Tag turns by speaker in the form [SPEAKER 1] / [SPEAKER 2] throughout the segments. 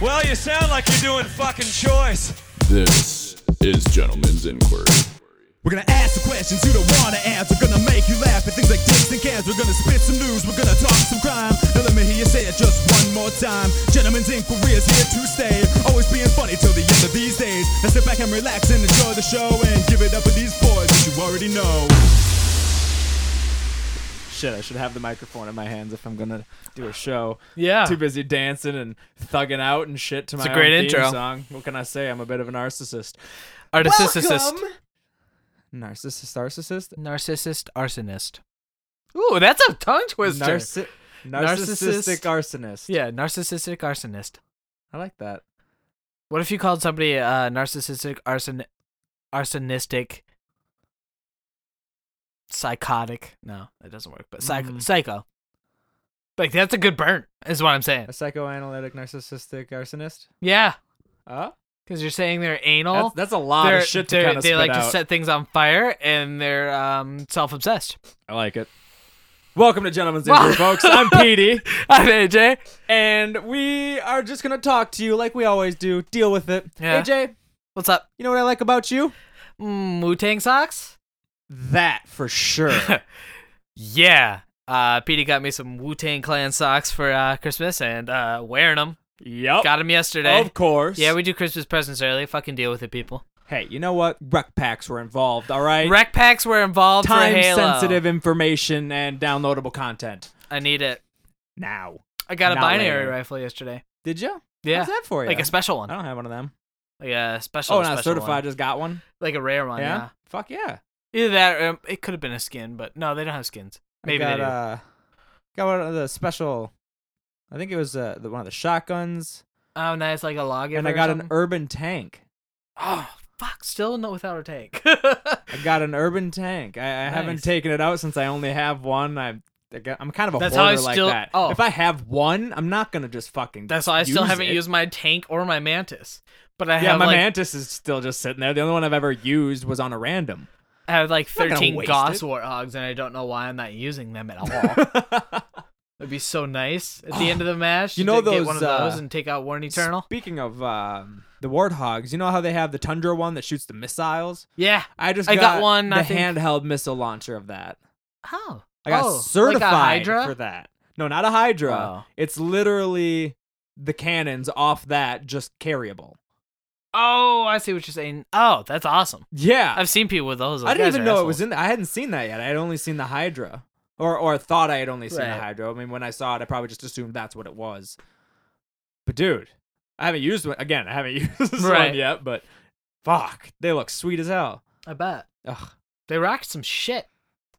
[SPEAKER 1] Well, you sound like you're doing fucking choice.
[SPEAKER 2] This is Gentleman's Inquiry.
[SPEAKER 3] We're gonna ask the questions you don't wanna answer. Gonna make you laugh at things like dicks and cans. We're gonna spit some news. We're gonna talk some crime. Now let me hear you say it just one more time. Gentlemen's Inquiry is here to stay. Always being funny till the end of these days. Now sit back and relax and enjoy the show and give it up with these boys that you already know.
[SPEAKER 4] Shit, I should have the microphone in my hands if I'm gonna do a show.
[SPEAKER 5] Yeah.
[SPEAKER 4] Too busy dancing and thugging out and shit to my
[SPEAKER 5] a
[SPEAKER 4] own
[SPEAKER 5] great
[SPEAKER 4] theme
[SPEAKER 5] intro.
[SPEAKER 4] song. What can I say? I'm a bit of a narcissist.
[SPEAKER 5] Artisticist.
[SPEAKER 4] Narcissist, narcissist,
[SPEAKER 5] Narcissist arsonist. Ooh, that's a tongue twister.
[SPEAKER 4] Narci- narcissistic arsonist.
[SPEAKER 5] yeah, narcissistic arsonist.
[SPEAKER 4] I like that.
[SPEAKER 5] What if you called somebody a uh, narcissistic arson arsonistic psychotic? No, that doesn't work. But psych-
[SPEAKER 4] Mm.
[SPEAKER 5] psycho. Like that's a good burn is what I'm saying.
[SPEAKER 4] A psychoanalytic narcissistic arsonist.
[SPEAKER 5] Yeah,
[SPEAKER 4] Uh,
[SPEAKER 5] cuz you're saying they're anal.
[SPEAKER 4] that's, that's a lot
[SPEAKER 5] they're,
[SPEAKER 4] of shit to
[SPEAKER 5] they're-
[SPEAKER 4] kind of
[SPEAKER 5] they
[SPEAKER 4] spit
[SPEAKER 5] like
[SPEAKER 4] out.
[SPEAKER 5] to set things on fire and they're um, self-obsessed.
[SPEAKER 4] I like it. Welcome to Gentlemen's Inquiry, folks. I'm PD,
[SPEAKER 5] I'm AJ.
[SPEAKER 4] and we are just gonna talk to you like we always do. Deal with it.
[SPEAKER 5] Yeah.
[SPEAKER 4] AJ,
[SPEAKER 5] What's up?
[SPEAKER 4] you know what I like about you?
[SPEAKER 5] Mm, Wu Tang socks?
[SPEAKER 4] That for sure.
[SPEAKER 5] Yeah. Uh, Petey got me some Wu Tang Clan socks for uh, Christmas and uh, wearing them.
[SPEAKER 4] yep.
[SPEAKER 5] Got them yesterday.
[SPEAKER 4] Of course.
[SPEAKER 5] Yeah, we do Christmas presents early. Fucking deal with it, people.
[SPEAKER 4] Hey, you know what? Uh, Rec packs were involved. All right.
[SPEAKER 5] Rec packs were involved for
[SPEAKER 4] Time
[SPEAKER 5] Halo.
[SPEAKER 4] sensitive information and downloadable content.
[SPEAKER 5] I need it.
[SPEAKER 4] Now.
[SPEAKER 5] I got a
[SPEAKER 4] Not
[SPEAKER 5] binary
[SPEAKER 4] later.
[SPEAKER 5] rifle yesterday.
[SPEAKER 4] Did you?
[SPEAKER 5] Yeah,
[SPEAKER 4] How's that for you?
[SPEAKER 5] like a special
[SPEAKER 4] I
[SPEAKER 5] one,
[SPEAKER 4] don't have one of them.
[SPEAKER 5] like a special.
[SPEAKER 4] Oh, not
[SPEAKER 5] special
[SPEAKER 4] certified.
[SPEAKER 5] one.
[SPEAKER 4] Just got one.
[SPEAKER 5] like a rare one. Yeah.
[SPEAKER 4] Fuck yeah.
[SPEAKER 5] Either that, or um, it could have been a skin, but no, they don't have skins. Maybe
[SPEAKER 4] I got
[SPEAKER 5] they do.
[SPEAKER 4] uh, got one of the special. I think it was uh, the, one of the shotguns,
[SPEAKER 5] oh, nice, like a log.
[SPEAKER 4] and I got an er urban tank.
[SPEAKER 5] oh, fuck, still not without a tank.
[SPEAKER 4] I got an urban tank. I, I haven't
[SPEAKER 5] Nice.
[SPEAKER 4] taken it out since I only have one. I. I got- I'm kind of a
[SPEAKER 5] That's how I
[SPEAKER 4] hoarder like
[SPEAKER 5] still-
[SPEAKER 4] that.
[SPEAKER 5] oh.
[SPEAKER 4] If I have one, I'm not gonna just fucking.
[SPEAKER 5] That's why I still
[SPEAKER 4] use
[SPEAKER 5] haven't
[SPEAKER 4] it.
[SPEAKER 5] used my tank or my mantis. But I
[SPEAKER 4] Yeah,
[SPEAKER 5] have
[SPEAKER 4] my
[SPEAKER 5] like
[SPEAKER 4] mantis is still just sitting there. The only one I've ever used was on a random.
[SPEAKER 5] I have like
[SPEAKER 4] not gonna
[SPEAKER 5] 13
[SPEAKER 4] waste
[SPEAKER 5] Goss
[SPEAKER 4] it.
[SPEAKER 5] Warthogs, and I don't know why I'm not using them at all. It'd be so nice at the end of the match.
[SPEAKER 4] Oh, You
[SPEAKER 5] to
[SPEAKER 4] know
[SPEAKER 5] get one of
[SPEAKER 4] those,
[SPEAKER 5] those
[SPEAKER 4] uh,
[SPEAKER 5] and take out one eternal.
[SPEAKER 4] Speaking of um, the warthogs, you know how they have the tundra one that shoots the missiles?
[SPEAKER 5] Yeah.
[SPEAKER 4] I just
[SPEAKER 5] I
[SPEAKER 4] got,
[SPEAKER 5] got one,
[SPEAKER 4] the
[SPEAKER 5] I think-
[SPEAKER 4] handheld missile launcher of that.
[SPEAKER 5] How?
[SPEAKER 4] I got
[SPEAKER 5] oh,
[SPEAKER 4] certified
[SPEAKER 5] like a Hydra?
[SPEAKER 4] for that. No, not a Hydra.
[SPEAKER 5] Oh.
[SPEAKER 4] It's literally the cannons off that just carryable.
[SPEAKER 5] Oh, I see what you're saying. Oh, that's awesome.
[SPEAKER 4] Yeah.
[SPEAKER 5] I've seen people with those.
[SPEAKER 4] I didn't even know it was in there. I hadn't seen that yet. I had only seen the Hydra. Or or thought I had only seen
[SPEAKER 5] Right.
[SPEAKER 4] the Hydra. I mean, when I saw it, I probably just assumed that's what it was. But dude, I haven't used one again, I haven't used this
[SPEAKER 5] Right.
[SPEAKER 4] one yet, but fuck. They look sweet as hell.
[SPEAKER 5] I bet
[SPEAKER 4] Ugh.
[SPEAKER 5] they rocked some shit.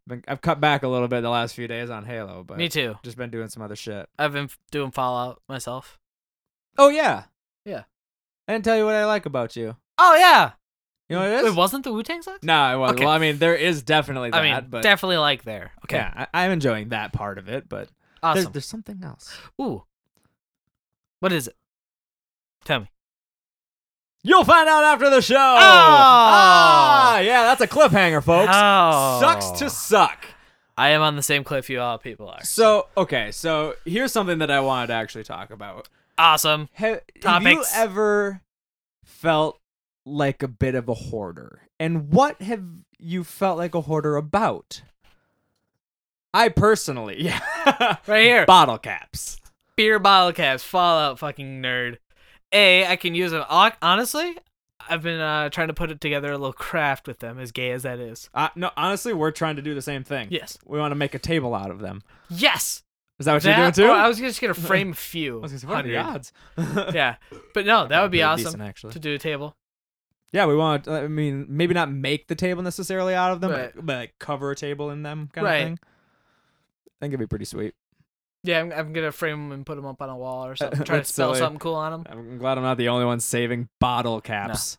[SPEAKER 4] Been- I've cut back a little bit the last few days on Halo, but
[SPEAKER 5] Me too.
[SPEAKER 4] just been doing some other shit.
[SPEAKER 5] I've been f- doing Fallout myself.
[SPEAKER 4] Oh yeah.
[SPEAKER 5] Yeah.
[SPEAKER 4] I didn't tell you what I like about you.
[SPEAKER 5] Oh yeah.
[SPEAKER 4] You know what it is?
[SPEAKER 5] It wasn't the Wu Tang socks.
[SPEAKER 4] no, it wasn't.
[SPEAKER 5] Okay.
[SPEAKER 4] Well, I mean, there is definitely that,
[SPEAKER 5] I mean,
[SPEAKER 4] but
[SPEAKER 5] definitely like there. Okay.
[SPEAKER 4] yeah, I, I'm enjoying that part of it, but there's,
[SPEAKER 5] Awesome.
[SPEAKER 4] there's something else.
[SPEAKER 5] Ooh. What is it? Tell me.
[SPEAKER 4] You'll find out after the
[SPEAKER 5] Oh!
[SPEAKER 4] show. Ah, yeah, that's a cliffhanger, folks.
[SPEAKER 5] Oh.
[SPEAKER 4] Sucks to suck.
[SPEAKER 5] I am on the same cliff you all people are.
[SPEAKER 4] So, okay, so here's something that I wanted to actually talk about.
[SPEAKER 5] Awesome.
[SPEAKER 4] Have, have you
[SPEAKER 5] Topics.
[SPEAKER 4] ever felt like a bit of a hoarder? And what have you felt like a hoarder about? I personally, yeah.
[SPEAKER 5] Right here.
[SPEAKER 4] Bottle caps.
[SPEAKER 5] Beer bottle caps, Fallout fucking nerd. A, I can use them. Hon- Honestly, I've been uh, trying to put it together a little craft with them, as gay as that is.
[SPEAKER 4] Uh, no, honestly, we're trying to do the same thing.
[SPEAKER 5] Yes.
[SPEAKER 4] We want to make a table out of them.
[SPEAKER 5] Yes.
[SPEAKER 4] Is that what
[SPEAKER 5] That-
[SPEAKER 4] you're doing too?
[SPEAKER 5] or I was just gonna frame a few.
[SPEAKER 4] I was gonna say, what are the
[SPEAKER 5] hundred.
[SPEAKER 4] odds?
[SPEAKER 5] Yeah, but no, that would be
[SPEAKER 4] Pretty
[SPEAKER 5] awesome
[SPEAKER 4] decent, actually.
[SPEAKER 5] to do a table.
[SPEAKER 4] Yeah, we want. I mean, maybe not make the table necessarily out of them,
[SPEAKER 5] Right.
[SPEAKER 4] but, but like cover a table in them kind
[SPEAKER 5] Right.
[SPEAKER 4] of thing. I think it'd be pretty sweet.
[SPEAKER 5] Yeah, I'm, I'm gonna frame them and put them up on a wall or something.
[SPEAKER 4] Uh,
[SPEAKER 5] Try to
[SPEAKER 4] that's
[SPEAKER 5] spell
[SPEAKER 4] silly.
[SPEAKER 5] something cool on them
[SPEAKER 4] I'm glad I'm not the only one saving bottle caps.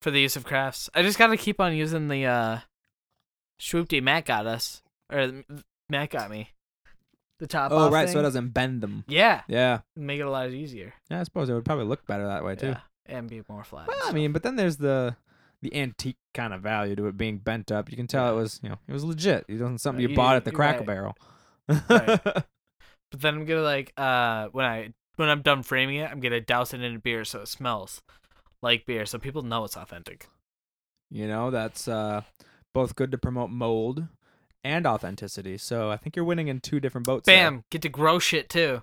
[SPEAKER 5] for the use of crafts. I just gotta keep on using the uh, swoopty Matt got us or Matt got me. The top.
[SPEAKER 4] Oh,
[SPEAKER 5] off
[SPEAKER 4] right, so
[SPEAKER 5] thing.
[SPEAKER 4] it doesn't bend them.
[SPEAKER 5] Yeah,
[SPEAKER 4] Yeah,
[SPEAKER 5] make it a lot easier.
[SPEAKER 4] yeah. I suppose it would probably look better that way too.
[SPEAKER 5] Yeah, and be more flat.
[SPEAKER 4] Well, I
[SPEAKER 5] so.
[SPEAKER 4] mean, but then there's the the antique kind of value to it being bent up. You can tell it was, you know, it was legit. It wasn't something
[SPEAKER 5] Uh,
[SPEAKER 4] you
[SPEAKER 5] you-
[SPEAKER 4] bought at the
[SPEAKER 5] you-
[SPEAKER 4] Cracker
[SPEAKER 5] right.
[SPEAKER 4] Barrel.
[SPEAKER 5] Right. but then I'm gonna like uh when I When I'm done framing it, I'm gonna douse it in beer so it smells like beer, so people know it's authentic.
[SPEAKER 3] You know, that's uh, both good to promote mold and authenticity. So I think you're winning in two different boats. there.
[SPEAKER 5] Bam! Get to grow shit too.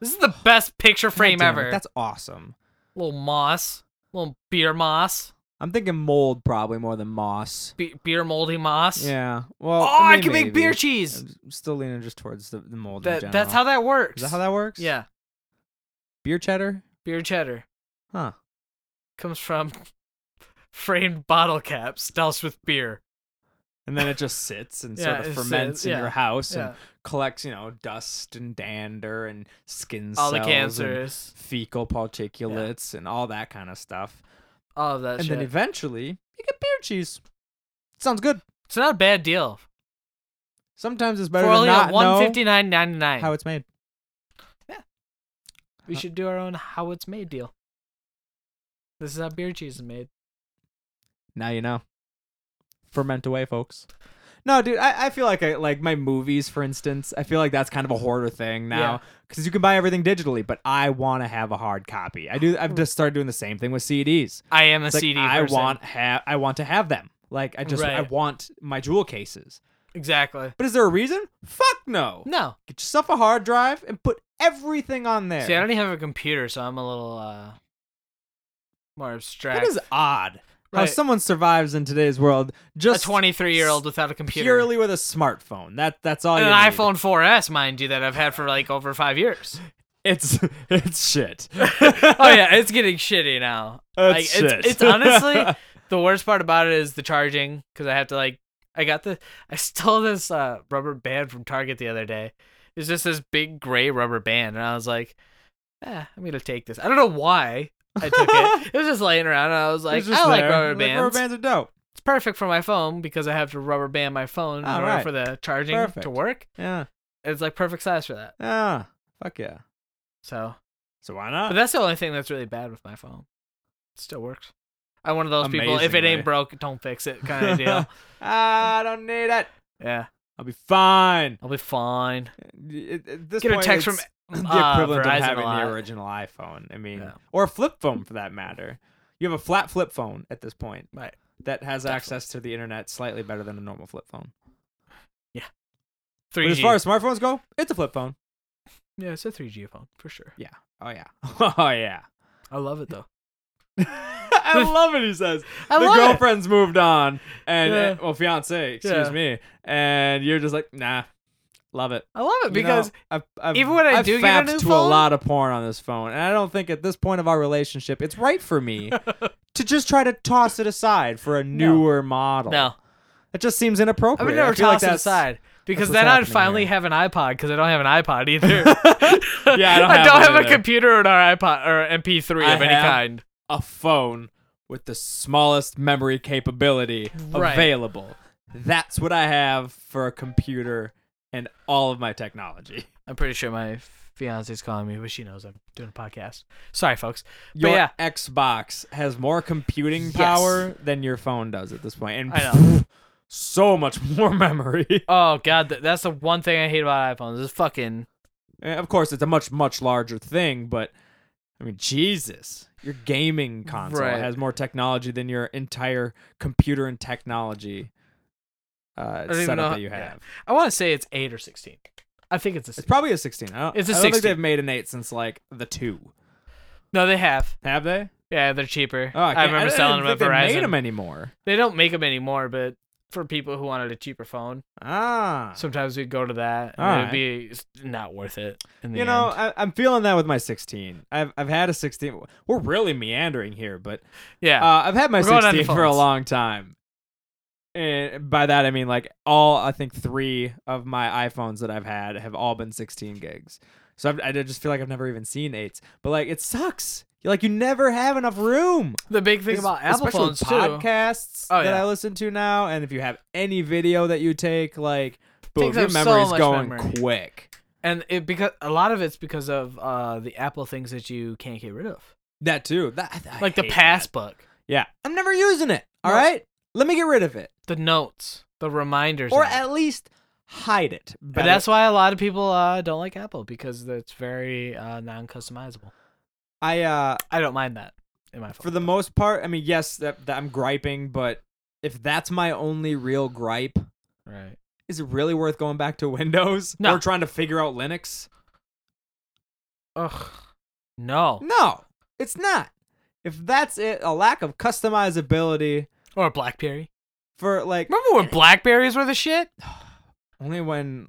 [SPEAKER 5] This is the best picture
[SPEAKER 3] God
[SPEAKER 5] frame
[SPEAKER 3] damn it,
[SPEAKER 5] ever.
[SPEAKER 3] that's awesome.
[SPEAKER 5] little moss, little beer moss,
[SPEAKER 3] I'm thinking mold probably more than moss.
[SPEAKER 5] be- beer moldy moss.
[SPEAKER 3] Yeah. Well.
[SPEAKER 5] Oh,
[SPEAKER 3] I,
[SPEAKER 5] I,
[SPEAKER 3] mean,
[SPEAKER 5] can make beer
[SPEAKER 3] maybe.
[SPEAKER 5] cheese.
[SPEAKER 3] I'm still leaning just towards the, the mold. in
[SPEAKER 5] That
[SPEAKER 3] general.
[SPEAKER 5] that's how that works.
[SPEAKER 3] Is that how that works?
[SPEAKER 5] Yeah,
[SPEAKER 3] Beer cheddar?
[SPEAKER 5] beer cheddar
[SPEAKER 3] Huh.
[SPEAKER 5] comes from framed bottle caps doused with beer.
[SPEAKER 3] And then it just sits and
[SPEAKER 5] Yeah,
[SPEAKER 3] sort
[SPEAKER 5] it
[SPEAKER 3] of ferments
[SPEAKER 5] sits,
[SPEAKER 3] in
[SPEAKER 5] yeah,
[SPEAKER 3] your house
[SPEAKER 5] Yeah,
[SPEAKER 3] and collects, you know, dust and dander and skin
[SPEAKER 5] all the
[SPEAKER 3] cells and
[SPEAKER 5] cancers,
[SPEAKER 3] fecal particulates and all that kind of stuff.
[SPEAKER 5] all of that.
[SPEAKER 3] and
[SPEAKER 5] shit.
[SPEAKER 3] then eventually you get beer cheese. Sounds good.
[SPEAKER 5] it's not a bad deal
[SPEAKER 3] Sometimes it's
[SPEAKER 5] for
[SPEAKER 3] better than
[SPEAKER 5] only
[SPEAKER 3] not
[SPEAKER 5] one
[SPEAKER 3] know
[SPEAKER 5] fifty nine ninety
[SPEAKER 3] how
[SPEAKER 5] nine.
[SPEAKER 3] it's made.
[SPEAKER 5] We should do our own how it's made deal. This is how beer cheese is made.
[SPEAKER 3] Now you know. Ferment away, folks. No, dude, I, I feel like I like my movies, for instance. I feel like that's kind of a hoarder thing now
[SPEAKER 5] Yeah.
[SPEAKER 3] because you can buy everything digitally, but I want to have a hard copy. I do. I've just started doing the same thing with CDs.
[SPEAKER 5] I am a
[SPEAKER 3] It's like,
[SPEAKER 5] CD.
[SPEAKER 3] I
[SPEAKER 5] person.
[SPEAKER 3] want ha- I want to have them. Like I just I
[SPEAKER 5] Right.
[SPEAKER 3] want my jewel cases.
[SPEAKER 5] exactly.
[SPEAKER 3] But is there a reason? Fuck no.
[SPEAKER 5] No,
[SPEAKER 3] Get yourself a hard drive and put everything on there.
[SPEAKER 5] see, I don't even have a computer, so I'm a little uh more abstract.
[SPEAKER 3] that is odd. How
[SPEAKER 5] Right.
[SPEAKER 3] someone survives in today's world
[SPEAKER 5] a
[SPEAKER 3] just
[SPEAKER 5] 23 year old without a computer.
[SPEAKER 3] purely with a smartphone. That that's all
[SPEAKER 5] an
[SPEAKER 3] you need.
[SPEAKER 5] iPhone 4S, mind you, that I've had for like over five years.
[SPEAKER 3] It's it's shit.
[SPEAKER 5] oh yeah, it's getting shitty now.
[SPEAKER 3] That's
[SPEAKER 5] like,
[SPEAKER 3] shit.
[SPEAKER 5] It's, it's honestly the worst part about it is the charging because I have to like I got the I stole this uh, rubber band from Target the other day. It's just this big gray rubber band, and I was like, eh, I'm gonna take this. I don't know why I took it. it was just laying around, and I was like,
[SPEAKER 3] It's just
[SPEAKER 5] I like
[SPEAKER 3] there.
[SPEAKER 5] rubber
[SPEAKER 3] Like,
[SPEAKER 5] bands.
[SPEAKER 3] rubber bands are dope.
[SPEAKER 5] It's perfect for my phone because I have to rubber band my phone in
[SPEAKER 3] Oh,
[SPEAKER 5] order
[SPEAKER 3] right.
[SPEAKER 5] for the charging
[SPEAKER 3] Perfect.
[SPEAKER 5] to work.
[SPEAKER 3] Yeah.
[SPEAKER 5] It's like perfect size for that.
[SPEAKER 3] Yeah. Fuck yeah.
[SPEAKER 5] So,
[SPEAKER 3] So why
[SPEAKER 5] but
[SPEAKER 3] not?
[SPEAKER 5] that's the only thing that's really bad with my phone. It still works. I'm one of those people. If it
[SPEAKER 3] Amazingly.
[SPEAKER 5] ain't broke, don't fix it, kind of deal.
[SPEAKER 3] I don't need it.
[SPEAKER 5] Yeah,
[SPEAKER 3] I'll be fine.
[SPEAKER 5] I'll be fine.
[SPEAKER 3] At- at this
[SPEAKER 5] Get a
[SPEAKER 3] point,
[SPEAKER 5] text from
[SPEAKER 3] it's
[SPEAKER 5] uh,
[SPEAKER 3] the equivalent
[SPEAKER 5] Verizon
[SPEAKER 3] of
[SPEAKER 5] a
[SPEAKER 3] having
[SPEAKER 5] lot.
[SPEAKER 3] the original iPhone. I mean,
[SPEAKER 5] Yeah.
[SPEAKER 3] or a flip phone for that matter. You have a flat flip phone at this point.
[SPEAKER 5] Right.
[SPEAKER 3] That has access to the internet slightly better than a normal flip phone. But
[SPEAKER 5] 3G.
[SPEAKER 3] as far as smartphones go, it's a flip phone.
[SPEAKER 5] yeah, it's a 3G phone for sure.
[SPEAKER 3] Oh yeah. Oh yeah.
[SPEAKER 5] I love it though.
[SPEAKER 3] I love it. He says
[SPEAKER 5] I
[SPEAKER 3] the
[SPEAKER 5] love it.
[SPEAKER 3] girlfriend's moved on, and
[SPEAKER 5] Yeah.
[SPEAKER 3] and- well, fiance, excuse
[SPEAKER 5] Yeah.
[SPEAKER 3] me, and you're just like, nah, love it
[SPEAKER 5] I love it
[SPEAKER 3] You know,
[SPEAKER 5] because
[SPEAKER 3] I've, I've,
[SPEAKER 5] even when I
[SPEAKER 3] I've
[SPEAKER 5] do get a
[SPEAKER 3] fapped
[SPEAKER 5] new
[SPEAKER 3] to a
[SPEAKER 5] phone-
[SPEAKER 3] lot of porn on this phone, and I don't think at this point of our relationship, it's right for me to just try to toss it aside for a newer model.
[SPEAKER 5] no,
[SPEAKER 3] it just seems inappropriate.
[SPEAKER 5] I would never
[SPEAKER 3] I feel like
[SPEAKER 5] toss it
[SPEAKER 3] that's-
[SPEAKER 5] aside because
[SPEAKER 3] what's
[SPEAKER 5] then I'd
[SPEAKER 3] happening
[SPEAKER 5] finally
[SPEAKER 3] here.
[SPEAKER 5] have an iPod because I don't have an iPod either.
[SPEAKER 3] Yeah, I don't have one
[SPEAKER 5] a
[SPEAKER 3] either.
[SPEAKER 5] computer or an iPod or MP3
[SPEAKER 3] I
[SPEAKER 5] of any
[SPEAKER 3] have-
[SPEAKER 5] kind.
[SPEAKER 3] A phone with the smallest memory capability
[SPEAKER 5] Right.
[SPEAKER 3] available. That's what I have for a computer and all of my technology.
[SPEAKER 5] I'm pretty sure my fiance's calling me, but she knows I'm doing a podcast. Sorry, folks.
[SPEAKER 3] Your
[SPEAKER 5] but yeah,
[SPEAKER 3] Xbox has more computing
[SPEAKER 5] Yes.
[SPEAKER 3] power than your phone does at this point, and
[SPEAKER 5] I know.
[SPEAKER 3] so much more memory.
[SPEAKER 5] oh god, th- that's the one thing I hate about iPhones. Is fucking
[SPEAKER 3] And of course, it's a much much larger thing, but I mean, Jesus, your gaming console
[SPEAKER 5] Right.
[SPEAKER 3] has more technology than your entire computer and technology uh,
[SPEAKER 5] don't even
[SPEAKER 3] setup
[SPEAKER 5] know how-
[SPEAKER 3] that you
[SPEAKER 5] yeah.
[SPEAKER 3] have.
[SPEAKER 5] I want to say it's eight or sixteen. I think it's a.
[SPEAKER 3] It's
[SPEAKER 5] six
[SPEAKER 3] probably a sixteen. I don't,
[SPEAKER 5] It's a
[SPEAKER 3] I don't think
[SPEAKER 5] 16.
[SPEAKER 3] they've made an eight since like the two.
[SPEAKER 5] no, they have.
[SPEAKER 3] Have they?
[SPEAKER 5] Yeah, they're cheaper.
[SPEAKER 3] Oh,
[SPEAKER 5] I,
[SPEAKER 3] can't-
[SPEAKER 5] remember
[SPEAKER 3] didn't
[SPEAKER 5] selling them
[SPEAKER 3] even
[SPEAKER 5] at
[SPEAKER 3] think
[SPEAKER 5] Verizon.
[SPEAKER 3] They made them anymore.
[SPEAKER 5] They don't make them anymore, but for people who wanted a cheaper phone,
[SPEAKER 3] Ah,
[SPEAKER 5] sometimes we'd go to that. And
[SPEAKER 3] Alright.
[SPEAKER 5] It'd be it's not worth it. In the
[SPEAKER 3] you know,
[SPEAKER 5] end.
[SPEAKER 3] I, I'm feeling that with my 16. I've I've had a 16. We're really meandering here, but uh,
[SPEAKER 5] yeah,
[SPEAKER 3] I've had my
[SPEAKER 5] We're going on
[SPEAKER 3] 16 for a
[SPEAKER 5] defaults.
[SPEAKER 3] long time. And by that I mean like all I think three of my iPhones that I've had have all been 16 gigs. So I've, I just feel like I've never even seen eights. But like it sucks. Like you never have enough room.
[SPEAKER 5] the big thing
[SPEAKER 3] Es-
[SPEAKER 5] about Apple
[SPEAKER 3] especially
[SPEAKER 5] phones
[SPEAKER 3] with
[SPEAKER 5] too.
[SPEAKER 3] podcasts
[SPEAKER 5] Oh,
[SPEAKER 3] that
[SPEAKER 5] yeah.
[SPEAKER 3] I listen to now, and if you have any video that you take, like boom,
[SPEAKER 5] Takes
[SPEAKER 3] your
[SPEAKER 5] up so
[SPEAKER 3] memory's
[SPEAKER 5] much
[SPEAKER 3] going
[SPEAKER 5] memory.
[SPEAKER 3] quick.
[SPEAKER 5] and it because a lot of it's because of uh, the Apple things that you can't get rid of,
[SPEAKER 3] That too. That I
[SPEAKER 5] like the
[SPEAKER 3] hate
[SPEAKER 5] pass
[SPEAKER 3] that.
[SPEAKER 5] book,
[SPEAKER 3] Yeah, I'm never using it. All
[SPEAKER 5] No.
[SPEAKER 3] right, let me get rid of it,
[SPEAKER 5] the notes, the reminders,
[SPEAKER 3] or
[SPEAKER 5] app.
[SPEAKER 3] at least
[SPEAKER 4] hide it.
[SPEAKER 5] But that's why a lot of people uh, don't like Apple because it's very uh, non-customizable.
[SPEAKER 4] I uh
[SPEAKER 5] I don't mind that in my phone.
[SPEAKER 4] for the most part. I mean, yes, that, that I'm griping, but if that's my only real gripe,
[SPEAKER 5] right.
[SPEAKER 4] is it really worth going back to Windows
[SPEAKER 5] No.
[SPEAKER 4] or trying to figure out Linux?
[SPEAKER 5] Ugh. No.
[SPEAKER 4] No, it's not. If that's it, a lack of customizability
[SPEAKER 5] Or BlackBerry.
[SPEAKER 4] for like
[SPEAKER 5] Remember when Blackberries were the shit?
[SPEAKER 4] only when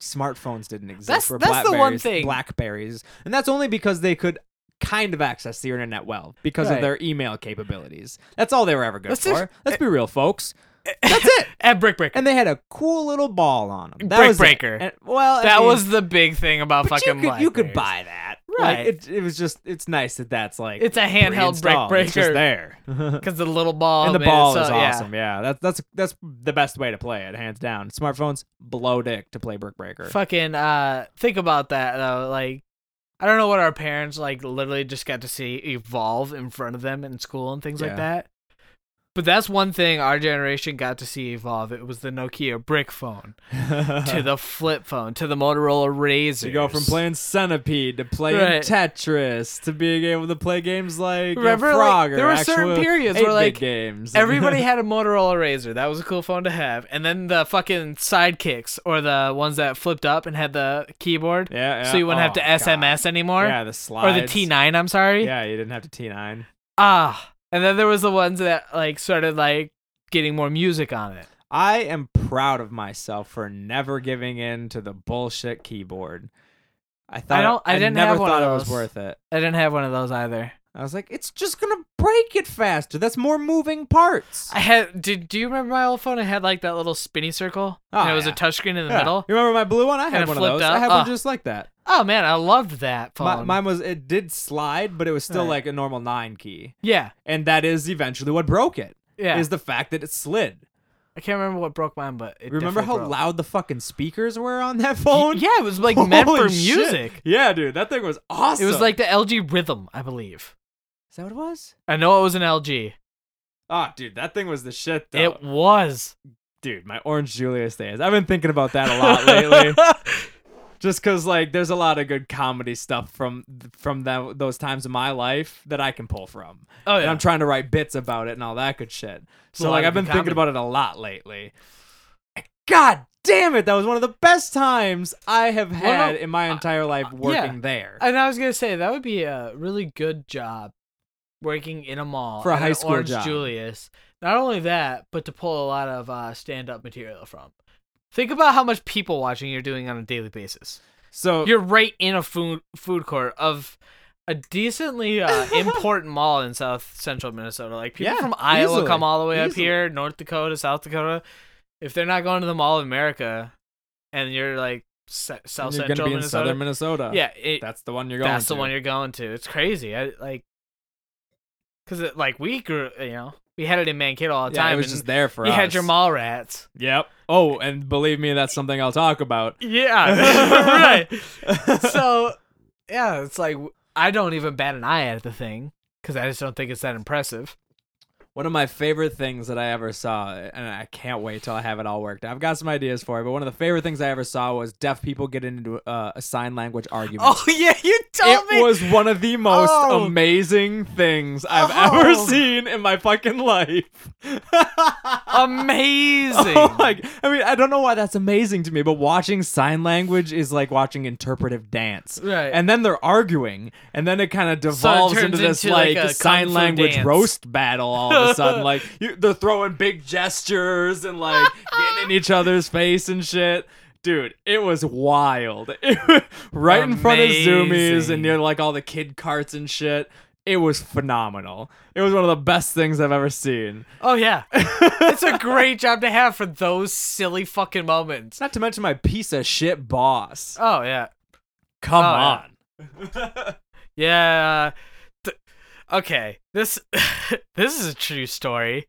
[SPEAKER 4] smartphones didn't exist.
[SPEAKER 5] That's-
[SPEAKER 4] were
[SPEAKER 5] that's the one
[SPEAKER 4] Blackberries-
[SPEAKER 5] thing.
[SPEAKER 4] Blackberries, and that's only because they could kind of access the internet well because
[SPEAKER 5] Right.
[SPEAKER 4] of their email capabilities. That's all they were ever good
[SPEAKER 5] Let's
[SPEAKER 4] for.
[SPEAKER 5] just-
[SPEAKER 4] Let's be real, folks. That's it.
[SPEAKER 5] At Brick Breaker.
[SPEAKER 4] And they had a cool little ball on them. That
[SPEAKER 5] Brick
[SPEAKER 4] was it.
[SPEAKER 5] Breaker.
[SPEAKER 4] And- well, I
[SPEAKER 5] that
[SPEAKER 4] mean,
[SPEAKER 5] was the big thing about
[SPEAKER 4] but
[SPEAKER 5] fucking
[SPEAKER 4] you could, you could
[SPEAKER 5] Blackberries.
[SPEAKER 4] buy that. Like,
[SPEAKER 5] Right.
[SPEAKER 4] it, it was just. It's nice that that's like.
[SPEAKER 5] It's a handheld Brick
[SPEAKER 4] pre-installed.
[SPEAKER 5] Breaker.
[SPEAKER 4] It's just there.
[SPEAKER 5] Because the little ball
[SPEAKER 4] and the
[SPEAKER 5] man,
[SPEAKER 4] ball
[SPEAKER 5] so-
[SPEAKER 4] is
[SPEAKER 5] yeah.
[SPEAKER 4] awesome. Yeah. that's that's that's the best way to play it, hands down. Smartphones blow dick to play Brick Breaker.
[SPEAKER 5] Fucking uh, think about that though. Like, I don't know what our parents like. Literally, just got to see evolve in front of them in school and things like
[SPEAKER 4] Yeah.
[SPEAKER 5] that. But that's one thing our generation got to see evolve. It was the Nokia brick phone to the flip phone to the Motorola Razor.
[SPEAKER 4] you go from playing Centipede to playing
[SPEAKER 5] Right.
[SPEAKER 4] Tetris to being able to play games like uh,
[SPEAKER 5] Remember, like,
[SPEAKER 4] Frog or
[SPEAKER 5] there were certain
[SPEAKER 4] actual
[SPEAKER 5] periods where,
[SPEAKER 4] 8-bit
[SPEAKER 5] like,
[SPEAKER 4] games.
[SPEAKER 5] Everybody had a Motorola Razor. That was a cool phone to have. And then the fucking sidekicks or the ones that flipped up and had the keyboard.
[SPEAKER 4] Yeah,
[SPEAKER 5] So
[SPEAKER 4] yeah.
[SPEAKER 5] you wouldn't have
[SPEAKER 4] Oh,
[SPEAKER 5] to
[SPEAKER 4] God.
[SPEAKER 5] SMS anymore.
[SPEAKER 4] yeah, the
[SPEAKER 5] or
[SPEAKER 4] slides
[SPEAKER 5] the T9, I'm sorry.
[SPEAKER 4] Yeah, you didn't have to T9.
[SPEAKER 5] Ah. And then there was the ones that like started like getting more music on it.
[SPEAKER 4] I am proud of myself for never giving in to the bullshit keyboard. I thought
[SPEAKER 5] don't- I didn't
[SPEAKER 4] never
[SPEAKER 5] have one
[SPEAKER 4] thought
[SPEAKER 5] of
[SPEAKER 4] it was
[SPEAKER 5] those.
[SPEAKER 4] worth it.
[SPEAKER 5] I didn't have one of those either.
[SPEAKER 4] I was like, it's just gonna break it faster. That's more moving parts.
[SPEAKER 5] I had did do you remember my old phone? It had like that little spinny circle.
[SPEAKER 4] Oh,
[SPEAKER 5] and it was
[SPEAKER 4] yeah.
[SPEAKER 5] a touchscreen in the
[SPEAKER 4] Yeah.
[SPEAKER 5] middle.
[SPEAKER 4] You remember my blue one? I
[SPEAKER 5] it
[SPEAKER 4] had one of
[SPEAKER 5] flipped
[SPEAKER 4] those.
[SPEAKER 5] up.
[SPEAKER 4] I had one
[SPEAKER 5] Oh.
[SPEAKER 4] just like that.
[SPEAKER 5] Oh man, I loved that phone.
[SPEAKER 4] My, mine was it did slide, but it was still
[SPEAKER 5] Right.
[SPEAKER 4] like a normal nine key,
[SPEAKER 5] yeah.
[SPEAKER 4] and that is eventually what broke it. Is
[SPEAKER 5] Yeah.
[SPEAKER 4] the fact that it slid.
[SPEAKER 5] I can't remember what broke mine, but it
[SPEAKER 4] Remember
[SPEAKER 5] definitely
[SPEAKER 4] how
[SPEAKER 5] broke.
[SPEAKER 4] loud the fucking speakers were on that
[SPEAKER 5] Y-
[SPEAKER 4] phone?
[SPEAKER 5] Yeah, it was like meant for
[SPEAKER 4] Holy shit.
[SPEAKER 5] music.
[SPEAKER 4] Yeah, dude, that thing was awesome.
[SPEAKER 5] It was like the LG Rhythm, I believe.
[SPEAKER 4] is that what it was?
[SPEAKER 5] I know it was an LG.
[SPEAKER 4] Oh, dude, that thing was the shit. Though.
[SPEAKER 5] It was.
[SPEAKER 4] dude, my Orange Julius days. I've been thinking about that a lot lately. Just because, like, there's a lot of good comedy stuff from from that, those times in my life that I can pull from.
[SPEAKER 5] Oh,
[SPEAKER 4] And
[SPEAKER 5] yeah.
[SPEAKER 4] I'm trying to write bits about it and all that good shit.
[SPEAKER 5] a
[SPEAKER 4] So,
[SPEAKER 5] lot
[SPEAKER 4] like,
[SPEAKER 5] of
[SPEAKER 4] I've
[SPEAKER 5] good
[SPEAKER 4] been thinking
[SPEAKER 5] comedy.
[SPEAKER 4] about it a lot lately. God damn it, that was one of the best times I have had
[SPEAKER 5] about-
[SPEAKER 4] in my entire life working
[SPEAKER 5] uh, yeah.
[SPEAKER 4] there.
[SPEAKER 5] And I was gonna say that would be a really good job, working in a mall
[SPEAKER 4] For a
[SPEAKER 5] at
[SPEAKER 4] high
[SPEAKER 5] an
[SPEAKER 4] school
[SPEAKER 5] Orange
[SPEAKER 4] job.
[SPEAKER 5] Julius. Not only that, but to pull a lot of uh, stand-up material from. Think about how much people watching you're doing on a daily basis.
[SPEAKER 4] so,
[SPEAKER 5] You're right in a food food court of a decently uh, important mall in South Central Minnesota. Like people
[SPEAKER 4] Yeah,
[SPEAKER 5] from Iowa
[SPEAKER 4] easily,
[SPEAKER 5] come all the way up
[SPEAKER 4] easily.
[SPEAKER 5] here, North Dakota, South Dakota. If they're not going to the Mall of America, and you're like se- South
[SPEAKER 4] you're going to
[SPEAKER 5] Central
[SPEAKER 4] be in
[SPEAKER 5] Minnesota,
[SPEAKER 4] southern Minnesota.
[SPEAKER 5] yeah, it,
[SPEAKER 4] That's the one you're going
[SPEAKER 5] that's the
[SPEAKER 4] to.
[SPEAKER 5] one you're going to. It's crazy. I like because like we grew, you know, we had it in Mankato all the
[SPEAKER 4] yeah,
[SPEAKER 5] time.
[SPEAKER 4] it was
[SPEAKER 5] and
[SPEAKER 4] just there for
[SPEAKER 5] you
[SPEAKER 4] us.
[SPEAKER 5] had your mall rats.
[SPEAKER 4] Yep. Oh, and believe me, that's something I'll talk about.
[SPEAKER 5] Yeah, right. so yeah, it's like I don't even bat an eye at the thing because I just don't think it's that impressive.
[SPEAKER 4] One of my favorite things that I ever saw, and I can't wait till I have it all worked out. I've got some ideas for it, but one of the favorite things I ever saw was deaf people get into uh, a sign language argument.
[SPEAKER 5] yeah, you
[SPEAKER 4] it was one of the most
[SPEAKER 5] Oh.
[SPEAKER 4] amazing things I've ever
[SPEAKER 5] Oh.
[SPEAKER 4] seen in my fucking life.
[SPEAKER 5] amazing.
[SPEAKER 4] Oh my! g- I mean, I don't know why that's amazing to me, but watching sign language is like watching interpretive dance.
[SPEAKER 5] Right.
[SPEAKER 4] And then they're arguing, and then it kind of devolves
[SPEAKER 5] turns
[SPEAKER 4] into this
[SPEAKER 5] into, like,
[SPEAKER 4] like,
[SPEAKER 5] a kung
[SPEAKER 4] sign
[SPEAKER 5] fu
[SPEAKER 4] language
[SPEAKER 5] dance.
[SPEAKER 4] roast battle all of a sudden. like you, they're throwing big gestures and like getting in each other's face and shit. Dude, it was wild. right in front of Zoomies
[SPEAKER 5] Amazing.
[SPEAKER 4] and near like all the kid carts and shit. It was phenomenal. It was one of the best things I've ever seen.
[SPEAKER 5] Oh yeah, it's a great job to have for those silly fucking moments.
[SPEAKER 4] Not to mention my piece of shit boss.
[SPEAKER 5] Oh yeah,
[SPEAKER 4] Come
[SPEAKER 5] Oh, yeah.
[SPEAKER 4] on.
[SPEAKER 5] Yeah. th- okay. This this is a true story.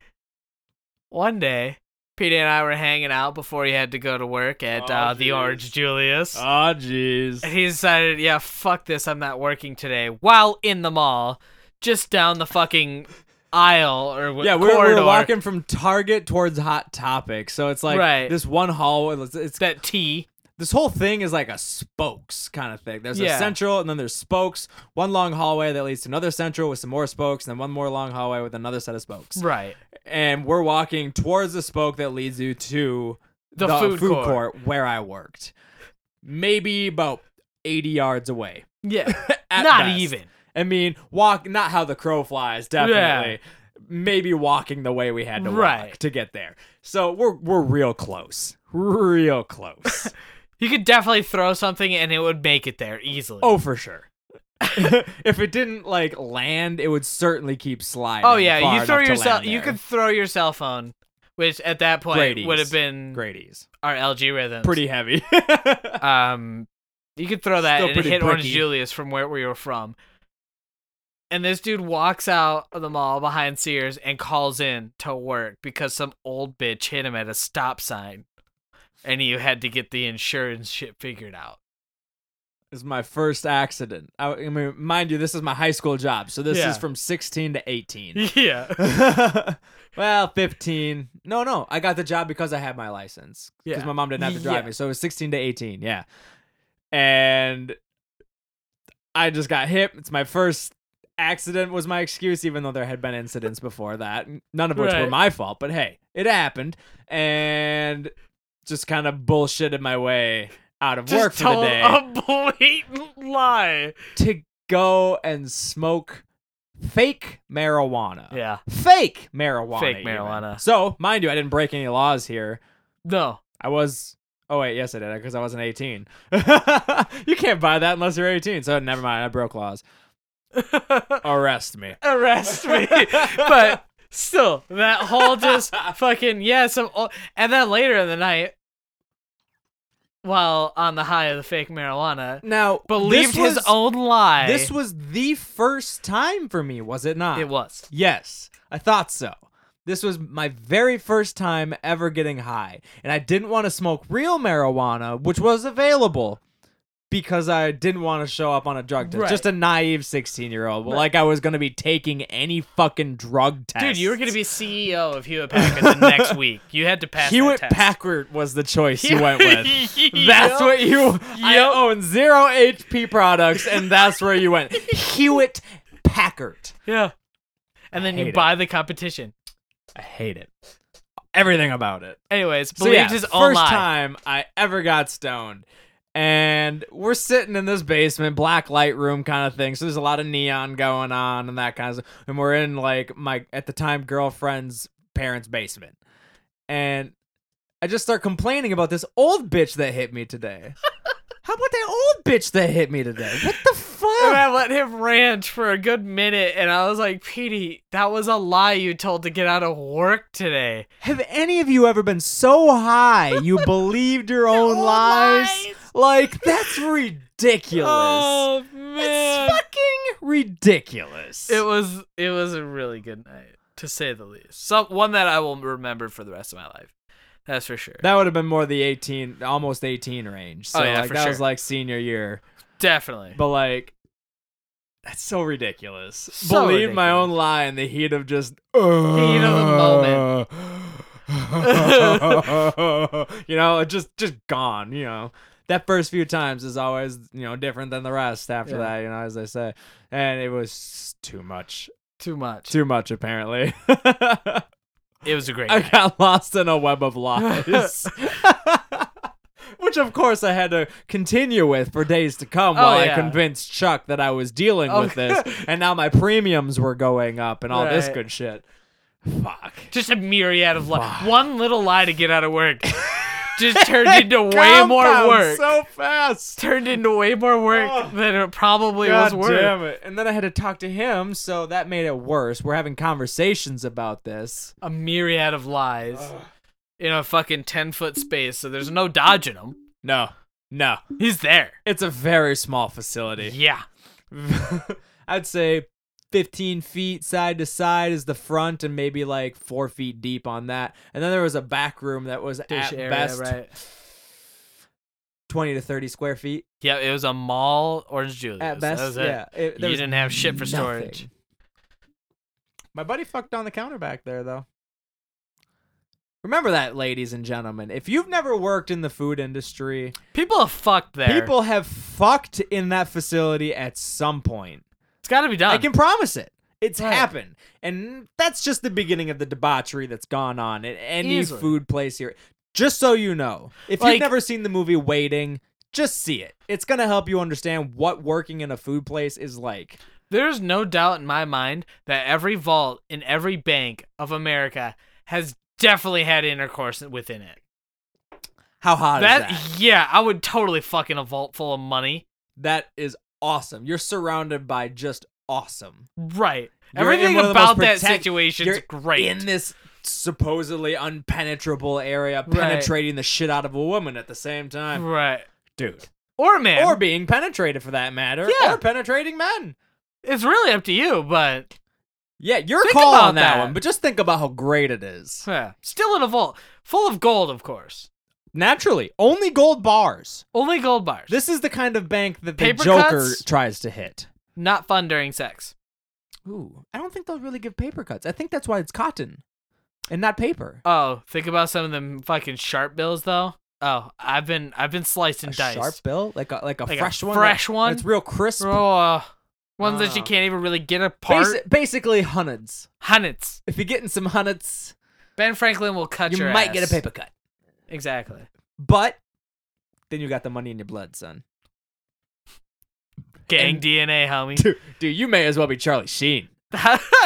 [SPEAKER 5] One day, Peter and I were hanging out before he had to go to work at
[SPEAKER 4] Oh,
[SPEAKER 5] uh, the
[SPEAKER 4] jeez.
[SPEAKER 5] Orange Julius.
[SPEAKER 4] Ah, jeez.
[SPEAKER 5] and he decided, yeah, fuck this, I'm not working today. While in the mall, just down the fucking aisle or what
[SPEAKER 4] Yeah, we're,
[SPEAKER 5] corridor.
[SPEAKER 4] we're walking from Target towards Hot Topic, so it's like
[SPEAKER 5] Right.
[SPEAKER 4] this one hallway. It's, it's
[SPEAKER 5] that T.
[SPEAKER 4] this whole thing is like a spokes kind of thing. There's
[SPEAKER 5] Yeah.
[SPEAKER 4] a central, and then there's spokes. One long hallway that leads to another central with some more spokes, and then one more long hallway with another set of spokes.
[SPEAKER 5] Right.
[SPEAKER 4] And we're walking towards the spoke that leads you to
[SPEAKER 5] The food court.
[SPEAKER 4] where I worked, maybe about eighty yards away.
[SPEAKER 5] Yeah.
[SPEAKER 4] At
[SPEAKER 5] Not
[SPEAKER 4] best.
[SPEAKER 5] even.
[SPEAKER 4] I mean, walk not how the crow flies, definitely.
[SPEAKER 5] Yeah.
[SPEAKER 4] Maybe walking the way we had to walk
[SPEAKER 5] Right.
[SPEAKER 4] to get there. So we're we're real close. Real close.
[SPEAKER 5] You could definitely throw something and it would make it there easily.
[SPEAKER 4] oh, for sure. if it didn't like land, it would certainly keep sliding.
[SPEAKER 5] Oh yeah,
[SPEAKER 4] far
[SPEAKER 5] you throw
[SPEAKER 4] enough to
[SPEAKER 5] yourself.
[SPEAKER 4] land
[SPEAKER 5] You
[SPEAKER 4] there.
[SPEAKER 5] could throw your cell phone, which at that point
[SPEAKER 4] Grady's.
[SPEAKER 5] would have been
[SPEAKER 4] Grady's.
[SPEAKER 5] our LG rhythms.
[SPEAKER 4] Pretty heavy.
[SPEAKER 5] Um, you could throw that
[SPEAKER 4] Still
[SPEAKER 5] and it
[SPEAKER 4] pretty
[SPEAKER 5] hit Orange
[SPEAKER 4] bricky.
[SPEAKER 5] Julius from where we were from. And this dude walks out of the mall behind Sears and calls in to work because some old bitch hit him at a stop sign, and you had to get the insurance shit figured out.
[SPEAKER 4] this is my first accident. I, I mean, mind you, this is my high school job, so this
[SPEAKER 5] Yeah.
[SPEAKER 4] is from sixteen to eighteen.
[SPEAKER 5] Yeah.
[SPEAKER 4] well, 15. No, no. I got the job because I had my license. Because
[SPEAKER 5] Yeah.
[SPEAKER 4] my mom didn't have to drive
[SPEAKER 5] Yeah.
[SPEAKER 4] me. So it was 16 to 18. Yeah. And I just got hit. It's my first accident, was my excuse, even though there had been incidents before that, none of which were
[SPEAKER 5] Right.
[SPEAKER 4] my fault. But hey, it happened. And just kind of bullshitted my way out of work
[SPEAKER 5] Just
[SPEAKER 4] for the
[SPEAKER 5] told
[SPEAKER 4] day
[SPEAKER 5] a blatant lie.
[SPEAKER 4] to go and smoke fake marijuana
[SPEAKER 5] Yeah.
[SPEAKER 4] fake marijuana.
[SPEAKER 5] Fake
[SPEAKER 4] even.
[SPEAKER 5] marijuana.
[SPEAKER 4] So, mind you, I didn't break any laws here.
[SPEAKER 5] No.
[SPEAKER 4] I was. Oh wait, yes I did because I wasn't 18. you can't buy that unless you're 18. So never mind, I broke laws. Arrest me.
[SPEAKER 5] arrest me. but still, that whole just fucking yeah. Some o- and then later in the night, while on the high of the fake marijuana,
[SPEAKER 4] Now,
[SPEAKER 5] believed
[SPEAKER 4] this
[SPEAKER 5] his
[SPEAKER 4] was-
[SPEAKER 5] own lie.
[SPEAKER 4] This was the first time for me, was it not?
[SPEAKER 5] it was
[SPEAKER 4] Yes, I thought so. This was my very first time ever getting high, and I didn't want to smoke real marijuana, which was available, because I didn't want to show up on a drug test.
[SPEAKER 5] Right.
[SPEAKER 4] Just a naive 16 year old, like I was going to be taking any fucking drug test.
[SPEAKER 5] dude. You were gonna be CEO of Hewitt Packard the next week. You had to pass. that
[SPEAKER 4] Hewitt
[SPEAKER 5] test.
[SPEAKER 4] Packard was the choice you went with. That's
[SPEAKER 5] Yep.
[SPEAKER 4] what you. I
[SPEAKER 5] Yep.
[SPEAKER 4] own zero HP products, and that's where you went. Hewitt Packard.
[SPEAKER 5] Yeah. And then
[SPEAKER 4] hate
[SPEAKER 5] you
[SPEAKER 4] it.
[SPEAKER 5] buy the competition.
[SPEAKER 4] I hate it. Everything about it.
[SPEAKER 5] Anyways,
[SPEAKER 4] So
[SPEAKER 5] believed
[SPEAKER 4] yeah,
[SPEAKER 5] his
[SPEAKER 4] first
[SPEAKER 5] own lie.
[SPEAKER 4] time I ever got stoned, and we're sitting in this basement, black light room kind of thing. So there's a lot of neon going on and that kind of stuff. And we're in like my at the time girlfriend's parents' basement, and I just start complaining about this old bitch that hit me today. How about that old bitch that hit me today? What the
[SPEAKER 5] And
[SPEAKER 4] fuck?
[SPEAKER 5] I let him rant for a good minute, and I was like, Petey, that was a lie you told to get out of work today.
[SPEAKER 4] Have any of you ever been so high you believed your own lies?
[SPEAKER 5] lies.
[SPEAKER 4] Like that's ridiculous.
[SPEAKER 5] Oh
[SPEAKER 4] It's
[SPEAKER 5] man,
[SPEAKER 4] fucking ridiculous.
[SPEAKER 5] it was it was a really good night to say the least. Some one that I will remember for the rest of my life. That's for sure.
[SPEAKER 4] that would have been more the 18, almost 18 range. So
[SPEAKER 5] Oh, yeah,
[SPEAKER 4] like
[SPEAKER 5] for
[SPEAKER 4] that was
[SPEAKER 5] sure.
[SPEAKER 4] like senior year.
[SPEAKER 5] Definitely.
[SPEAKER 4] But like that's so ridiculous.
[SPEAKER 5] So
[SPEAKER 4] Believe my own lie in the heat of just uh,
[SPEAKER 5] Heat of the moment.
[SPEAKER 4] you know, just just gone, you know. That first few times is always, you know, different than the rest after
[SPEAKER 5] Yeah.
[SPEAKER 4] that, you know, as they say. And it was too much.
[SPEAKER 5] Too much.
[SPEAKER 4] Too much apparently.
[SPEAKER 5] it was a great.
[SPEAKER 4] I
[SPEAKER 5] night.
[SPEAKER 4] got lost in a web of lies. Which, of course, I had to continue with for days to come
[SPEAKER 5] Oh,
[SPEAKER 4] while I
[SPEAKER 5] yeah.
[SPEAKER 4] convinced Chuck that I was dealing with
[SPEAKER 5] Okay.
[SPEAKER 4] this. And now my premiums were going up and all this
[SPEAKER 5] Right.
[SPEAKER 4] good shit. Fuck.
[SPEAKER 5] Just a myriad of lies. One little lie to get out of work just turned into way
[SPEAKER 4] Compounds
[SPEAKER 5] more work.
[SPEAKER 4] So fast.
[SPEAKER 5] turned into way more work than it probably
[SPEAKER 4] God
[SPEAKER 5] was worth.
[SPEAKER 4] damn it. And then I had to talk to him, so that made it worse. We're having conversations about this.
[SPEAKER 5] a myriad of lies in a fucking 10 foot space, so there's no dodging him.
[SPEAKER 4] No. No.
[SPEAKER 5] He's there.
[SPEAKER 4] It's a very small facility.
[SPEAKER 5] Yeah.
[SPEAKER 4] I'd say 15 feet side to side is the front, and maybe like four feet deep on that. And then there was a back room that was at best 20 to 30 square feet.
[SPEAKER 5] Yeah, it was a mall Orange Julius.
[SPEAKER 4] At best,
[SPEAKER 5] that was it.
[SPEAKER 4] yeah. It- there
[SPEAKER 5] you
[SPEAKER 4] was
[SPEAKER 5] didn't have shit for
[SPEAKER 4] nothing.
[SPEAKER 5] storage.
[SPEAKER 3] My buddy fucked on the counter back there though. Remember that, ladies and gentlemen. If you've never worked in the food industry,
[SPEAKER 5] People have fucked there.
[SPEAKER 3] people have fucked in that facility at some point.
[SPEAKER 5] it's got to be done.
[SPEAKER 3] I can promise it. It's
[SPEAKER 5] Right.
[SPEAKER 3] happened. And that's just the beginning of the debauchery that's gone on at any
[SPEAKER 5] Easily.
[SPEAKER 3] food place here. Just so you know, if
[SPEAKER 5] Like-
[SPEAKER 3] you've never seen the movie Waiting, just see it. It's going to help you understand what working in a food place is like.
[SPEAKER 5] There's no doubt in my mind that every vault in every bank of America has definitely had intercourse within it.
[SPEAKER 3] How hot is
[SPEAKER 5] That,
[SPEAKER 3] that?
[SPEAKER 5] yeah, I would totally fuck in a vault full of money.
[SPEAKER 3] That is awesome. You're surrounded by just awesome.
[SPEAKER 5] Right.
[SPEAKER 3] You're in
[SPEAKER 5] Everything
[SPEAKER 3] one of the most
[SPEAKER 5] about that
[SPEAKER 3] protect-
[SPEAKER 5] situation's
[SPEAKER 3] you're
[SPEAKER 5] great.
[SPEAKER 3] In this supposedly unpenetrable area,
[SPEAKER 5] Right.
[SPEAKER 3] penetrating the shit out of a woman at the same time.
[SPEAKER 5] right.
[SPEAKER 3] Dude.
[SPEAKER 5] Or man.
[SPEAKER 3] Or being penetrated for that matter.
[SPEAKER 5] Yeah.
[SPEAKER 3] Or penetrating men.
[SPEAKER 5] it's really up to you, but
[SPEAKER 3] Yeah, your
[SPEAKER 5] Think
[SPEAKER 3] call
[SPEAKER 5] about
[SPEAKER 3] on that,
[SPEAKER 5] that.
[SPEAKER 3] one, but just think about how great it is.
[SPEAKER 5] huh, still in a vault full of gold, of course.
[SPEAKER 3] Naturally, only gold bars.
[SPEAKER 5] Only gold bars.
[SPEAKER 3] This is the kind of bank that the
[SPEAKER 5] Paper
[SPEAKER 3] Joker
[SPEAKER 5] cuts?
[SPEAKER 3] tries to hit.
[SPEAKER 5] not fun during sex.
[SPEAKER 3] Ooh, I don't think they'll really give paper cuts. I think that's why it's cotton and not paper.
[SPEAKER 5] Oh, think about some of them fucking sharp bills though. Oh, I've been I've been sliced
[SPEAKER 3] a
[SPEAKER 5] and diced.
[SPEAKER 3] sharp bill, like a like a
[SPEAKER 5] Like a
[SPEAKER 3] fresh one,
[SPEAKER 5] fresh
[SPEAKER 3] that-
[SPEAKER 5] one?
[SPEAKER 3] That's real crisp.
[SPEAKER 5] Oh, uh, ones that you
[SPEAKER 3] Oh.
[SPEAKER 5] can't even really get apart.
[SPEAKER 3] Basi- basically, hunnets.
[SPEAKER 5] Hundreds.
[SPEAKER 3] If you're getting some hunnets,
[SPEAKER 5] Ben Franklin will cut
[SPEAKER 3] you
[SPEAKER 5] your
[SPEAKER 3] might get a
[SPEAKER 5] ass.
[SPEAKER 3] paper cut.
[SPEAKER 5] Exactly.
[SPEAKER 3] But then you got the money in your blood, son.
[SPEAKER 5] Gang
[SPEAKER 3] And-
[SPEAKER 5] DNA, homie.
[SPEAKER 3] Dude, dude, you may as well be Charlie Sheen
[SPEAKER 5] AIDS.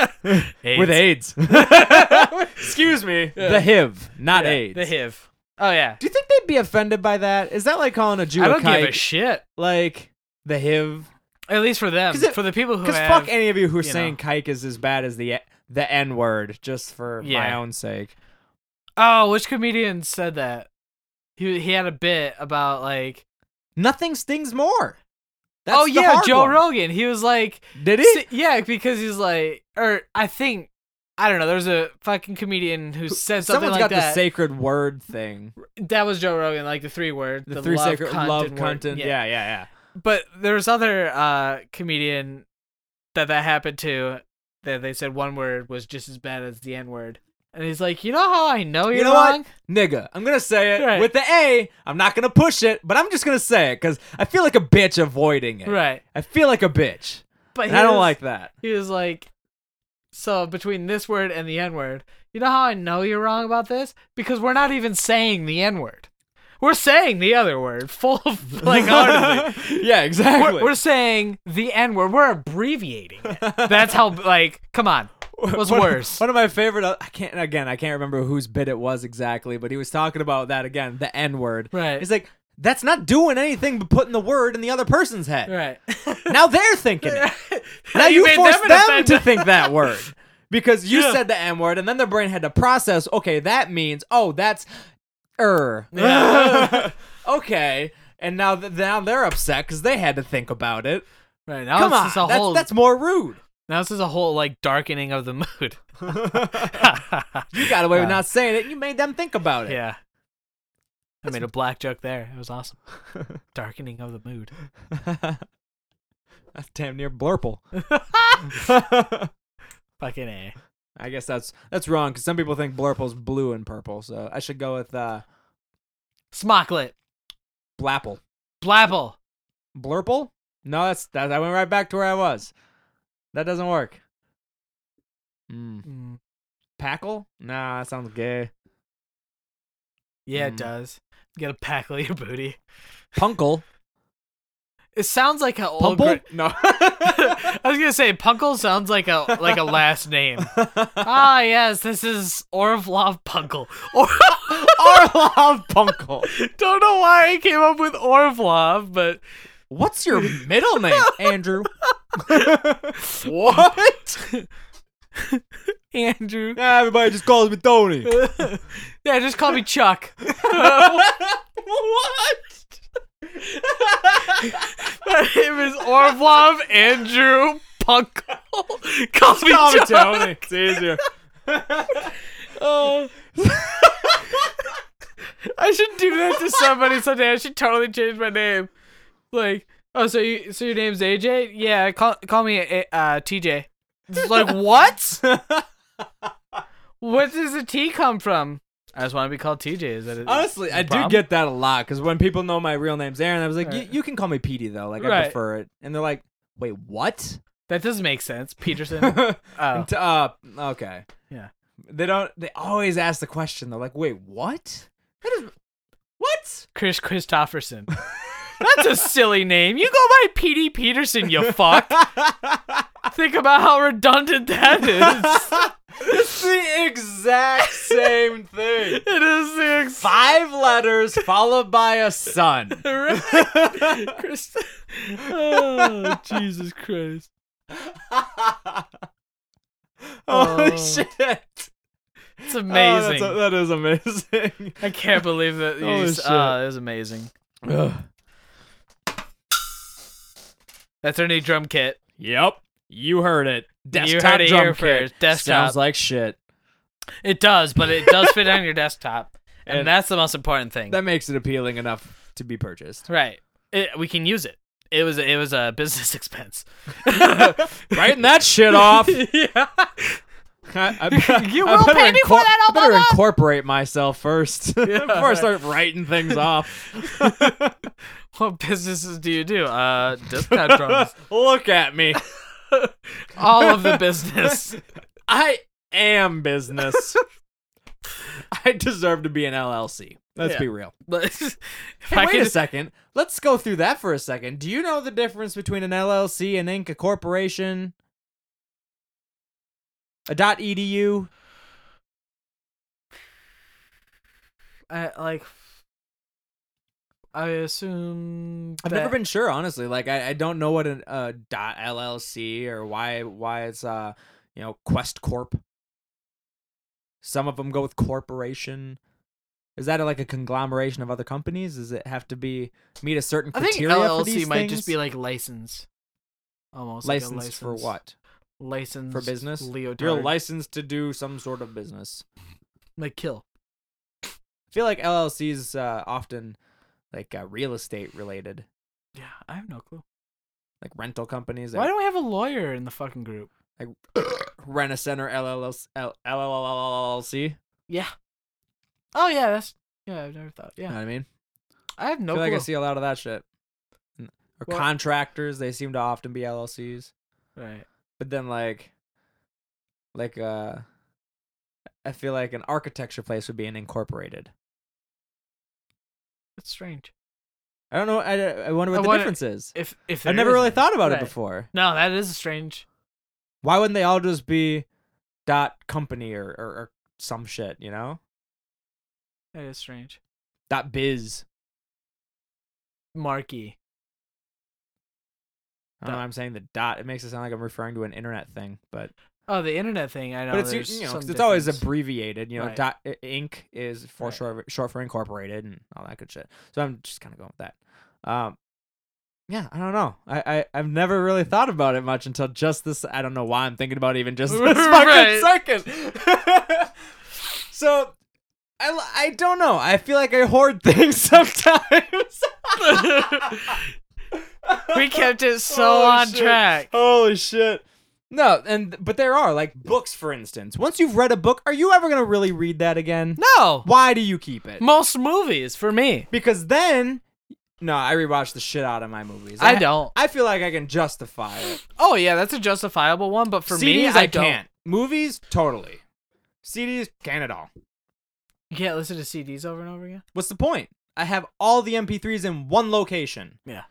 [SPEAKER 3] with AIDS.
[SPEAKER 5] Excuse me.
[SPEAKER 3] The HIV, not
[SPEAKER 5] Yeah,
[SPEAKER 3] AIDS.
[SPEAKER 5] The HIV. Oh yeah.
[SPEAKER 3] Do you think they'd be offended by that? Is that like calling a Jew
[SPEAKER 5] I don't
[SPEAKER 3] a
[SPEAKER 5] give a
[SPEAKER 3] kike?
[SPEAKER 5] shit.
[SPEAKER 3] like the HIV?
[SPEAKER 5] At least for them.
[SPEAKER 3] 'Cause it-
[SPEAKER 5] for the people who
[SPEAKER 3] Because
[SPEAKER 5] have.
[SPEAKER 3] fuck any of you who are
[SPEAKER 5] you
[SPEAKER 3] saying
[SPEAKER 5] know.
[SPEAKER 3] kike is as bad as the e, the N word, just for my
[SPEAKER 5] Yeah.
[SPEAKER 3] own sake.
[SPEAKER 5] oh, which comedian said that? He he had a bit about like.
[SPEAKER 3] Nothing stings more. That's
[SPEAKER 5] oh
[SPEAKER 3] the
[SPEAKER 5] yeah,
[SPEAKER 3] hard
[SPEAKER 5] Joe
[SPEAKER 3] one.
[SPEAKER 5] Rogan. He was like,
[SPEAKER 3] Did he?
[SPEAKER 5] si- yeah, because he's like, or I think. I don't know. There's a fucking comedian who said something
[SPEAKER 3] Someone's got
[SPEAKER 5] like that.
[SPEAKER 3] the sacred word thing.
[SPEAKER 5] that was Joe Rogan, like the three words,
[SPEAKER 3] The, three
[SPEAKER 5] love,
[SPEAKER 3] sacred
[SPEAKER 5] cunt,
[SPEAKER 3] love
[SPEAKER 5] and word.
[SPEAKER 3] content. Yeah, yeah, yeah.
[SPEAKER 5] but there's other uh comedian that that happened to that they said one word was just as bad as the N word, and he's like, you know how I know you're
[SPEAKER 3] know what?
[SPEAKER 5] wrong?
[SPEAKER 3] Nigga, I'm gonna say it
[SPEAKER 5] Right.
[SPEAKER 3] with the A. I'm not gonna push it, but I'm just gonna say it because I feel like a bitch avoiding it.
[SPEAKER 5] Right,
[SPEAKER 3] I feel like a bitch,
[SPEAKER 5] but
[SPEAKER 3] and I don't
[SPEAKER 5] here's-
[SPEAKER 3] like that.
[SPEAKER 5] he was like, so between this word and the N word, you know how I know you're wrong about this? Because we're not even saying the N word. We're saying the other word, full of like heartedly.
[SPEAKER 3] yeah, exactly.
[SPEAKER 5] We're, we're saying the N word. We're abbreviating it. That's how like, come on. What's
[SPEAKER 3] One-
[SPEAKER 5] worse?
[SPEAKER 3] One of my favorite. uh, I can't again. I can't remember whose bit it was exactly, but he was talking about that again. The N word.
[SPEAKER 5] Right.
[SPEAKER 3] He's like, that's not doing anything but putting the word in the other person's head.
[SPEAKER 5] Right.
[SPEAKER 3] Now they're thinking it. Now
[SPEAKER 5] You
[SPEAKER 3] you,
[SPEAKER 5] made
[SPEAKER 3] forced
[SPEAKER 5] them
[SPEAKER 3] them,
[SPEAKER 5] an offender.
[SPEAKER 3] to think that word because you
[SPEAKER 5] Yeah.
[SPEAKER 3] said the N word, and then their brain had to process. Okay, that means. Oh, that's er.
[SPEAKER 5] Yeah.
[SPEAKER 3] okay, and now th- now they're upset because they had to think about it.
[SPEAKER 5] Right now
[SPEAKER 3] Come
[SPEAKER 5] it's
[SPEAKER 3] on,
[SPEAKER 5] just a
[SPEAKER 3] that's,
[SPEAKER 5] whole
[SPEAKER 3] that's more rude.
[SPEAKER 5] now it's just a whole like darkening of the mood.
[SPEAKER 3] You got away with not saying it. and You made them think about it.
[SPEAKER 5] yeah. I made a black joke there. It was awesome. Darkening of the mood.
[SPEAKER 3] That's damn near blurple.
[SPEAKER 5] Fucking A.
[SPEAKER 3] I guess that's that's wrong because some people think blurple's blue and purple. So I should go with uh,
[SPEAKER 5] Smocklet.
[SPEAKER 3] blapple.
[SPEAKER 5] Blapple.
[SPEAKER 3] Blurple? No, that's that. I went right back to where I was. That doesn't work. Mm.
[SPEAKER 5] Mm,
[SPEAKER 3] Packle? Nah, that sounds gay.
[SPEAKER 5] Yeah, it
[SPEAKER 3] Mm.
[SPEAKER 5] does. Get a packle your booty.
[SPEAKER 3] Punkle?
[SPEAKER 5] It sounds like a old.
[SPEAKER 3] Pumple?
[SPEAKER 5] gra-
[SPEAKER 3] No.
[SPEAKER 5] I was gonna say Punkle sounds like a like a last name. ah yes, this is Orvlov Punkle. Or-
[SPEAKER 3] Arlov Punkle.
[SPEAKER 5] Don't know why I came up with Orvlov, but
[SPEAKER 3] What's your middle name, Andrew? what?
[SPEAKER 5] Andrew.
[SPEAKER 3] Nah, everybody just calls me Tony.
[SPEAKER 5] Yeah, just call me Chuck.
[SPEAKER 3] what?
[SPEAKER 5] My name is Orvlov Andrew Punkle. Call
[SPEAKER 3] Call
[SPEAKER 5] me
[SPEAKER 3] me
[SPEAKER 5] Chuck.
[SPEAKER 3] Tony. It's easier.
[SPEAKER 5] Oh. I should do that to somebody someday. I should totally change my name. Like, oh, so you, so your name's AJ? Yeah, call call me uh, TJ. It's like what? what does the T come from? I just want to be called TJ. Is that it?
[SPEAKER 6] Honestly, I do
[SPEAKER 5] problem?
[SPEAKER 6] get that a lot because when people know my real name's Aaron, I was like,
[SPEAKER 5] Right.
[SPEAKER 6] "You- you can call me Petey though. Like I
[SPEAKER 5] Right.
[SPEAKER 6] prefer it. And they're like, wait, what?
[SPEAKER 5] that doesn't make sense, Peterson.
[SPEAKER 6] And
[SPEAKER 5] Oh,
[SPEAKER 6] t- uh, okay.
[SPEAKER 5] Yeah.
[SPEAKER 6] They don't. They always ask the question. They're like, wait, what? That is what?
[SPEAKER 5] Chris Christopherson. That's a silly name. You go by P.D. Peterson, you fuck. Think about how redundant that is.
[SPEAKER 6] it's the exact same thing.
[SPEAKER 5] it is the ex-
[SPEAKER 6] Five letters followed by a son.
[SPEAKER 5] Right? Chris- oh, Jesus Christ.
[SPEAKER 6] Holy
[SPEAKER 5] Oh.
[SPEAKER 6] shit!
[SPEAKER 5] It's amazing.
[SPEAKER 6] Oh, that's- that is amazing.
[SPEAKER 5] I can't believe that. You
[SPEAKER 6] Holy
[SPEAKER 5] just,
[SPEAKER 6] shit.
[SPEAKER 5] oh, it was amazing. That's our new drum kit.
[SPEAKER 6] Yep, you heard it. Desktop
[SPEAKER 5] heard it
[SPEAKER 6] drum
[SPEAKER 5] here
[SPEAKER 6] kit.
[SPEAKER 5] first. Desktop.
[SPEAKER 6] sounds like shit.
[SPEAKER 5] It does, but it does fit on your desktop. And,
[SPEAKER 6] And-
[SPEAKER 5] that's the most important thing.
[SPEAKER 6] That makes it appealing enough to be purchased,
[SPEAKER 5] right. It, we can use it. It was it was a business expense.
[SPEAKER 6] Writing that shit off.
[SPEAKER 5] yeah.
[SPEAKER 6] I, I-
[SPEAKER 5] You
[SPEAKER 6] I
[SPEAKER 5] will
[SPEAKER 6] better
[SPEAKER 5] pay me for
[SPEAKER 6] incor-
[SPEAKER 5] that,
[SPEAKER 6] I better
[SPEAKER 5] Obama.
[SPEAKER 6] incorporate myself first before I
[SPEAKER 5] right.
[SPEAKER 6] start writing things off.
[SPEAKER 5] What businesses do you do? Uh, discount drums.
[SPEAKER 6] Look at me.
[SPEAKER 5] All of the business.
[SPEAKER 6] I am business. I deserve to be an LLC. Let's
[SPEAKER 5] Yeah.
[SPEAKER 6] be real.
[SPEAKER 5] But if
[SPEAKER 6] Hey,
[SPEAKER 5] I
[SPEAKER 6] wait
[SPEAKER 5] could,
[SPEAKER 6] a second. Let's go through that for a second. Do you know the difference between an LLC, an Inc., a corporation, a E .edu?
[SPEAKER 5] I, like, I assume.
[SPEAKER 6] I've never been sure, honestly. Like, I, I don't know what an uh, dot .LLC or why why it's uh you know Quest Corp. Some of them go with corporation. Is that like a conglomeration of other companies? Does it have to be meet a certain
[SPEAKER 5] I
[SPEAKER 6] criteria
[SPEAKER 5] think
[SPEAKER 6] for these
[SPEAKER 5] LLC might just
[SPEAKER 6] things?
[SPEAKER 5] be like license. Almost like a
[SPEAKER 6] license, for
[SPEAKER 5] license.
[SPEAKER 6] what?
[SPEAKER 5] License
[SPEAKER 6] For business?
[SPEAKER 5] Leo
[SPEAKER 6] You're licensed to do some sort of business.
[SPEAKER 5] like kill.
[SPEAKER 6] I feel like LLCs uh, often like uh, real estate related,
[SPEAKER 5] Yeah, I have no clue.
[SPEAKER 6] like rental companies.
[SPEAKER 5] Why
[SPEAKER 6] Like,
[SPEAKER 5] don't we have a lawyer in the fucking group?
[SPEAKER 6] rent a center LLC. LLC.
[SPEAKER 5] Yeah. Oh yeah, that's yeah. I've never thought.
[SPEAKER 6] You
[SPEAKER 5] Yeah,
[SPEAKER 6] know what I mean?
[SPEAKER 5] I have no
[SPEAKER 6] I feel like I
[SPEAKER 5] clue.
[SPEAKER 6] see a lot of that shit. N- Or
[SPEAKER 5] Well-
[SPEAKER 6] contractors, they seem to often be LLCs.
[SPEAKER 5] right.
[SPEAKER 6] But then like, like uh, I feel like an architecture place would be an incorporated.
[SPEAKER 5] It's strange.
[SPEAKER 6] I don't know. I, I wonder what
[SPEAKER 5] I
[SPEAKER 6] the
[SPEAKER 5] wonder-
[SPEAKER 6] difference is.
[SPEAKER 5] If if
[SPEAKER 6] I've
[SPEAKER 5] there
[SPEAKER 6] never
[SPEAKER 5] is
[SPEAKER 6] really
[SPEAKER 5] any.
[SPEAKER 6] thought about it
[SPEAKER 5] Right.
[SPEAKER 6] before.
[SPEAKER 5] No, that is strange.
[SPEAKER 6] Why wouldn't they all just be dot company or, or, or some shit? You know,
[SPEAKER 5] That is strange.
[SPEAKER 6] dot biz.
[SPEAKER 5] Marky.
[SPEAKER 6] I don't know
[SPEAKER 5] Dot.
[SPEAKER 6] why I'm saying the dot. It makes it sound like I'm referring to an internet thing, but
[SPEAKER 5] Oh, the internet thing. I know.
[SPEAKER 6] but it's u-
[SPEAKER 5] there's
[SPEAKER 6] you know
[SPEAKER 5] some
[SPEAKER 6] 'cause it's always
[SPEAKER 5] difference.
[SPEAKER 6] abbreviated. You know,
[SPEAKER 5] Right.
[SPEAKER 6] dot i- Inc is for
[SPEAKER 5] Right.
[SPEAKER 6] short short for incorporated and all that good shit. So I'm just kind of going with that. Um, yeah, I don't know. I, I I've never really thought about it much until just this. I don't know why I'm thinking about it even just this
[SPEAKER 5] Right.
[SPEAKER 6] fucking second. so. I, l- I don't know. I feel like I hoard things sometimes.
[SPEAKER 5] we kept it so
[SPEAKER 6] Holy
[SPEAKER 5] on
[SPEAKER 6] shit.
[SPEAKER 5] track.
[SPEAKER 6] Holy shit. No, and but there are like books, for instance. Once you've read a book, are you ever gonna really read that again?
[SPEAKER 5] No,
[SPEAKER 6] Why do you keep it?
[SPEAKER 5] most movies for me.
[SPEAKER 6] Because then, no, I rewatch the shit out of my movies.
[SPEAKER 5] I don't.
[SPEAKER 6] I feel like I can justify it.
[SPEAKER 5] Oh yeah, that's a justifiable one. But for me,
[SPEAKER 6] CDs,
[SPEAKER 5] I, don't.
[SPEAKER 6] can't. Movies, totally. CDs, can't at all.
[SPEAKER 5] You can't listen to CDs over and over again.
[SPEAKER 6] What's the point? I have all the MP3s in one location.
[SPEAKER 5] Yeah.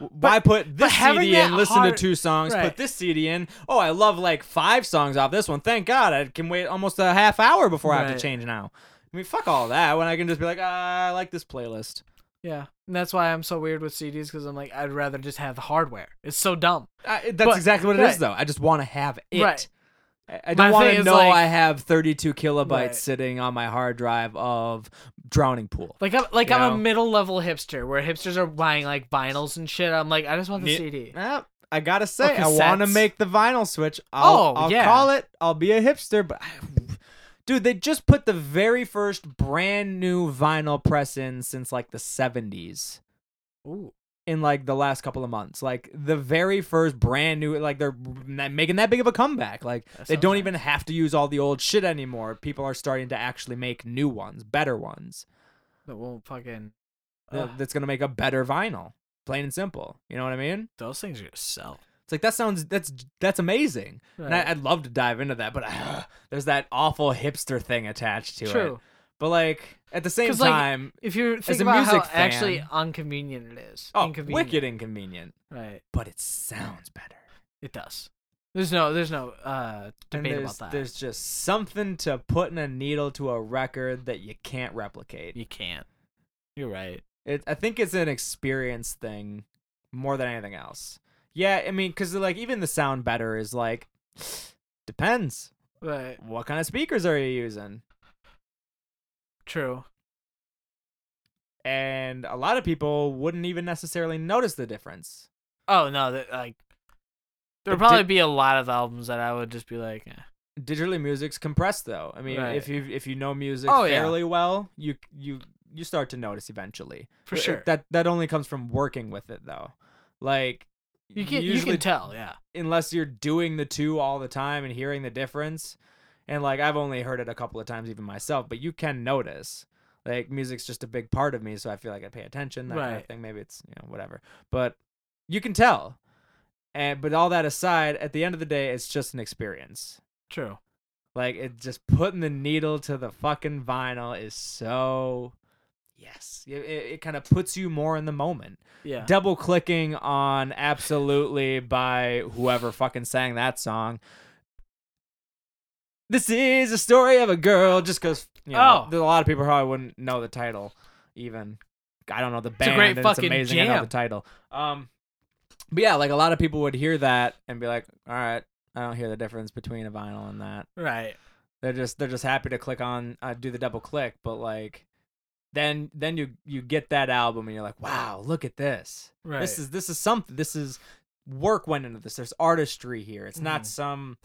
[SPEAKER 6] W- Why put this
[SPEAKER 5] having
[SPEAKER 6] CD in,
[SPEAKER 5] that
[SPEAKER 6] listen
[SPEAKER 5] hard-
[SPEAKER 6] to two songs,
[SPEAKER 5] Right.
[SPEAKER 6] put this CD in? Oh, I love like five songs off this one. Thank God I can wait almost a half hour before I have
[SPEAKER 5] Right.
[SPEAKER 6] to change now. I mean, fuck all that when I can just be like, ah, I like this playlist.
[SPEAKER 5] Yeah, and that's why I'm so weird with CDs because I'm like, I'd rather just have the hardware. It's so dumb.
[SPEAKER 6] I, that's
[SPEAKER 5] But-
[SPEAKER 6] exactly what it is,
[SPEAKER 5] right.
[SPEAKER 6] though. I just want to have it.
[SPEAKER 5] Right.
[SPEAKER 6] I, I
[SPEAKER 5] My
[SPEAKER 6] don't want
[SPEAKER 5] thing
[SPEAKER 6] to
[SPEAKER 5] is,
[SPEAKER 6] know
[SPEAKER 5] like-
[SPEAKER 6] I have 32 kilobytes
[SPEAKER 5] Right.
[SPEAKER 6] sitting on my hard drive of Drowning Pool.
[SPEAKER 5] Like I'm like
[SPEAKER 6] You
[SPEAKER 5] I'm
[SPEAKER 6] know?
[SPEAKER 5] a middle level hipster where hipsters are buying like vinyls and shit. I'm like, I just want the
[SPEAKER 6] Yeah.
[SPEAKER 5] CD.
[SPEAKER 6] Well, I gotta say, I
[SPEAKER 5] cassettes.
[SPEAKER 6] want to make the vinyl switch. I'll,
[SPEAKER 5] Oh,
[SPEAKER 6] I'll
[SPEAKER 5] yeah.
[SPEAKER 6] call it. I'll be a hipster, but I, dude, they just put the very first brand new vinyl press in since like the seventies.
[SPEAKER 5] Ooh,
[SPEAKER 6] in like the last couple of months. Like the very first brand new, like they're not making that big of a comeback. Like they
[SPEAKER 5] sounds
[SPEAKER 6] don't even have to use all the old shit anymore. People are starting to actually make new ones, better ones.
[SPEAKER 5] That won't fucking.
[SPEAKER 6] Th-
[SPEAKER 5] Ugh.
[SPEAKER 6] That's gonna make a better vinyl, plain and simple. You know what I mean?
[SPEAKER 5] Those things are gonna sell.
[SPEAKER 6] It's like that sounds that's that's amazing, and
[SPEAKER 5] Right.
[SPEAKER 6] I, I'd love to dive into that, but there's that awful hipster thing attached to it.
[SPEAKER 5] True.
[SPEAKER 6] But like at the same
[SPEAKER 5] 'Cause, like,
[SPEAKER 6] time,
[SPEAKER 5] If you think
[SPEAKER 6] a
[SPEAKER 5] about how
[SPEAKER 6] music
[SPEAKER 5] actually
[SPEAKER 6] fan-
[SPEAKER 5] inconvenient it is.
[SPEAKER 6] oh,
[SPEAKER 5] inconvenient.
[SPEAKER 6] wicked inconvenient.
[SPEAKER 5] Right.
[SPEAKER 6] But it sounds better.
[SPEAKER 5] It does. There's no. There's no uh,
[SPEAKER 6] And
[SPEAKER 5] debate
[SPEAKER 6] there's,
[SPEAKER 5] about that.
[SPEAKER 6] There's just something to putting a needle to a record that you can't replicate.
[SPEAKER 5] You can't. You're right.
[SPEAKER 6] It, I think it's an experience thing more than anything else. Yeah, I mean, because like even the sound better is like depends.
[SPEAKER 5] Right.
[SPEAKER 6] What kind of speakers are you using?
[SPEAKER 5] True.
[SPEAKER 6] And a lot of people wouldn't even necessarily notice the difference.
[SPEAKER 5] Oh no. That, like. There'd
[SPEAKER 6] It
[SPEAKER 5] probably
[SPEAKER 6] did-
[SPEAKER 5] be a lot of albums that I would just be like, eh.
[SPEAKER 6] Digitally, music's compressed though. I mean,
[SPEAKER 5] Right.
[SPEAKER 6] if you if you know music
[SPEAKER 5] Oh, yeah.
[SPEAKER 6] fairly well, you you you start to notice eventually.
[SPEAKER 5] for
[SPEAKER 6] It-
[SPEAKER 5] sure.
[SPEAKER 6] That that only comes from working with it though. Like
[SPEAKER 5] you can you
[SPEAKER 6] usually
[SPEAKER 5] can tell, yeah.
[SPEAKER 6] unless you're doing the two all the time and hearing the difference. And like I've only heard it a couple of times even myself, but you can notice. Like music's just a big part of me, so I feel like I pay attention, that kind of
[SPEAKER 5] Right.
[SPEAKER 6] thing. Maybe it's you know, whatever. But you can tell. And but all that aside, at the end of the day, it's just an experience.
[SPEAKER 5] True.
[SPEAKER 6] Like it just putting the needle to the fucking vinyl is so yes. It, it, it kind of puts you more in the moment
[SPEAKER 5] Yeah.
[SPEAKER 6] double clicking on absolutely by whoever fucking sang that song. This is a story of a girl, just because you know,
[SPEAKER 5] Oh.
[SPEAKER 6] there's a lot of people probably wouldn't know the title, even. I don't know the band.
[SPEAKER 5] great
[SPEAKER 6] and
[SPEAKER 5] fucking
[SPEAKER 6] it's amazing. I know
[SPEAKER 5] jam.
[SPEAKER 6] the title. Um, but yeah, like a lot of people would hear that and be like, "All right, I don't hear the difference between a vinyl and that."
[SPEAKER 5] right.
[SPEAKER 6] They're just they're just happy to click on uh, do the double click, but like, then then you you get that album and you're like, "Wow, look at this."
[SPEAKER 5] Right.
[SPEAKER 6] This is this is something. This is work went into this. There's artistry here. It's not
[SPEAKER 5] Mhm.
[SPEAKER 6] some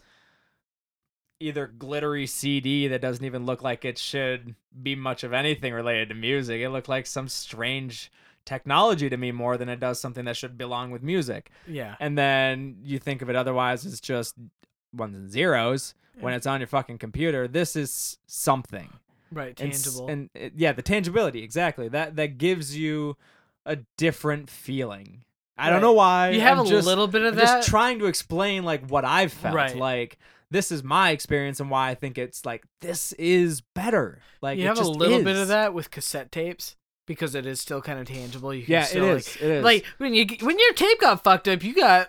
[SPEAKER 6] either glittery CD that doesn't even look like it should be much of anything related to music. It looked like some strange technology to me more than it does something that should belong with music.
[SPEAKER 5] yeah.
[SPEAKER 6] And then you think of it otherwise as just ones and zeros when it's on your fucking computer. This is something
[SPEAKER 5] Right.
[SPEAKER 6] and s-
[SPEAKER 5] Tangible.
[SPEAKER 6] and, uh, yeah the tangibility exactly that that gives you a different feeling i don't know why
[SPEAKER 5] you have
[SPEAKER 6] I'm
[SPEAKER 5] a
[SPEAKER 6] just-
[SPEAKER 5] little bit of
[SPEAKER 6] I'm
[SPEAKER 5] that.
[SPEAKER 6] just trying to explain like what i've felt
[SPEAKER 5] Right.
[SPEAKER 6] like this is my experience and why i think it's like this is better like
[SPEAKER 5] you
[SPEAKER 6] it
[SPEAKER 5] have a
[SPEAKER 6] just
[SPEAKER 5] little bit of
[SPEAKER 6] is.
[SPEAKER 5] that with cassette tapes because it is still kind of tangible. You can
[SPEAKER 6] yeah it
[SPEAKER 5] still,
[SPEAKER 6] is it is
[SPEAKER 5] Like, like when you when your tape got fucked up, you got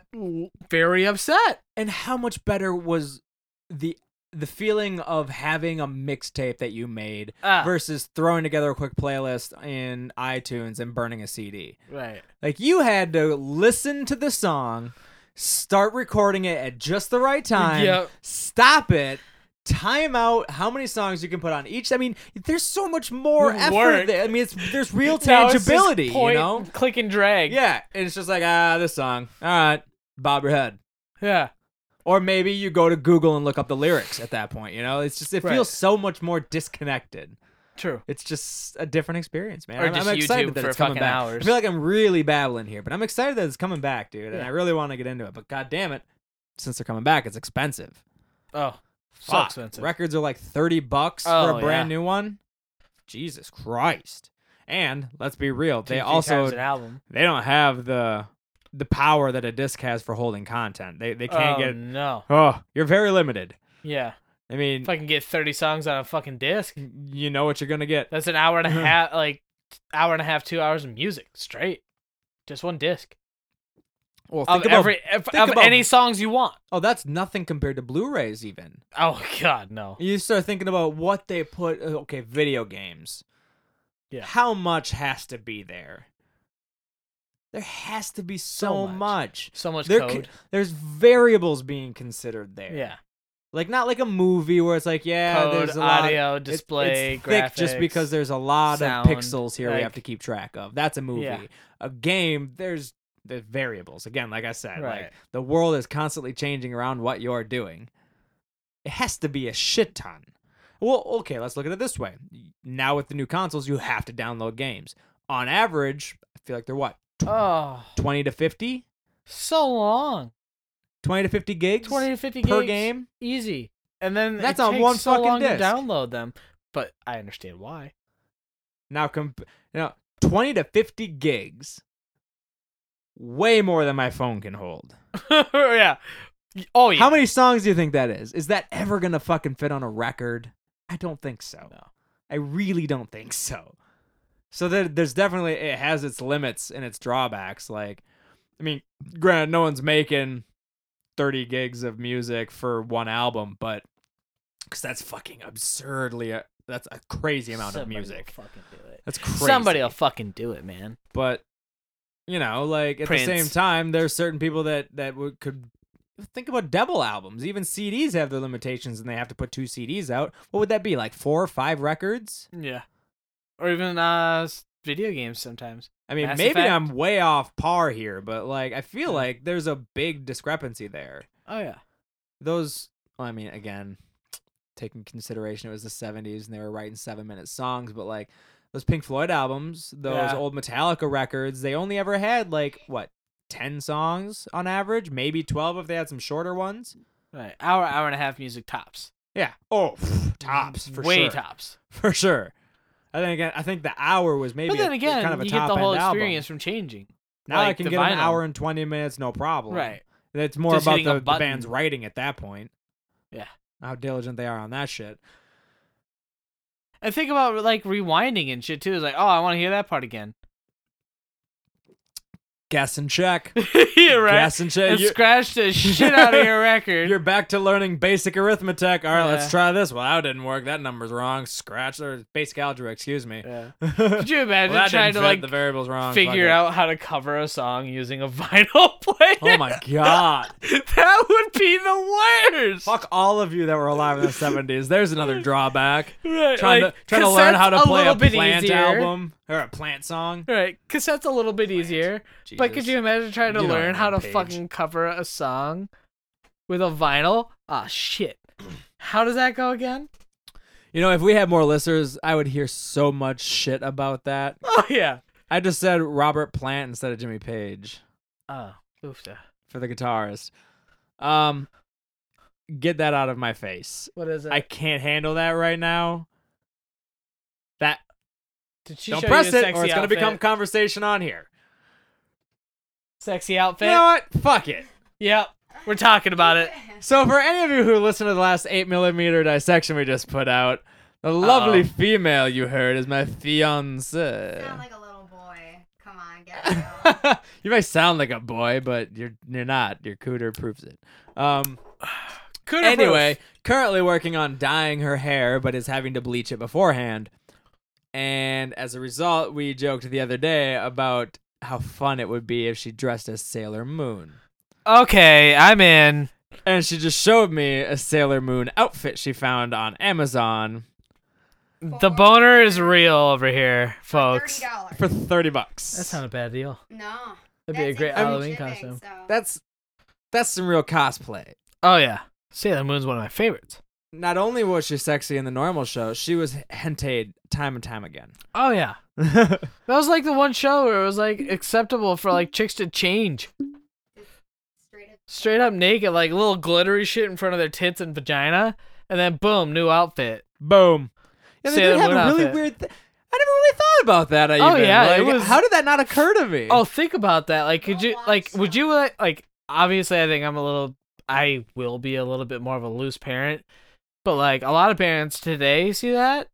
[SPEAKER 5] very upset.
[SPEAKER 6] and how much better was the the feeling of having a mixtape that you made
[SPEAKER 5] Ah.
[SPEAKER 6] versus throwing together a quick playlist in iTunes and burning a CD.
[SPEAKER 5] Right.
[SPEAKER 6] Like you had to listen to the song, start recording it at just the right time,
[SPEAKER 5] Yep.
[SPEAKER 6] stop it, time out how many songs you can put on each. I mean, there's so much more effort
[SPEAKER 5] Work.
[SPEAKER 6] there. I mean, it's there's real
[SPEAKER 5] Now it's just
[SPEAKER 6] tangibility, you
[SPEAKER 5] point,
[SPEAKER 6] know?
[SPEAKER 5] Click and drag.
[SPEAKER 6] Yeah, and it's just like ah, this song. All right, bob your head.
[SPEAKER 5] Yeah.
[SPEAKER 6] Or maybe you go to Google and look up the lyrics at that point, you know? It's just it
[SPEAKER 5] Right.
[SPEAKER 6] feels so much more disconnected.
[SPEAKER 5] True.
[SPEAKER 6] It's just a different experience, man.
[SPEAKER 5] Or
[SPEAKER 6] I'm, I'm
[SPEAKER 5] just
[SPEAKER 6] excited
[SPEAKER 5] YouTube
[SPEAKER 6] that
[SPEAKER 5] for
[SPEAKER 6] it's coming
[SPEAKER 5] fucking
[SPEAKER 6] back.
[SPEAKER 5] hours.
[SPEAKER 6] I feel like I'm really babbling here, but I'm excited that it's coming back, dude. And
[SPEAKER 5] Yeah.
[SPEAKER 6] I really want to get into it. But god damn it, since they're coming back, it's expensive.
[SPEAKER 5] Oh, so
[SPEAKER 6] Fuck.
[SPEAKER 5] expensive.
[SPEAKER 6] Records are like thirty bucks
[SPEAKER 5] Oh,
[SPEAKER 6] for a brand
[SPEAKER 5] yeah.
[SPEAKER 6] new one. Jesus Christ! And let's be real,
[SPEAKER 5] Two,
[SPEAKER 6] they
[SPEAKER 5] three
[SPEAKER 6] also
[SPEAKER 5] times an album.
[SPEAKER 6] they don't have the the power that a disc has for holding content. They they can't
[SPEAKER 5] oh,
[SPEAKER 6] get.
[SPEAKER 5] no.
[SPEAKER 6] Oh, you're very limited.
[SPEAKER 5] Yeah.
[SPEAKER 6] I mean,
[SPEAKER 5] If I can get thirty songs on a fucking disc,
[SPEAKER 6] you know what you're gonna get.
[SPEAKER 5] that's an hour and a
[SPEAKER 6] Mhm.
[SPEAKER 5] half, like hour and a half, two hours of music straight. Just one disc
[SPEAKER 6] Well,
[SPEAKER 5] of
[SPEAKER 6] think about-
[SPEAKER 5] every of,
[SPEAKER 6] think
[SPEAKER 5] of
[SPEAKER 6] about-
[SPEAKER 5] any songs you want.
[SPEAKER 6] oh, that's nothing compared to Blu-rays, even.
[SPEAKER 5] Oh God, no.
[SPEAKER 6] You start thinking about what they put. uh, Okay, video games.
[SPEAKER 5] Yeah.
[SPEAKER 6] How much has to be there? There has to be so,
[SPEAKER 5] much.
[SPEAKER 6] much.
[SPEAKER 5] So much
[SPEAKER 6] There ca-
[SPEAKER 5] code.
[SPEAKER 6] there's variables being considered there.
[SPEAKER 5] yeah.
[SPEAKER 6] Like not like a movie where it's like yeah,
[SPEAKER 5] Code,
[SPEAKER 6] there's a lot
[SPEAKER 5] audio,
[SPEAKER 6] it's-
[SPEAKER 5] display,
[SPEAKER 6] it's thick just because
[SPEAKER 5] graphics,
[SPEAKER 6] there's a lot
[SPEAKER 5] sound,
[SPEAKER 6] of pixels here we
[SPEAKER 5] like-
[SPEAKER 6] have to keep track of. That's a movie.
[SPEAKER 5] Yeah.
[SPEAKER 6] A game, there's the variables. Again, like I said,
[SPEAKER 5] Right.
[SPEAKER 6] like the world is constantly changing around what you're doing. It has to be a shit ton. Well, okay, let's look at it this way. Now with the new consoles, you have to download games. On average, I feel like they're what?
[SPEAKER 5] Oh,
[SPEAKER 6] 20 to 50,
[SPEAKER 5] so long.
[SPEAKER 6] 20 to 50 gigs,
[SPEAKER 5] Twenty to fifty
[SPEAKER 6] per
[SPEAKER 5] gigs,
[SPEAKER 6] game.
[SPEAKER 5] easy. And then it
[SPEAKER 6] That's on
[SPEAKER 5] takes
[SPEAKER 6] one
[SPEAKER 5] so
[SPEAKER 6] fucking
[SPEAKER 5] long
[SPEAKER 6] disc.
[SPEAKER 5] to download them. But I understand why.
[SPEAKER 6] Now, comp- now 20 to 50 gigs, way more than my phone can hold.
[SPEAKER 5] yeah. Oh yeah.
[SPEAKER 6] How many songs do you think that is? Is that ever gonna fucking fit on a record? I don't think so.
[SPEAKER 5] No.
[SPEAKER 6] I really don't think so. So there, there's definitely it has its limits and its drawbacks. Like, I mean, granted, no one's making 30 gigs of music for one album, but because that's fucking absurdly, a, that's a crazy amount
[SPEAKER 5] Somebody
[SPEAKER 6] of
[SPEAKER 5] will
[SPEAKER 6] music.
[SPEAKER 5] fucking do it.
[SPEAKER 6] That's crazy.
[SPEAKER 5] Somebody will fucking do it, man.
[SPEAKER 6] but you know, like at
[SPEAKER 5] Prince.
[SPEAKER 6] the same time, there's certain people that that would could think about double albums. Even CDs have their limitations, and they have to put two CDs out. What would that be like? Four or five records?
[SPEAKER 5] Yeah. Or even uh s- video games sometimes.
[SPEAKER 6] I mean,
[SPEAKER 5] Mass
[SPEAKER 6] maybe
[SPEAKER 5] Effect?
[SPEAKER 6] I'm way off par here, but like I feel like there's a big discrepancy there.
[SPEAKER 5] Oh yeah.
[SPEAKER 6] Those, well, I mean, again, taking consideration it was the '70s and they were writing seven-minute songs, but like those Pink Floyd albums, those
[SPEAKER 5] Yeah.
[SPEAKER 6] old Metallica records, they only ever had like what ten songs on average, maybe twelve if they had some shorter ones.
[SPEAKER 5] Right. Hour, hour and a half music tops.
[SPEAKER 6] Yeah. Oh, tops for
[SPEAKER 5] Way
[SPEAKER 6] sure.
[SPEAKER 5] tops.
[SPEAKER 6] for sure. I think again, I think the hour was maybe
[SPEAKER 5] But then
[SPEAKER 6] a-
[SPEAKER 5] again,
[SPEAKER 6] kind of a
[SPEAKER 5] you get
[SPEAKER 6] top
[SPEAKER 5] the whole
[SPEAKER 6] end album.
[SPEAKER 5] experience from changing.
[SPEAKER 6] Now I
[SPEAKER 5] like
[SPEAKER 6] can
[SPEAKER 5] the
[SPEAKER 6] get
[SPEAKER 5] vinyl.
[SPEAKER 6] an hour and twenty minutes, no problem.
[SPEAKER 5] Right.
[SPEAKER 6] It's more
[SPEAKER 5] Just
[SPEAKER 6] about
[SPEAKER 5] hitting a
[SPEAKER 6] the, the
[SPEAKER 5] button.
[SPEAKER 6] band's writing at that point.
[SPEAKER 5] Yeah.
[SPEAKER 6] How diligent they are on that shit.
[SPEAKER 5] And think about like rewinding and shit too. It's like, oh, I want to hear that part again.
[SPEAKER 6] Guess and check.
[SPEAKER 5] yeah, right.
[SPEAKER 6] Guess and check.
[SPEAKER 5] and
[SPEAKER 6] You're,
[SPEAKER 5] scratch the shit out of your record.
[SPEAKER 6] you're back to learning basic arithmetic. All right, let's
[SPEAKER 5] Yeah.
[SPEAKER 6] try this. Well, that didn't work. That number's wrong. Scratch or basic algebra. Excuse me.
[SPEAKER 5] Yeah.
[SPEAKER 6] well,
[SPEAKER 5] Could you imagine
[SPEAKER 6] that
[SPEAKER 5] trying
[SPEAKER 6] didn't
[SPEAKER 5] to
[SPEAKER 6] fit.
[SPEAKER 5] like
[SPEAKER 6] the variables wrong.
[SPEAKER 5] figure
[SPEAKER 6] Fuck it.
[SPEAKER 5] out how to cover a song using a vinyl player?
[SPEAKER 6] Oh my god.
[SPEAKER 5] that would be the worst.
[SPEAKER 6] Fuck all of you that were alive in the seventies. There's another drawback.
[SPEAKER 5] Right,
[SPEAKER 6] Trying
[SPEAKER 5] like,
[SPEAKER 6] to trying to learn
[SPEAKER 5] cassette's
[SPEAKER 6] how to
[SPEAKER 5] a
[SPEAKER 6] play a
[SPEAKER 5] little bit
[SPEAKER 6] plant
[SPEAKER 5] easier.
[SPEAKER 6] album or a plant song.
[SPEAKER 5] Right, cassette's a little bit easier, but could
[SPEAKER 6] Jesus.
[SPEAKER 5] you imagine trying to
[SPEAKER 6] You know I'm
[SPEAKER 5] learn how
[SPEAKER 6] on
[SPEAKER 5] to
[SPEAKER 6] page.
[SPEAKER 5] fucking cover a song with a vinyl? Ah, shit. How does that go again?
[SPEAKER 6] You know, if we had more listeners, I would hear so much shit about that.
[SPEAKER 5] Oh yeah.
[SPEAKER 6] I just said Robert Plant instead of Jimmy Page
[SPEAKER 5] Oh, oofta.
[SPEAKER 6] for the guitarist. Um, get that out of my face.
[SPEAKER 5] What is it?
[SPEAKER 6] I can't handle that right now. That
[SPEAKER 5] Did she
[SPEAKER 6] don't
[SPEAKER 5] show you
[SPEAKER 6] press it,
[SPEAKER 5] the
[SPEAKER 6] or
[SPEAKER 5] sexy
[SPEAKER 6] it's gonna
[SPEAKER 5] outfit?
[SPEAKER 6] become conversation on here.
[SPEAKER 5] sexy outfit.
[SPEAKER 6] You know what? Fuck it.
[SPEAKER 5] Yep, we're talking about it.
[SPEAKER 6] So, for any of you who listened to the last 8mm dissection we just put out, the lovely female you heard is my fiance.
[SPEAKER 7] Sound like a little boy. Come on, get it. girl.
[SPEAKER 6] you may sound like a boy, but you're you're not. Your cooter proves it. Um,
[SPEAKER 5] Cooter proof.
[SPEAKER 6] anyway, currently working on dyeing her hair, but is having to bleach it beforehand. And as a result, we joked the other day about how fun it would be if she dressed as Sailor Moon.
[SPEAKER 5] Okay, I'm in.
[SPEAKER 6] And she just showed me a Sailor Moon outfit she found on Amazon
[SPEAKER 5] The boner is real over here, folks.
[SPEAKER 7] Thirty dollars.
[SPEAKER 6] for 30 bucks.
[SPEAKER 5] That's not a bad deal.
[SPEAKER 7] no.
[SPEAKER 5] That'd be a
[SPEAKER 7] That's
[SPEAKER 5] great
[SPEAKER 7] including
[SPEAKER 5] Halloween
[SPEAKER 7] shipping,
[SPEAKER 5] costume.
[SPEAKER 7] so-
[SPEAKER 6] that's that's some real cosplay.
[SPEAKER 5] Oh yeah, Sailor Moon's one of my favorites.
[SPEAKER 6] Not only was she sexy in the normal show, she was hentai time and time again.
[SPEAKER 5] Oh yeah, that was like the one show where it was like acceptable for like chicks to change
[SPEAKER 7] straight up.
[SPEAKER 5] straight up naked, like little glittery shit in front of their tits and vagina, and then boom, new outfit.
[SPEAKER 6] Boom. Yeah, they
[SPEAKER 5] Sailor
[SPEAKER 6] did have
[SPEAKER 5] Moon
[SPEAKER 6] a really
[SPEAKER 5] outfit.
[SPEAKER 6] weird. Th- I never really thought about that. I
[SPEAKER 5] Oh,
[SPEAKER 6] even.
[SPEAKER 5] yeah,
[SPEAKER 6] like,
[SPEAKER 5] it was-
[SPEAKER 6] How did that not occur to me?
[SPEAKER 5] Oh, think about that. Like, could
[SPEAKER 7] Don't
[SPEAKER 5] you
[SPEAKER 7] watch
[SPEAKER 5] like? Would
[SPEAKER 7] that.
[SPEAKER 5] you like? Like, obviously, I think I'm a little. I will be a little bit more of a loose parent, but like a lot of parents today see that,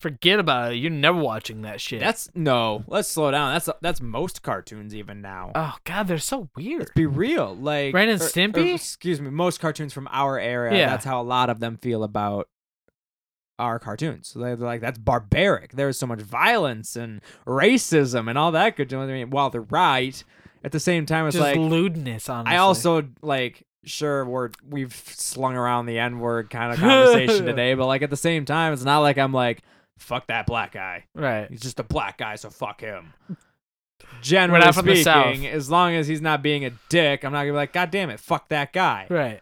[SPEAKER 5] forget about it. You're never watching that shit.
[SPEAKER 6] that's no. Let's slow down. That's that's most cartoons even now.
[SPEAKER 5] oh god, they're so weird.
[SPEAKER 6] Let's be real. Like
[SPEAKER 5] Ren
[SPEAKER 6] Brandon
[SPEAKER 5] and Stimpy?
[SPEAKER 6] excuse me. Most cartoons from our era.
[SPEAKER 5] Yeah.
[SPEAKER 6] That's how a lot of them feel about our cartoons. So they're like, that's barbaric. There is so much violence and racism and all that good. I mean, while they're right, at the same time, it's
[SPEAKER 5] Just
[SPEAKER 6] like
[SPEAKER 5] lewdness. Honestly,
[SPEAKER 6] I also like sure we're we've slung around the n word kind of conversation today, but like at the same time, it's not like I'm like fuck that black guy.
[SPEAKER 5] right.
[SPEAKER 6] He's just a black guy, so fuck him. Generally
[SPEAKER 5] not from the South.
[SPEAKER 6] speaking, as long as he's not being a dick, I'm not gonna be like, God damn it, fuck that guy.
[SPEAKER 5] Right.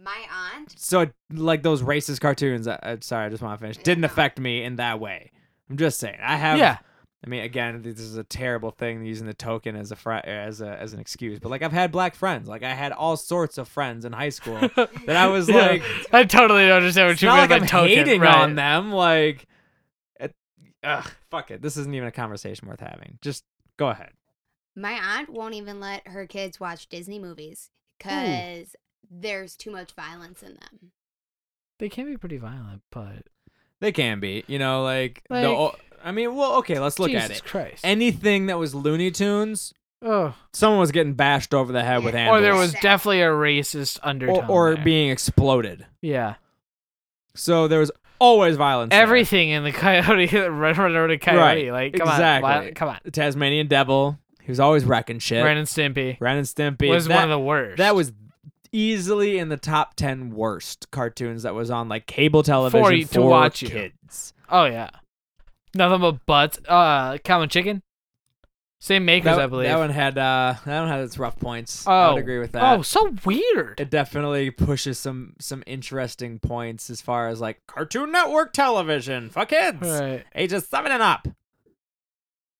[SPEAKER 7] My aunt.
[SPEAKER 6] So like those racist cartoons, I, I, sorry, I just want to finish. Didn't affect me in that way. I'm just saying, I have
[SPEAKER 5] Yeah.
[SPEAKER 6] I mean, again, this is a terrible thing using the token as a fr- as a as an excuse. But like, I've had black friends. Like, I had all sorts of friends in high school that I was
[SPEAKER 5] Yeah.
[SPEAKER 6] like,
[SPEAKER 5] I totally don't understand what
[SPEAKER 6] it's
[SPEAKER 5] you
[SPEAKER 6] not
[SPEAKER 5] mean
[SPEAKER 6] like
[SPEAKER 5] by
[SPEAKER 6] I'm
[SPEAKER 5] token.
[SPEAKER 6] hating
[SPEAKER 5] right.
[SPEAKER 6] on them. Like, it, ugh, fuck it. This isn't even a conversation worth having. Just go ahead.
[SPEAKER 7] My aunt won't even let her kids watch Disney movies because there's too much violence in them.
[SPEAKER 5] They can be pretty violent, but
[SPEAKER 6] They can be, you know, like,
[SPEAKER 5] Like-
[SPEAKER 6] the. o- I mean, well, okay, let's look
[SPEAKER 5] Jesus
[SPEAKER 6] at it.
[SPEAKER 5] Christ.
[SPEAKER 6] Anything that was Looney Tunes,
[SPEAKER 5] oh.
[SPEAKER 6] someone was getting bashed over the head with
[SPEAKER 7] Or
[SPEAKER 6] handles,
[SPEAKER 5] Or there was
[SPEAKER 7] Sad.
[SPEAKER 5] definitely a racist undertone.
[SPEAKER 6] or, or
[SPEAKER 5] there.
[SPEAKER 6] being exploded.
[SPEAKER 5] yeah,
[SPEAKER 6] So there was always violence. there.
[SPEAKER 5] everything in the coyote, Red Red Red Coyote. Like, come
[SPEAKER 6] exactly.
[SPEAKER 5] on, why- come on.
[SPEAKER 6] The Tasmanian Devil, who's always wrecking shit.
[SPEAKER 5] Ren and Stimpy
[SPEAKER 6] Ren and Stimpy
[SPEAKER 5] was
[SPEAKER 6] That-
[SPEAKER 5] one of the worst.
[SPEAKER 6] That was easily in the top ten worst cartoons that was on like cable television
[SPEAKER 5] For you- to watch you.
[SPEAKER 6] kids.
[SPEAKER 5] oh yeah, nothing but butts. Uh, common chicken, same makers,
[SPEAKER 6] That,
[SPEAKER 5] I believe.
[SPEAKER 6] that one had uh, that one had its rough points.
[SPEAKER 5] oh,
[SPEAKER 6] I would agree with that.
[SPEAKER 5] Oh, so weird.
[SPEAKER 6] It definitely pushes some some interesting points as far as like Cartoon Network television for kids
[SPEAKER 5] Right.
[SPEAKER 6] ages seven and up. It,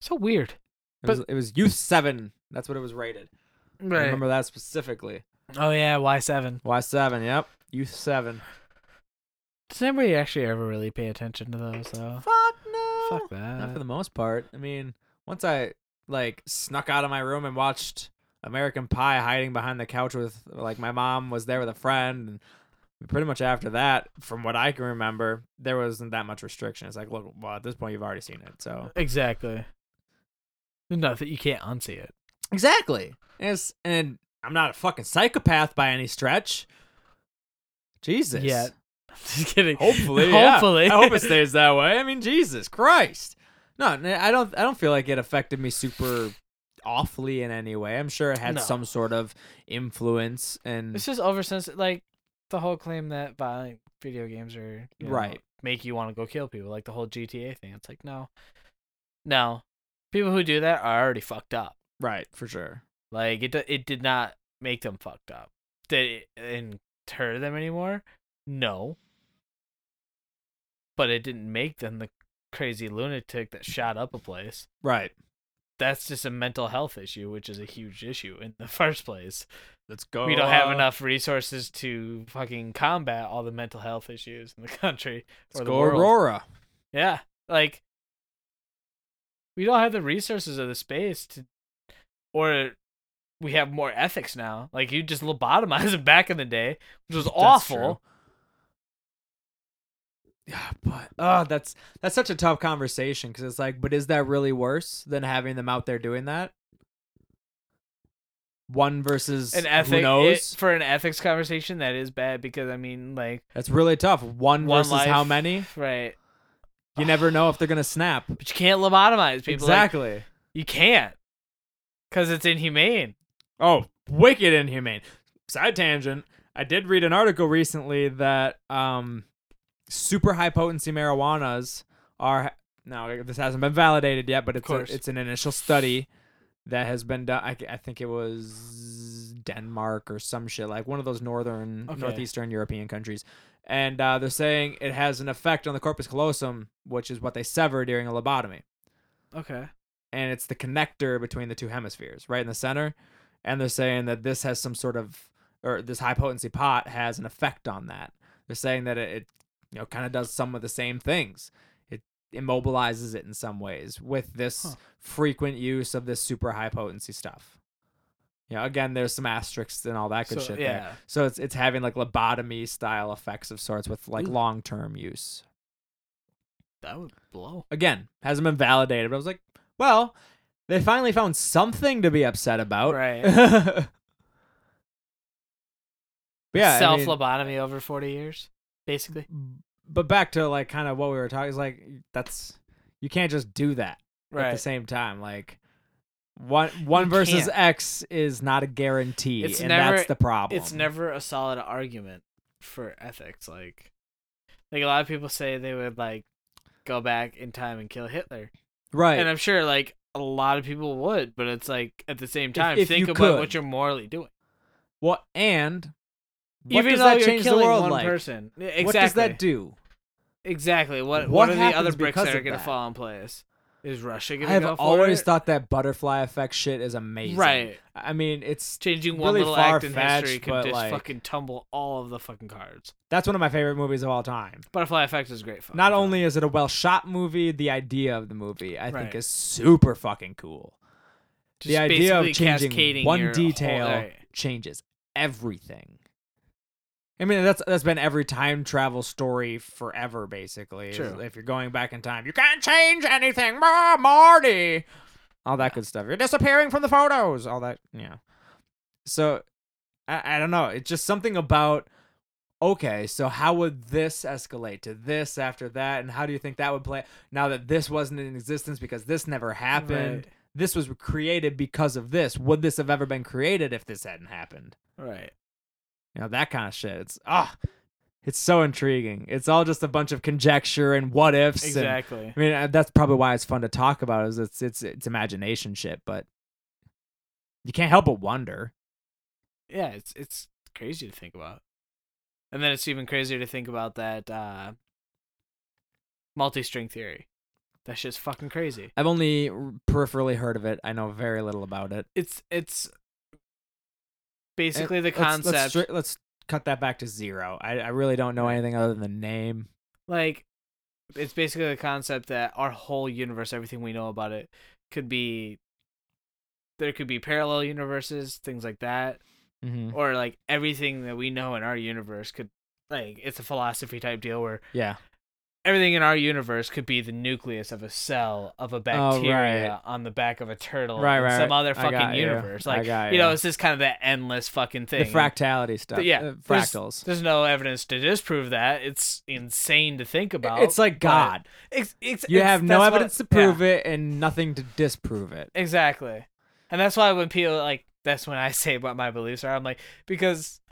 [SPEAKER 5] So weird.
[SPEAKER 6] was, it was youth seven. That's what it was rated. I remember that specifically.
[SPEAKER 5] Oh yeah, Y seven.
[SPEAKER 6] Y seven. Yep, youth seven.
[SPEAKER 5] Does anybody actually ever really pay attention to those though?
[SPEAKER 6] Fuck no.
[SPEAKER 5] Fuck
[SPEAKER 6] Uh, Not for
[SPEAKER 5] that.
[SPEAKER 6] the most part. I mean, once I like snuck out of my room and watched American Pie hiding behind the couch with like my mom was there with a friend and pretty much after that, from what I can remember, there wasn't that much restriction. It's like, look, well, at this point you've already seen it, so
[SPEAKER 5] Exactly. No, that you can't unsee it.
[SPEAKER 6] Exactly. And, it's, and I'm not a fucking psychopath by any stretch. Jesus.
[SPEAKER 5] Yeah. Just kidding.
[SPEAKER 6] Hopefully, yeah.
[SPEAKER 5] Hopefully.
[SPEAKER 6] I hope it stays that way. I mean, Jesus Christ. No, n- I don't. I don't feel like it affected me super awfully in any way. I'm sure it had
[SPEAKER 5] No.
[SPEAKER 6] some sort of influence and
[SPEAKER 5] It's just over since like the whole claim that violent video games are you know,
[SPEAKER 6] Right.
[SPEAKER 5] make you want to go kill people, like the whole GTA thing. It's like no, no, people who do that are already fucked up.
[SPEAKER 6] right for sure.
[SPEAKER 5] Like it, do- it did not make them fucked up. Did it inter them anymore? No. But it didn't make them the crazy lunatic that shot up a place.
[SPEAKER 6] Right.
[SPEAKER 5] That's just a mental health issue, which is a huge issue in the first place.
[SPEAKER 6] Let's go.
[SPEAKER 5] we don't have
[SPEAKER 6] uh,
[SPEAKER 5] enough resources to fucking combat all the mental health issues in the country or
[SPEAKER 6] Let's
[SPEAKER 5] the
[SPEAKER 6] go
[SPEAKER 5] world.
[SPEAKER 6] Aurora.
[SPEAKER 5] Yeah, like we don't have the resources or the space to, or we have more ethics now. Like you just lobotomize it back in the day, which was awful.
[SPEAKER 6] Yeah, but oh, that's that's such a tough conversation because it's like, but is that really worse than having them out there doing that? One versus
[SPEAKER 5] An
[SPEAKER 6] who
[SPEAKER 5] ethic it,
[SPEAKER 6] knows?
[SPEAKER 5] for an ethics conversation that is bad because I mean, like
[SPEAKER 6] that's really tough. One,
[SPEAKER 5] one
[SPEAKER 6] versus how
[SPEAKER 5] life-
[SPEAKER 6] many?
[SPEAKER 5] Right,
[SPEAKER 6] You never know if they're gonna snap.
[SPEAKER 5] but you can't lobotomize people. like,
[SPEAKER 6] exactly.
[SPEAKER 5] you can't because it's inhumane.
[SPEAKER 6] oh, wicked inhumane. Side tangent. I did read an article recently that um, super high potency marijuanas are now this hasn't been validated yet, but it's a,
[SPEAKER 5] course.
[SPEAKER 6] it's an initial study that has been done. I, I think it was Denmark or some shit like one of those northern
[SPEAKER 5] Okay.
[SPEAKER 6] northeastern European countries, and uh, they're saying it has an effect on the corpus callosum, which is what they sever during a lobotomy
[SPEAKER 5] Okay.
[SPEAKER 6] and it's the connector between the two hemispheres, right in the center. And they're saying that this has some sort of, or this high potency pot has an effect on that. They're saying that it, it you know, kind of does some of the same things. It immobilizes it in some ways with this
[SPEAKER 5] Huh.
[SPEAKER 6] frequent use of this super high potency stuff. You know, again, there's some asterisks and all that good
[SPEAKER 5] So,
[SPEAKER 6] shit
[SPEAKER 5] yeah.
[SPEAKER 6] there. So it's it's having like lobotomy style effects of sorts with like
[SPEAKER 5] Ooh.
[SPEAKER 6] long term use
[SPEAKER 5] That would blow.
[SPEAKER 6] again hasn't been validated but i was like well they finally found something to be upset about
[SPEAKER 5] Right.
[SPEAKER 6] But yeah I
[SPEAKER 5] Self
[SPEAKER 6] mean,
[SPEAKER 5] lobotomy over forty years, basically.
[SPEAKER 6] but back to like kind of what we were talking is like that's you can't just do that at the same time like one one
[SPEAKER 5] You
[SPEAKER 6] versus
[SPEAKER 5] can't.
[SPEAKER 6] x is not a guarantee
[SPEAKER 5] It's
[SPEAKER 6] and
[SPEAKER 5] never-
[SPEAKER 6] that's the problem
[SPEAKER 5] It's never a solid argument for ethics. Like, like a lot of people say they would like go back in time and kill Hitler,
[SPEAKER 6] right
[SPEAKER 5] and I'm sure like a lot of people would, but it's like at the same time,
[SPEAKER 6] if
[SPEAKER 5] think
[SPEAKER 6] you
[SPEAKER 5] about
[SPEAKER 6] could.
[SPEAKER 5] what you're morally doing.
[SPEAKER 6] well and what
[SPEAKER 5] Even
[SPEAKER 6] does
[SPEAKER 5] though
[SPEAKER 6] that
[SPEAKER 5] you're
[SPEAKER 6] change the
[SPEAKER 5] killing
[SPEAKER 6] world
[SPEAKER 5] one
[SPEAKER 6] like
[SPEAKER 5] person, Yeah, exactly.
[SPEAKER 6] what does that do
[SPEAKER 5] Exactly. What
[SPEAKER 6] What
[SPEAKER 5] What, are the other
[SPEAKER 6] happens
[SPEAKER 5] bricks
[SPEAKER 6] because
[SPEAKER 5] that are
[SPEAKER 6] of
[SPEAKER 5] gonna
[SPEAKER 6] that?
[SPEAKER 5] fall in place? Is Russia
[SPEAKER 6] I
[SPEAKER 5] gonna
[SPEAKER 6] have
[SPEAKER 5] go for
[SPEAKER 6] always
[SPEAKER 5] it?
[SPEAKER 6] thought that butterfly effect shit is amazing.
[SPEAKER 5] Right.
[SPEAKER 6] I mean, it's
[SPEAKER 5] changing one
[SPEAKER 6] really
[SPEAKER 5] little act in
[SPEAKER 6] far-fetched,
[SPEAKER 5] history could
[SPEAKER 6] but,
[SPEAKER 5] just
[SPEAKER 6] like-
[SPEAKER 5] fucking tumble all of the fucking cards.
[SPEAKER 6] that's one of my favorite movies of all time.
[SPEAKER 5] Butterfly Effect is a great. Fucking
[SPEAKER 6] Not
[SPEAKER 5] film.
[SPEAKER 6] only is it a well shot movie, the idea of the movie I think
[SPEAKER 5] Right.
[SPEAKER 6] is super fucking cool.
[SPEAKER 5] Just
[SPEAKER 6] the idea
[SPEAKER 5] basically
[SPEAKER 6] of
[SPEAKER 5] cascading
[SPEAKER 6] changing one
[SPEAKER 5] your whole-
[SPEAKER 6] detail
[SPEAKER 5] right.
[SPEAKER 6] changes everything. I mean, that's that's been every time travel story forever, basically. is
[SPEAKER 5] True.
[SPEAKER 6] If you're going back in time, you can't change anything, Ma- Marty. All that good stuff. You're disappearing from the photos. All that, yeah. So, I, I don't know. It's just something about. Okay, so how would this escalate to this after that, and how do you think that would play now that this wasn't in existence because this never happened?
[SPEAKER 5] Right.
[SPEAKER 6] This was created because of this. Would this have ever been created if this hadn't happened?
[SPEAKER 5] Right.
[SPEAKER 6] You know, that kind of shit. It's ah, it's so intriguing. It's all just a bunch of conjecture and what ifs. and-
[SPEAKER 5] Exactly.
[SPEAKER 6] I mean, uh, that's probably why it's fun to talk about. Is it's it's it's imagination shit, but you can't help but wonder.
[SPEAKER 5] Yeah, it's it's crazy to think about. And then it's even crazier to think about that uh multi-string theory. That shit's fucking crazy.
[SPEAKER 6] I've only r- peripherally heard of it. I know very little about it.
[SPEAKER 5] It's it's basically
[SPEAKER 6] And
[SPEAKER 5] the
[SPEAKER 6] let's-
[SPEAKER 5] concept
[SPEAKER 6] Let's, stri- let's cut that back to zero. I, I really don't know anything other than the name.
[SPEAKER 5] like it's basically the concept that our whole universe, everything we know about it, could be there could be parallel universes, things like that.
[SPEAKER 6] Mm-hmm.
[SPEAKER 5] Or like everything that we know in our universe could like it's a philosophy type deal where
[SPEAKER 6] Yeah.
[SPEAKER 5] everything in our universe could be the nucleus of a cell of a
[SPEAKER 6] Oh, right.
[SPEAKER 5] bacteria on the back of a turtle
[SPEAKER 6] Right,
[SPEAKER 5] in
[SPEAKER 6] right,
[SPEAKER 5] some
[SPEAKER 6] right.
[SPEAKER 5] other
[SPEAKER 6] I
[SPEAKER 5] fucking
[SPEAKER 6] got you.
[SPEAKER 5] universe.
[SPEAKER 6] I
[SPEAKER 5] Like
[SPEAKER 6] got
[SPEAKER 5] you know,
[SPEAKER 6] you.
[SPEAKER 5] it's just kind of that endless fucking
[SPEAKER 6] The
[SPEAKER 5] thing.
[SPEAKER 6] fractality stuff.
[SPEAKER 5] yeah,
[SPEAKER 6] uh,
[SPEAKER 5] there's-
[SPEAKER 6] fractals.
[SPEAKER 5] There's no evidence to disprove that. It's insane to think about.
[SPEAKER 6] it's like
[SPEAKER 5] but
[SPEAKER 6] God.
[SPEAKER 5] It's, it's,
[SPEAKER 6] You
[SPEAKER 5] it's-
[SPEAKER 6] have
[SPEAKER 5] that's
[SPEAKER 6] no
[SPEAKER 5] what-
[SPEAKER 6] evidence to prove it and nothing to disprove it.
[SPEAKER 5] Yeah, exactly, and that's why when people like, that's when I say what my beliefs are. I'm like, because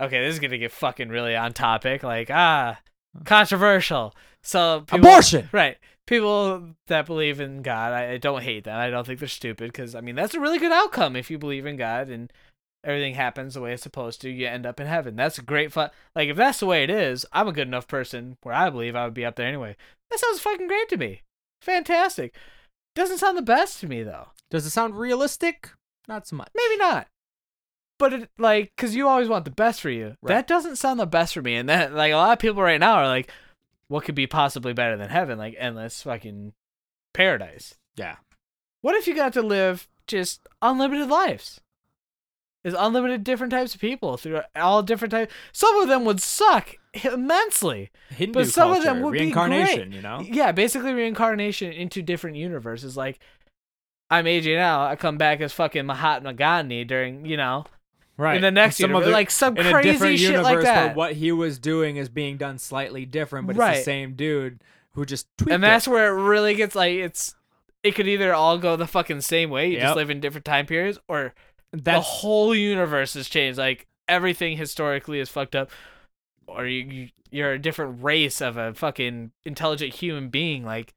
[SPEAKER 5] okay, this is gonna get fucking really on topic. Like ah, controversial. So people-
[SPEAKER 6] Abortion.
[SPEAKER 5] Right. People that believe in God, I, I don't hate them. I don't think they're stupid because, I mean, that's a really good outcome if you believe in God and everything happens the way it's supposed to. You end up in heaven. That's a great fun. Like, if that's the way it is, I'm a good enough person where I believe I would be up there anyway. That sounds fucking great to me. Fantastic. Doesn't sound the best to me, though.
[SPEAKER 6] Does it sound realistic? Not so much.
[SPEAKER 5] Maybe not. But it like, cause you always want the best for you.
[SPEAKER 6] Right.
[SPEAKER 5] That doesn't sound the best for me. And that like a lot of people right now are like, what could be possibly better than heaven? Like endless fucking paradise.
[SPEAKER 6] Yeah.
[SPEAKER 5] What if you got to live just unlimited lives? Is unlimited different types of people through all different types. Some of them would suck immensely,
[SPEAKER 6] Hindu
[SPEAKER 5] but some of
[SPEAKER 6] culture,
[SPEAKER 5] them would be
[SPEAKER 6] reincarnation,
[SPEAKER 5] great.
[SPEAKER 6] you know?
[SPEAKER 5] Yeah, basically reincarnation into different universes. Like I'm aging out, I come back as fucking Mahatma Gandhi during you know
[SPEAKER 6] Right.
[SPEAKER 5] in the next
[SPEAKER 6] some
[SPEAKER 5] universe,
[SPEAKER 6] other-
[SPEAKER 5] like some
[SPEAKER 6] in a
[SPEAKER 5] crazy
[SPEAKER 6] different
[SPEAKER 5] shit
[SPEAKER 6] universe
[SPEAKER 5] like
[SPEAKER 6] Where
[SPEAKER 5] that.
[SPEAKER 6] what he was doing is being done slightly different, but it's
[SPEAKER 5] Right.
[SPEAKER 6] the same dude who just tweaked
[SPEAKER 5] and that's
[SPEAKER 6] it.
[SPEAKER 5] where it really gets like it's it could either all go the fucking same way, you
[SPEAKER 6] Yep.
[SPEAKER 5] just live in different time periods, or the
[SPEAKER 6] That's-
[SPEAKER 5] whole universe has changed. Like everything historically is fucked up, or you, you you're a different race of a fucking intelligent human being. Like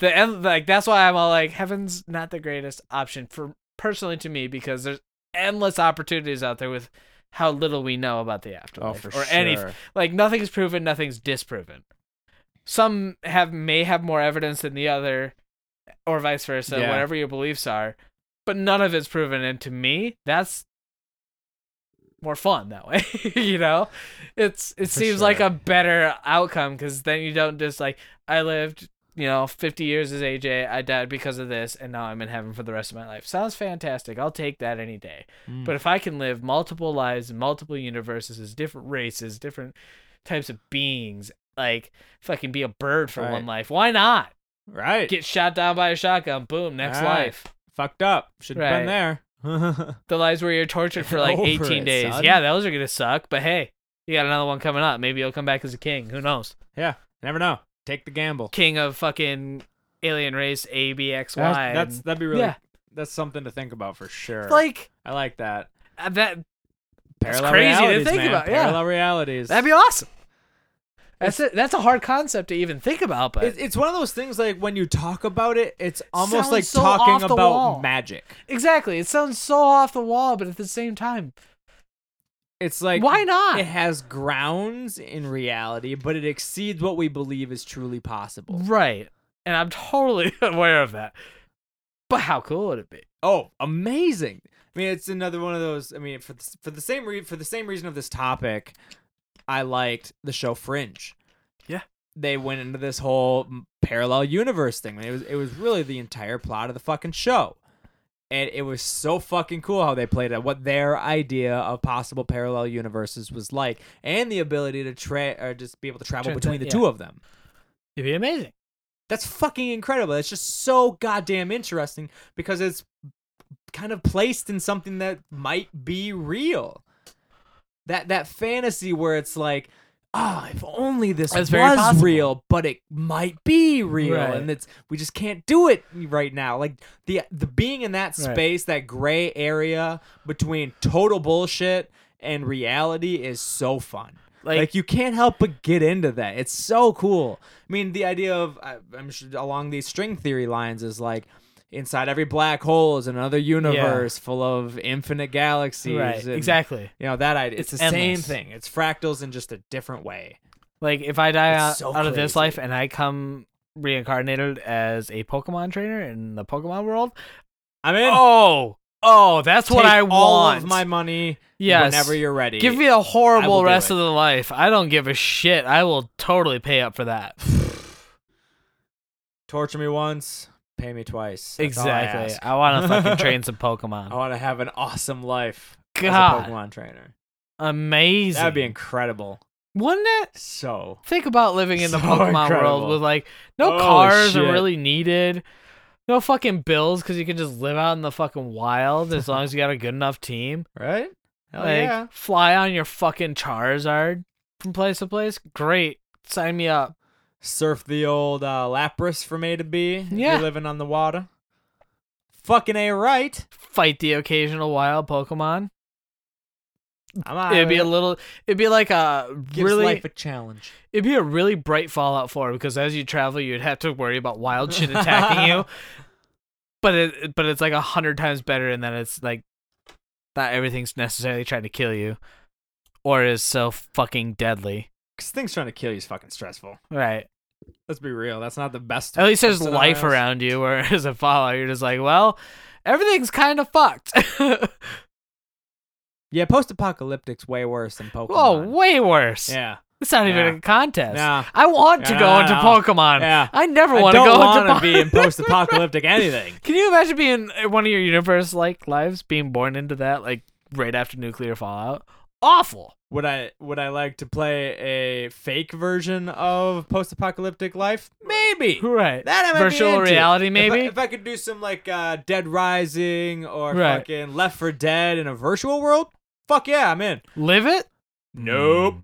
[SPEAKER 5] the end, like that's why I'm all like heaven's not the greatest option for personally to me because there's endless opportunities out there with how little we know about the
[SPEAKER 6] Oh,
[SPEAKER 5] afterlife
[SPEAKER 6] for
[SPEAKER 5] or
[SPEAKER 6] sure.
[SPEAKER 5] anything. Like nothing's proven, nothing's disproven. Some have may have more evidence than the other, or vice versa,
[SPEAKER 6] Yeah.
[SPEAKER 5] whatever your beliefs are. But none of it's proven, and to me, that's more fun that way. you know, it's it
[SPEAKER 6] For
[SPEAKER 5] seems like
[SPEAKER 6] sure.
[SPEAKER 5] a better outcome because then you don't just like I lived, you know, 50 years as AJ, I died because of this, and now I'm in heaven for the rest of my life. Sounds fantastic. I'll take that any day.
[SPEAKER 6] Mm.
[SPEAKER 5] But if I can live multiple lives, in multiple universes, as different races, different types of beings, like fucking be a bird for one
[SPEAKER 6] Right.
[SPEAKER 5] life, why not?
[SPEAKER 6] Right.
[SPEAKER 5] Get shot down by a shotgun, boom, next
[SPEAKER 6] Right.
[SPEAKER 5] life.
[SPEAKER 6] Fucked up. Should have been there.
[SPEAKER 5] The lives where you're tortured for like
[SPEAKER 6] Over
[SPEAKER 5] 18
[SPEAKER 6] it,
[SPEAKER 5] days.
[SPEAKER 6] son.
[SPEAKER 5] Yeah, those are gonna suck. But hey, you got another one coming up. Maybe you'll come back as a king. Who knows?
[SPEAKER 6] yeah. Never know. Take the gamble.
[SPEAKER 5] King of fucking alien race A B X Y.
[SPEAKER 6] That's, that's
[SPEAKER 5] and-
[SPEAKER 6] that'd be really
[SPEAKER 5] Yeah.
[SPEAKER 6] that's something to think about for sure.
[SPEAKER 5] like
[SPEAKER 6] I like that.
[SPEAKER 5] uh, that. That's
[SPEAKER 6] Parallel
[SPEAKER 5] crazy to
[SPEAKER 6] realities,
[SPEAKER 5] think
[SPEAKER 6] man.
[SPEAKER 5] about, yeah.
[SPEAKER 6] Parallel realities.
[SPEAKER 5] That'd be awesome. That's a, that's a hard concept to even think about, but
[SPEAKER 6] It- it's one of those things like when you talk about it, it's almost
[SPEAKER 5] Sounds
[SPEAKER 6] like
[SPEAKER 5] so off
[SPEAKER 6] talking
[SPEAKER 5] the
[SPEAKER 6] about
[SPEAKER 5] wall.
[SPEAKER 6] magic.
[SPEAKER 5] exactly, it sounds so off the wall, but at the same time,
[SPEAKER 6] It's like
[SPEAKER 5] Why not?
[SPEAKER 6] It has grounds in reality, but it exceeds what we believe is truly possible.
[SPEAKER 5] right? and I'm totally aware of that. But how cool would it be?
[SPEAKER 6] Oh, amazing! I mean, it's another one of those. I mean, for the, for the same re- for the same reason of this topic, I liked the show Fringe.
[SPEAKER 5] Yeah.
[SPEAKER 6] they went into this whole m- parallel universe thing. It was it was really the entire plot of the fucking show, and it was so fucking cool how they played out what their idea of possible parallel universes was like, and the ability to tra- or just be able to travel
[SPEAKER 5] Transcend-
[SPEAKER 6] between the
[SPEAKER 5] yeah.
[SPEAKER 6] two of them.
[SPEAKER 5] It'd be amazing.
[SPEAKER 6] That's fucking incredible. It's just so goddamn interesting because it's kind of placed in something that might be real. That that fantasy where it's like, ah, if only this
[SPEAKER 5] That's very
[SPEAKER 6] was
[SPEAKER 5] possible."
[SPEAKER 6] real, but it might be real,
[SPEAKER 5] Right.
[SPEAKER 6] and it's we just can't do it right now. Like the the being in that
[SPEAKER 5] Right.
[SPEAKER 6] space, that gray area between total bullshit and reality is so fun. Like,
[SPEAKER 5] Like-
[SPEAKER 6] you can't help but get into that. It's so cool. I mean, the idea of I, I'm sure along these string theory lines is like inside every black hole is another universe full of infinite galaxies.
[SPEAKER 5] Right.
[SPEAKER 6] and,
[SPEAKER 5] Exactly.
[SPEAKER 6] You know that idea. It's,
[SPEAKER 5] It's
[SPEAKER 6] the
[SPEAKER 5] endless.
[SPEAKER 6] same thing. It's fractals in just a different way.
[SPEAKER 5] Like if I die
[SPEAKER 6] It's
[SPEAKER 5] out,
[SPEAKER 6] so
[SPEAKER 5] out of this
[SPEAKER 6] crazy.
[SPEAKER 5] life and I come reincarnated as a Pokemon trainer in the Pokemon world,
[SPEAKER 6] I mean,
[SPEAKER 5] oh, oh, that's what I want.
[SPEAKER 6] All of my money.
[SPEAKER 5] Yes.
[SPEAKER 6] Whenever you're ready.
[SPEAKER 5] Give me a
[SPEAKER 6] I will
[SPEAKER 5] horrible
[SPEAKER 6] do
[SPEAKER 5] rest
[SPEAKER 6] it.
[SPEAKER 5] of the life. I don't give a shit. I will totally pay up for that.
[SPEAKER 6] torture me once, pay me twice. That's all I
[SPEAKER 5] exactly.
[SPEAKER 6] ask.
[SPEAKER 5] I, want to fucking train some
[SPEAKER 6] I
[SPEAKER 5] Pokemon.
[SPEAKER 6] want to have an awesome life as
[SPEAKER 5] God.
[SPEAKER 6] a Pokemon trainer.
[SPEAKER 5] Amazing.
[SPEAKER 6] That'd be incredible.
[SPEAKER 5] Wouldn't it?
[SPEAKER 6] So
[SPEAKER 5] Think about living in the
[SPEAKER 6] So
[SPEAKER 5] Pokemon
[SPEAKER 6] incredible.
[SPEAKER 5] world with like no
[SPEAKER 6] Holy
[SPEAKER 5] cars
[SPEAKER 6] shit.
[SPEAKER 5] are really needed, no fucking bills because you can just live out in the fucking wild as long as you got a good enough team.
[SPEAKER 6] right. Hell
[SPEAKER 5] like
[SPEAKER 6] Oh, yeah.
[SPEAKER 5] fly on your fucking Charizard from place to place. Great, sign me up.
[SPEAKER 6] surf the old uh, Lapras from A to B. if
[SPEAKER 5] Yeah.
[SPEAKER 6] You're living on the water. Fucking A right.
[SPEAKER 5] Fight the occasional wild Pokemon.
[SPEAKER 6] I'm out.
[SPEAKER 5] It'd be a little. It'd be like a
[SPEAKER 6] Gives
[SPEAKER 5] really.
[SPEAKER 6] life a challenge.
[SPEAKER 5] It'd be a really bright Fallout 4 because as you travel, you'd have to worry about wild shit attacking you. But it, but it's like a hundred times better, and then it's like not everything's necessarily trying to kill you, or is so fucking deadly.
[SPEAKER 6] Cause things trying to kill you is fucking stressful.
[SPEAKER 5] Right.
[SPEAKER 6] Let's be real. That's not the best.
[SPEAKER 5] At least there's
[SPEAKER 6] scenarios.
[SPEAKER 5] life around you, whereas a Fallout, you're just like, well, everything's kind of fucked.
[SPEAKER 6] Yeah, post-apocalyptic's way worse than Pokemon.
[SPEAKER 5] Whoa, Oh, way worse.
[SPEAKER 6] Yeah.
[SPEAKER 5] It's not
[SPEAKER 6] Yeah.
[SPEAKER 5] even a contest.
[SPEAKER 6] Nah.
[SPEAKER 5] I want to
[SPEAKER 6] Yeah,
[SPEAKER 5] go
[SPEAKER 6] nah,
[SPEAKER 5] into
[SPEAKER 6] nah.
[SPEAKER 5] Pokemon.
[SPEAKER 6] Yeah.
[SPEAKER 5] I never
[SPEAKER 6] I
[SPEAKER 5] want to
[SPEAKER 6] don't
[SPEAKER 5] go
[SPEAKER 6] want
[SPEAKER 5] into
[SPEAKER 6] to be in
[SPEAKER 5] Pokemon.
[SPEAKER 6] post-apocalyptic anything.
[SPEAKER 5] Can you imagine being in one of your universe like lives being born into that like right after nuclear fallout? Awful.
[SPEAKER 6] Would I would I like to play a fake version of post-apocalyptic life? Maybe.
[SPEAKER 5] Right.
[SPEAKER 6] That I might be
[SPEAKER 5] virtual
[SPEAKER 6] into.
[SPEAKER 5] reality
[SPEAKER 6] If I-
[SPEAKER 5] maybe.
[SPEAKER 6] If I, could do some like uh, Dead Rising or
[SPEAKER 5] Right.
[SPEAKER 6] fucking Left for Dead in a virtual world, fuck yeah, I'm in.
[SPEAKER 5] Live it?
[SPEAKER 6] Nope.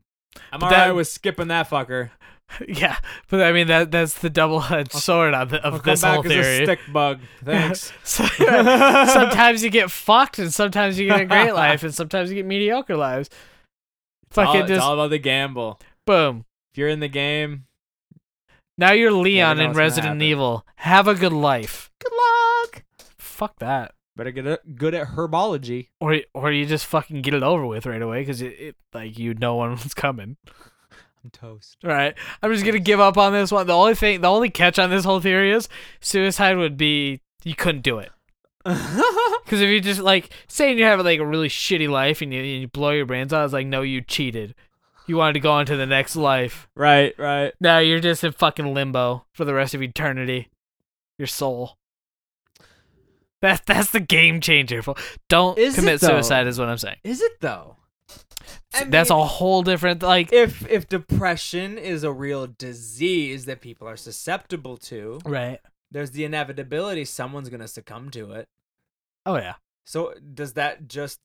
[SPEAKER 6] I'm alright
[SPEAKER 5] that-
[SPEAKER 6] with skipping that fucker.
[SPEAKER 5] Yeah. But I mean that that's the double edged sword on the, of
[SPEAKER 6] I'll
[SPEAKER 5] this
[SPEAKER 6] come
[SPEAKER 5] whole
[SPEAKER 6] back as a
[SPEAKER 5] theory.
[SPEAKER 6] stick bug. Thanks.
[SPEAKER 5] So- sometimes you get fucked and sometimes you get a great life and sometimes you get mediocre lives.
[SPEAKER 6] all,
[SPEAKER 5] Fucking
[SPEAKER 6] it's
[SPEAKER 5] just
[SPEAKER 6] all about the gamble.
[SPEAKER 5] boom.
[SPEAKER 6] If you're in the game,
[SPEAKER 5] Now you're Leon
[SPEAKER 6] know
[SPEAKER 5] in
[SPEAKER 6] what's gonna
[SPEAKER 5] Resident
[SPEAKER 6] happen.
[SPEAKER 5] Evil. Have a good life.
[SPEAKER 6] good luck.
[SPEAKER 5] Fuck that.
[SPEAKER 6] Better get a, good at herbology.
[SPEAKER 5] or or you just fucking get it over with right away because it, it like you know when it's coming.
[SPEAKER 6] I'm toast.
[SPEAKER 5] Right, I'm just gonna give up on this one. The only thing, the only catch on this whole theory is suicide would be you couldn't do it because if you just like saying you have like a really shitty life and you, and you blow your brains out, it's like no, you cheated. You wanted to go on to the next life.
[SPEAKER 6] right, right.
[SPEAKER 5] Now you're just in fucking limbo for the rest of eternity. Your soul. That's that's the game changer. fo- Don't
[SPEAKER 6] Is it
[SPEAKER 5] commit
[SPEAKER 6] though?
[SPEAKER 5] suicide is what I'm saying.
[SPEAKER 6] Is it though? I
[SPEAKER 5] that's
[SPEAKER 6] mean-
[SPEAKER 5] a whole different like
[SPEAKER 6] If if depression is a real disease that people are susceptible to,
[SPEAKER 5] right
[SPEAKER 6] there's the inevitability someone's going to succumb to it.
[SPEAKER 5] oh yeah
[SPEAKER 6] So does that just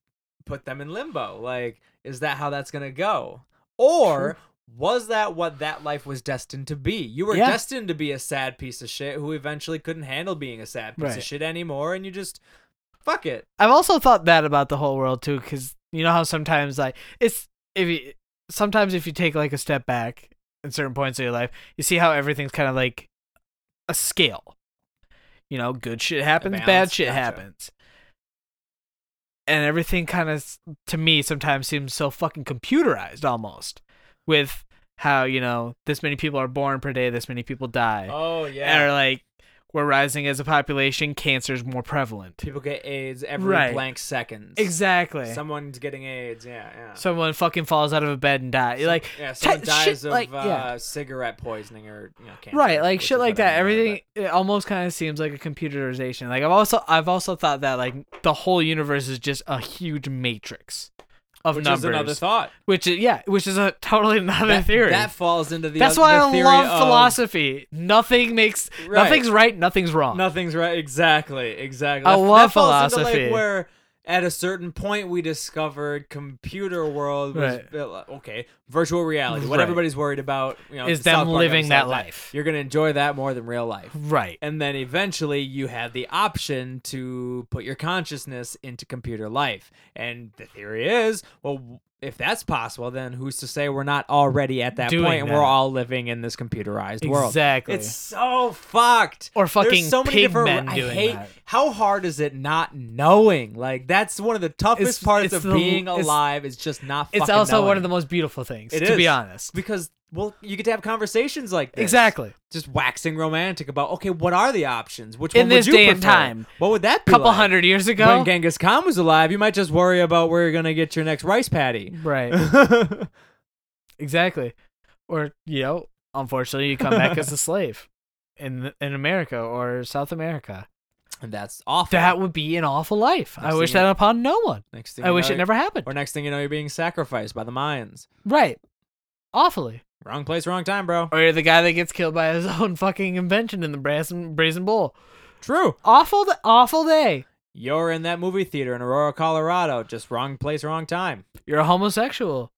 [SPEAKER 6] put them in limbo? Like, is that how that's going to go? Or was that what that life was destined to be? You were
[SPEAKER 5] Yeah.
[SPEAKER 6] destined to be a sad piece of shit who eventually couldn't handle being a sad piece of
[SPEAKER 5] Right.
[SPEAKER 6] shit anymore, and you just fuck it.
[SPEAKER 5] i've also thought that about the whole world too because you know how sometimes like it's if you sometimes if you take like a step back at certain points of your life you see how everything's kind of like a scale you know good shit happens bad
[SPEAKER 6] balance,
[SPEAKER 5] shit
[SPEAKER 6] gotcha.
[SPEAKER 5] happens and everything kind of to me sometimes seems so fucking computerized almost with how you know this many people are born per day, this many people die,
[SPEAKER 6] Oh
[SPEAKER 5] or like we're rising as a population, cancer's more prevalent.
[SPEAKER 6] people get AIDS every
[SPEAKER 5] Right.
[SPEAKER 6] blank seconds.
[SPEAKER 5] Exactly.
[SPEAKER 6] Someone's getting AIDS. Yeah, yeah.
[SPEAKER 5] someone fucking falls out of a bed and dies. Like
[SPEAKER 6] yeah,
[SPEAKER 5] te-
[SPEAKER 6] someone dies
[SPEAKER 5] shit
[SPEAKER 6] of
[SPEAKER 5] like-
[SPEAKER 6] uh,
[SPEAKER 5] yeah.
[SPEAKER 6] cigarette poisoning or you know, cancer.
[SPEAKER 5] right, like
[SPEAKER 6] which
[SPEAKER 5] shit
[SPEAKER 6] is
[SPEAKER 5] like
[SPEAKER 6] what I
[SPEAKER 5] that.
[SPEAKER 6] remember,
[SPEAKER 5] Everything it almost kind of seems like a computerization. Like I've also I've also thought that like the whole universe is just a huge matrix of
[SPEAKER 6] but- Which
[SPEAKER 5] numbers.
[SPEAKER 6] is another thought.
[SPEAKER 5] Which is yeah, which is a totally another
[SPEAKER 6] That,
[SPEAKER 5] theory.
[SPEAKER 6] that falls into the.
[SPEAKER 5] That's
[SPEAKER 6] oth-
[SPEAKER 5] why
[SPEAKER 6] the
[SPEAKER 5] I
[SPEAKER 6] theory
[SPEAKER 5] love
[SPEAKER 6] of
[SPEAKER 5] philosophy. Nothing makes
[SPEAKER 6] Right.
[SPEAKER 5] nothing's right, nothing's wrong.
[SPEAKER 6] Nothing's right. Exactly. Exactly.
[SPEAKER 5] I
[SPEAKER 6] that,
[SPEAKER 5] love
[SPEAKER 6] that falls Into
[SPEAKER 5] philosophy.
[SPEAKER 6] like where at a certain point we discovered computer world was
[SPEAKER 5] Right.
[SPEAKER 6] okay virtual reality what
[SPEAKER 5] Right.
[SPEAKER 6] everybody's worried about you know
[SPEAKER 5] Is
[SPEAKER 6] the South
[SPEAKER 5] them
[SPEAKER 6] Park
[SPEAKER 5] living
[SPEAKER 6] episode,
[SPEAKER 5] that life.
[SPEAKER 6] you're gonna enjoy that more than real life
[SPEAKER 5] Right.
[SPEAKER 6] and then eventually you had the option to put your consciousness into computer life and the theory is well if that's possible then who's to say we're not already at that
[SPEAKER 5] Doing
[SPEAKER 6] point and
[SPEAKER 5] that.
[SPEAKER 6] we're all living in this computerized world
[SPEAKER 5] Exactly.
[SPEAKER 6] it's so fucked
[SPEAKER 5] Or fucking
[SPEAKER 6] There's so many
[SPEAKER 5] pig
[SPEAKER 6] different
[SPEAKER 5] men
[SPEAKER 6] I
[SPEAKER 5] doing
[SPEAKER 6] hate
[SPEAKER 5] that.
[SPEAKER 6] how hard is it not knowing like that's one of the toughest
[SPEAKER 5] It's-
[SPEAKER 6] parts
[SPEAKER 5] it's
[SPEAKER 6] of
[SPEAKER 5] the-
[SPEAKER 6] being
[SPEAKER 5] it's-
[SPEAKER 6] alive is just not
[SPEAKER 5] It's
[SPEAKER 6] fucking
[SPEAKER 5] also one
[SPEAKER 6] knowing.
[SPEAKER 5] of the most beautiful things,
[SPEAKER 6] It
[SPEAKER 5] to be
[SPEAKER 6] is.
[SPEAKER 5] honest.
[SPEAKER 6] because well you get to have conversations like this
[SPEAKER 5] Exactly.
[SPEAKER 6] just waxing romantic about okay, what are the options? Which
[SPEAKER 5] In
[SPEAKER 6] one
[SPEAKER 5] this
[SPEAKER 6] would you
[SPEAKER 5] day and
[SPEAKER 6] prefer?
[SPEAKER 5] time,
[SPEAKER 6] what would that be?
[SPEAKER 5] couple
[SPEAKER 6] like?
[SPEAKER 5] hundred years ago.
[SPEAKER 6] When Genghis Khan was alive, you might just worry about where you're gonna get your next rice patty.
[SPEAKER 5] Right. exactly. Or you know, unfortunately, you come back as a slave in in America or South America.
[SPEAKER 6] and that's awful.
[SPEAKER 5] That would be an awful life. I
[SPEAKER 6] Next
[SPEAKER 5] wish
[SPEAKER 6] thing
[SPEAKER 5] that
[SPEAKER 6] you-
[SPEAKER 5] upon no one.
[SPEAKER 6] next thing
[SPEAKER 5] I
[SPEAKER 6] you
[SPEAKER 5] wish
[SPEAKER 6] know,
[SPEAKER 5] it never happened.
[SPEAKER 6] Or next thing you know, you're being sacrificed by the Mayans.
[SPEAKER 5] Right. Awfully.
[SPEAKER 6] Wrong place, wrong time, bro.
[SPEAKER 5] Or you're the guy that gets killed by his own fucking invention in the brazen brazen bull.
[SPEAKER 6] True.
[SPEAKER 5] Awful, awful day.
[SPEAKER 6] You're in that movie theater in Aurora, Colorado. Just wrong place, wrong time.
[SPEAKER 5] You're a homosexual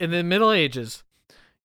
[SPEAKER 5] in the Middle Ages.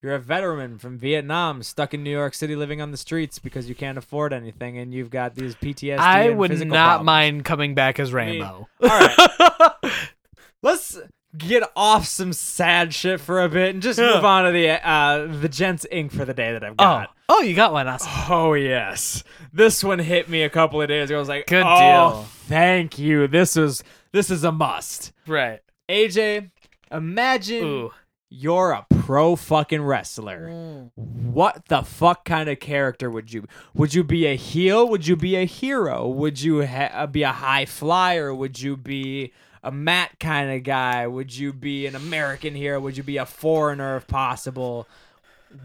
[SPEAKER 6] You're a veteran from Vietnam stuck in New York City living on the streets because you can't afford anything and you've got these PTSD.
[SPEAKER 5] I
[SPEAKER 6] and
[SPEAKER 5] would not
[SPEAKER 6] physical problems.
[SPEAKER 5] mind coming back as
[SPEAKER 6] mean,
[SPEAKER 5] Rambo.
[SPEAKER 6] All right. Let's get off some sad shit for a bit and just move on to the uh, the gents ink for the day that I've
[SPEAKER 5] Oh,
[SPEAKER 6] got.
[SPEAKER 5] oh, you got one. Awesome.
[SPEAKER 6] Oh yes, this one hit me a couple of days ago. I was like,
[SPEAKER 5] Good
[SPEAKER 6] "Oh,
[SPEAKER 5] deal."
[SPEAKER 6] Thank you. This is this is a must.
[SPEAKER 5] Right.
[SPEAKER 6] AJ, imagine
[SPEAKER 5] Ooh.
[SPEAKER 6] you're a pro fucking wrestler. What the fuck kind of character would you would you be a heel? Would you be a hero? Would you ha- uh, be a high flyer? Would you be a mat kind of guy? Would you be an American hero? Would you be a foreigner if possible?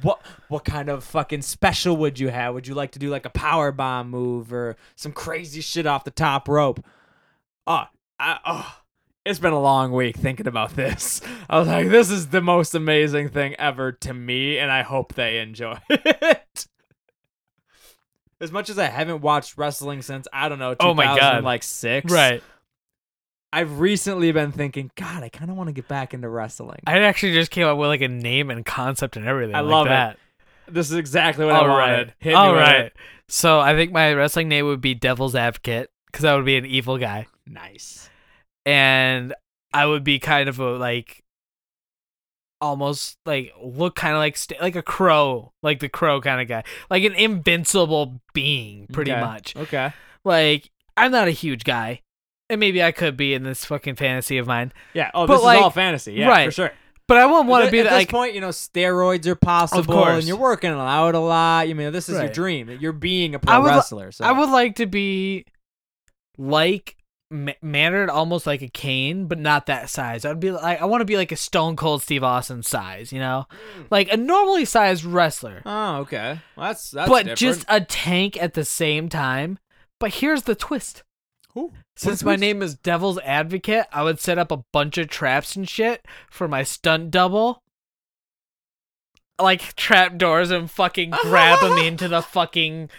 [SPEAKER 6] What what kind of fucking special would you have? Would you like to do like a power bomb move or some crazy shit off the top rope? Oh, I, oh, it's been a long week thinking about this. I was like, this is the most amazing thing ever to me, and I hope they enjoy it. As much as I haven't watched wrestling since I don't know,
[SPEAKER 5] Oh my God.
[SPEAKER 6] 2000, like six,
[SPEAKER 5] Right.
[SPEAKER 6] I've recently been thinking, God, I kind of want to get back into wrestling.
[SPEAKER 5] I actually just came up with like a name and concept and everything.
[SPEAKER 6] I
[SPEAKER 5] like
[SPEAKER 6] love it.
[SPEAKER 5] that.
[SPEAKER 6] this is exactly what
[SPEAKER 5] All
[SPEAKER 6] I
[SPEAKER 5] right.
[SPEAKER 6] wanted. Hit me
[SPEAKER 5] All
[SPEAKER 6] with
[SPEAKER 5] right.
[SPEAKER 6] it.
[SPEAKER 5] So I think my wrestling name would be Devil's Advocate because I would be an evil guy,
[SPEAKER 6] nice.
[SPEAKER 5] and I would be kind of a like, almost like look kind of like st- like a crow, like the crow kind of guy, like an invincible being, pretty
[SPEAKER 6] Okay.
[SPEAKER 5] much.
[SPEAKER 6] Okay.
[SPEAKER 5] Like I'm not a huge guy, and maybe I could be in this fucking fantasy of mine,
[SPEAKER 6] Yeah. Oh,
[SPEAKER 5] But,
[SPEAKER 6] this
[SPEAKER 5] like-
[SPEAKER 6] is all fantasy. Yeah,
[SPEAKER 5] right.
[SPEAKER 6] for sure.
[SPEAKER 5] but I wouldn't want
[SPEAKER 6] At
[SPEAKER 5] to
[SPEAKER 6] thi-
[SPEAKER 5] be
[SPEAKER 6] at
[SPEAKER 5] that.
[SPEAKER 6] this
[SPEAKER 5] Like,
[SPEAKER 6] point. You know, steroids are possible,
[SPEAKER 5] course.
[SPEAKER 6] and you're working out a lot. You mean, this is your
[SPEAKER 5] Right.
[SPEAKER 6] dream. You're being
[SPEAKER 5] I
[SPEAKER 6] a pro
[SPEAKER 5] would li-
[SPEAKER 6] wrestler. So
[SPEAKER 5] I would like to be like ma- mannered almost like a Kane, but not that size. I'd be like I want to be like a Stone Cold Steve Austin size, you know,
[SPEAKER 6] Mm.
[SPEAKER 5] like a normally sized wrestler,
[SPEAKER 6] Oh, okay. Well, that's that's
[SPEAKER 5] but
[SPEAKER 6] different.
[SPEAKER 5] just uh, a tank at the same time. But here's the twist.
[SPEAKER 6] Ooh,
[SPEAKER 5] Since
[SPEAKER 6] what
[SPEAKER 5] my
[SPEAKER 6] twist?
[SPEAKER 5] name is Devil's Advocate, I would set up a bunch of traps and shit for my stunt double. Like trap doors and fucking grab them into the fucking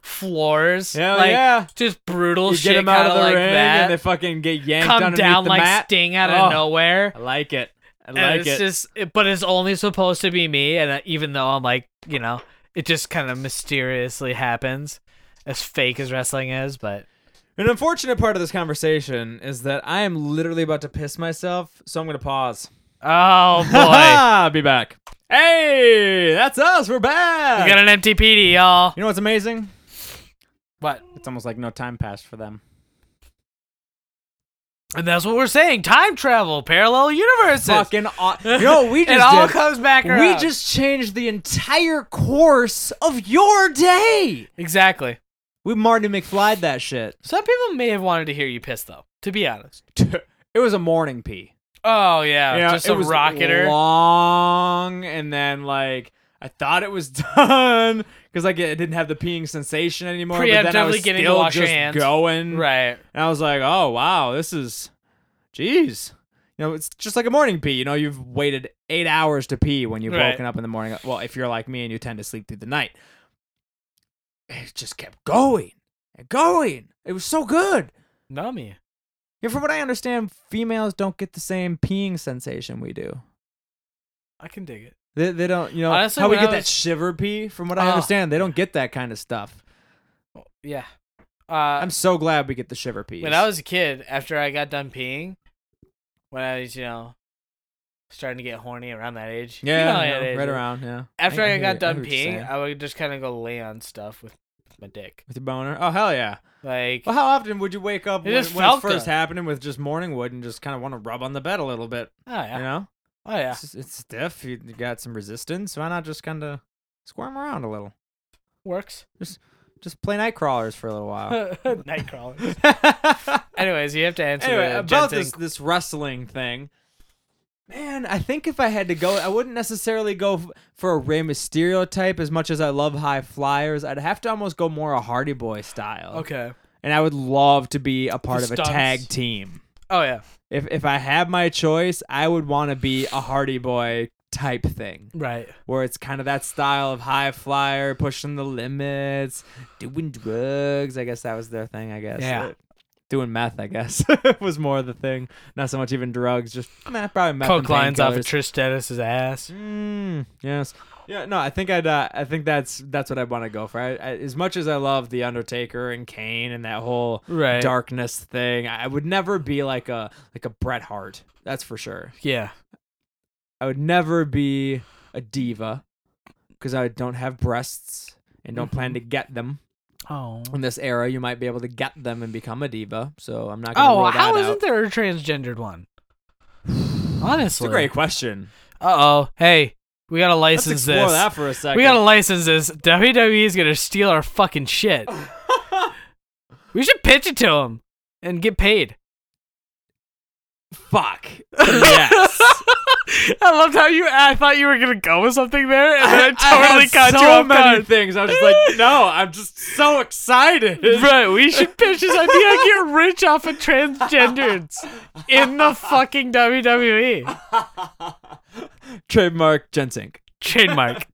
[SPEAKER 5] floors.
[SPEAKER 6] Hell
[SPEAKER 5] like,
[SPEAKER 6] yeah.
[SPEAKER 5] Just brutal
[SPEAKER 6] you
[SPEAKER 5] shit
[SPEAKER 6] get them out of the
[SPEAKER 5] like
[SPEAKER 6] ring and they
[SPEAKER 5] that.
[SPEAKER 6] fucking get yanked
[SPEAKER 5] Come
[SPEAKER 6] underneath
[SPEAKER 5] down
[SPEAKER 6] the
[SPEAKER 5] like
[SPEAKER 6] mat.
[SPEAKER 5] Sting out of
[SPEAKER 6] Oh,
[SPEAKER 5] nowhere.
[SPEAKER 6] I like it. I
[SPEAKER 5] and
[SPEAKER 6] like
[SPEAKER 5] it's
[SPEAKER 6] it.
[SPEAKER 5] just, it- but it's only supposed to be me. And I- even though I'm like, you know, it just kind of mysteriously happens, as fake as wrestling is. But
[SPEAKER 6] An unfortunate part of this conversation is that I am literally about to piss myself, so I'm gonna pause.
[SPEAKER 5] oh boy,
[SPEAKER 6] I'll be back. Hey, that's us. We're
[SPEAKER 5] we
[SPEAKER 6] back.
[SPEAKER 5] got an empty PD, y'all.
[SPEAKER 6] you know what's amazing?
[SPEAKER 5] What?
[SPEAKER 6] It's almost like no time passed for them.
[SPEAKER 5] And that's what we're saying: time travel, parallel universes.
[SPEAKER 6] Fucking aw- you know what we just
[SPEAKER 5] it all
[SPEAKER 6] did?
[SPEAKER 5] comes back around.
[SPEAKER 6] We just changed the entire course of your day.
[SPEAKER 5] exactly.
[SPEAKER 6] We Marty McFlyed that shit.
[SPEAKER 5] Some people may have wanted to hear you piss, though. To be honest.
[SPEAKER 6] It was a morning pee.
[SPEAKER 5] Oh yeah,
[SPEAKER 6] You know,
[SPEAKER 5] just
[SPEAKER 6] it
[SPEAKER 5] a
[SPEAKER 6] was
[SPEAKER 5] rocketer.
[SPEAKER 6] long, and then like I thought it was done because like it didn't have the peeing sensation anymore. but then I
[SPEAKER 5] Preemptively
[SPEAKER 6] was
[SPEAKER 5] getting to
[SPEAKER 6] still
[SPEAKER 5] wash your
[SPEAKER 6] just
[SPEAKER 5] hands.
[SPEAKER 6] going,
[SPEAKER 5] Right.
[SPEAKER 6] And I was like, oh wow, this is, jeez. You know, it's just like a morning pee. You know, you've waited eight hours to pee when you've
[SPEAKER 5] Right.
[SPEAKER 6] woken up in the morning. Well, if you're like me and you tend to sleep through the night, it just kept going and going. It was so good.
[SPEAKER 5] Nummy.
[SPEAKER 6] Yeah, from what I understand, females don't get the same peeing sensation we do.
[SPEAKER 5] I can dig it.
[SPEAKER 6] They, they don't, you know,
[SPEAKER 5] Honestly,
[SPEAKER 6] how we
[SPEAKER 5] when
[SPEAKER 6] get
[SPEAKER 5] I
[SPEAKER 6] that
[SPEAKER 5] was-
[SPEAKER 6] shiver pee. From what I
[SPEAKER 5] Ah.
[SPEAKER 6] understand, they don't get that kind of stuff.
[SPEAKER 5] Yeah. Uh,
[SPEAKER 6] I'm so glad we get the shiver pee.
[SPEAKER 5] when I was a kid, after I got done peeing, when I was you know starting to get horny around that age. you
[SPEAKER 6] yeah,
[SPEAKER 5] know,
[SPEAKER 6] I
[SPEAKER 5] that
[SPEAKER 6] know,
[SPEAKER 5] age.
[SPEAKER 6] right around, yeah.
[SPEAKER 5] After I,
[SPEAKER 6] hear
[SPEAKER 5] got
[SPEAKER 6] you- hear
[SPEAKER 5] done
[SPEAKER 6] what you're
[SPEAKER 5] peeing,
[SPEAKER 6] saying.
[SPEAKER 5] I would just kind of go lay on stuff with my dick.
[SPEAKER 6] with the boner. Oh hell yeah!
[SPEAKER 5] Like
[SPEAKER 6] Well, how often would you wake up
[SPEAKER 5] It
[SPEAKER 6] when, when
[SPEAKER 5] just
[SPEAKER 6] it's
[SPEAKER 5] felt
[SPEAKER 6] first
[SPEAKER 5] good.
[SPEAKER 6] happening with just morning wood and just kind of want to rub on the bed a little bit?
[SPEAKER 5] oh yeah,
[SPEAKER 6] You know,
[SPEAKER 5] oh yeah.
[SPEAKER 6] it's, it's stiff. You, you got some resistance. Why not just kind of squirm around a little?
[SPEAKER 5] works.
[SPEAKER 6] Just play night crawlers for a little while.
[SPEAKER 5] Night crawling. Anyways, you have to answer
[SPEAKER 6] anyway,
[SPEAKER 5] the
[SPEAKER 6] about
[SPEAKER 5] Jensen-
[SPEAKER 6] this this wrestling thing. Man, I think if I had to go, I wouldn't necessarily go f- for a Rey Mysterio type as much as I love high flyers. I'd have to almost go more a Hardy Boy style.
[SPEAKER 5] Okay.
[SPEAKER 6] And I would love to be a part
[SPEAKER 5] The
[SPEAKER 6] of a
[SPEAKER 5] stunts.
[SPEAKER 6] tag team.
[SPEAKER 5] Oh yeah.
[SPEAKER 6] If if I had my choice, I would want to be a Hardy Boy type thing
[SPEAKER 5] Right.
[SPEAKER 6] where it's kind of that style of high flyer, pushing the limits, doing drugs. I guess that was their thing. I guess.
[SPEAKER 5] Yeah.
[SPEAKER 6] Doing meth, I guess, was more the thing. Not so much even drugs, just meh, probably meth. and
[SPEAKER 5] Coke lines off of
[SPEAKER 6] painkillers.
[SPEAKER 5] Trish Stratus's ass.
[SPEAKER 6] Mm, yes. Yeah. No, I think I'd. Uh, I think that's that's what I'd want to go for. I, I, as much as I love the Undertaker and Kane and that whole
[SPEAKER 5] Right.
[SPEAKER 6] darkness thing, I would never be like a like a Bret Hart. That's for sure.
[SPEAKER 5] Yeah.
[SPEAKER 6] I would never be a diva because I don't have breasts and don't plan
[SPEAKER 5] Mm-hmm.
[SPEAKER 6] to get them.
[SPEAKER 5] Oh.
[SPEAKER 6] In this era, you might be able to get them and become a diva. So I'm not. Gonna
[SPEAKER 5] Oh,
[SPEAKER 6] rule
[SPEAKER 5] how
[SPEAKER 6] that
[SPEAKER 5] isn't
[SPEAKER 6] out.
[SPEAKER 5] there a transgendered one?
[SPEAKER 6] It's
[SPEAKER 5] Honestly.
[SPEAKER 6] a great question.
[SPEAKER 5] Uh oh. Hey, we gotta
[SPEAKER 6] Let's
[SPEAKER 5] license
[SPEAKER 6] explore
[SPEAKER 5] this.
[SPEAKER 6] that for a second.
[SPEAKER 5] we gotta license this. WWE's gonna steal our fucking shit. we should pitch it to them and get paid.
[SPEAKER 6] fuck. yes.
[SPEAKER 5] I loved how you. I thought you were gonna go with something there, and then I,
[SPEAKER 6] had
[SPEAKER 5] totally caught
[SPEAKER 6] so
[SPEAKER 5] you off
[SPEAKER 6] many
[SPEAKER 5] guard.
[SPEAKER 6] things. I was just like, no, I'm just so excited.
[SPEAKER 5] Right, we should pitch this idea and get rich off of transgenders in the fucking E. WWE.
[SPEAKER 6] Trademark Gensink.
[SPEAKER 5] Trademark.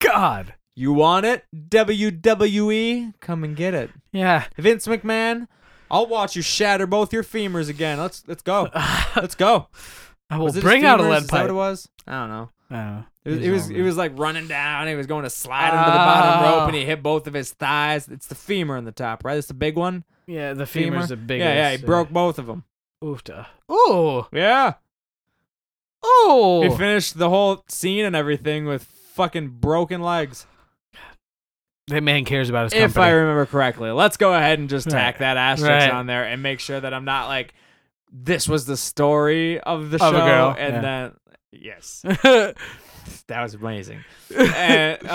[SPEAKER 5] God.
[SPEAKER 6] You want it? WWE? Come and get it.
[SPEAKER 5] Yeah.
[SPEAKER 6] Vince McMahon, I'll watch you shatter both your femurs again. Let's let's go. Let's go.
[SPEAKER 5] I will
[SPEAKER 6] Was it his
[SPEAKER 5] bring out a
[SPEAKER 6] femurs?
[SPEAKER 5] lead
[SPEAKER 6] Is that what
[SPEAKER 5] pipe.
[SPEAKER 6] it was? I don't know.
[SPEAKER 5] Oh,
[SPEAKER 6] It was,
[SPEAKER 5] he's
[SPEAKER 6] it was
[SPEAKER 5] all
[SPEAKER 6] it was like running down. He was going to slide under the bottom
[SPEAKER 5] Oh.
[SPEAKER 6] rope, and he hit both of his thighs. It's the femur in the top, right? It's the big one.
[SPEAKER 5] good. Yeah, the
[SPEAKER 6] Femur.
[SPEAKER 5] femur's the biggest.
[SPEAKER 6] Yeah, yeah. He broke both of them.
[SPEAKER 5] Oofta. Ooh.
[SPEAKER 6] Yeah. He
[SPEAKER 5] Ooh.
[SPEAKER 6] finished the whole scene and everything with fucking broken legs.
[SPEAKER 5] That man cares about his
[SPEAKER 6] If I remember correctly. Let's go ahead and just tack
[SPEAKER 5] Right.
[SPEAKER 6] that asterisk
[SPEAKER 5] Right.
[SPEAKER 6] on there and make sure that I'm not like, this was the story of the
[SPEAKER 5] Of a
[SPEAKER 6] show.
[SPEAKER 5] girl,
[SPEAKER 6] And
[SPEAKER 5] yeah.
[SPEAKER 6] then, yes,
[SPEAKER 5] company.
[SPEAKER 6] that was amazing. and, uh,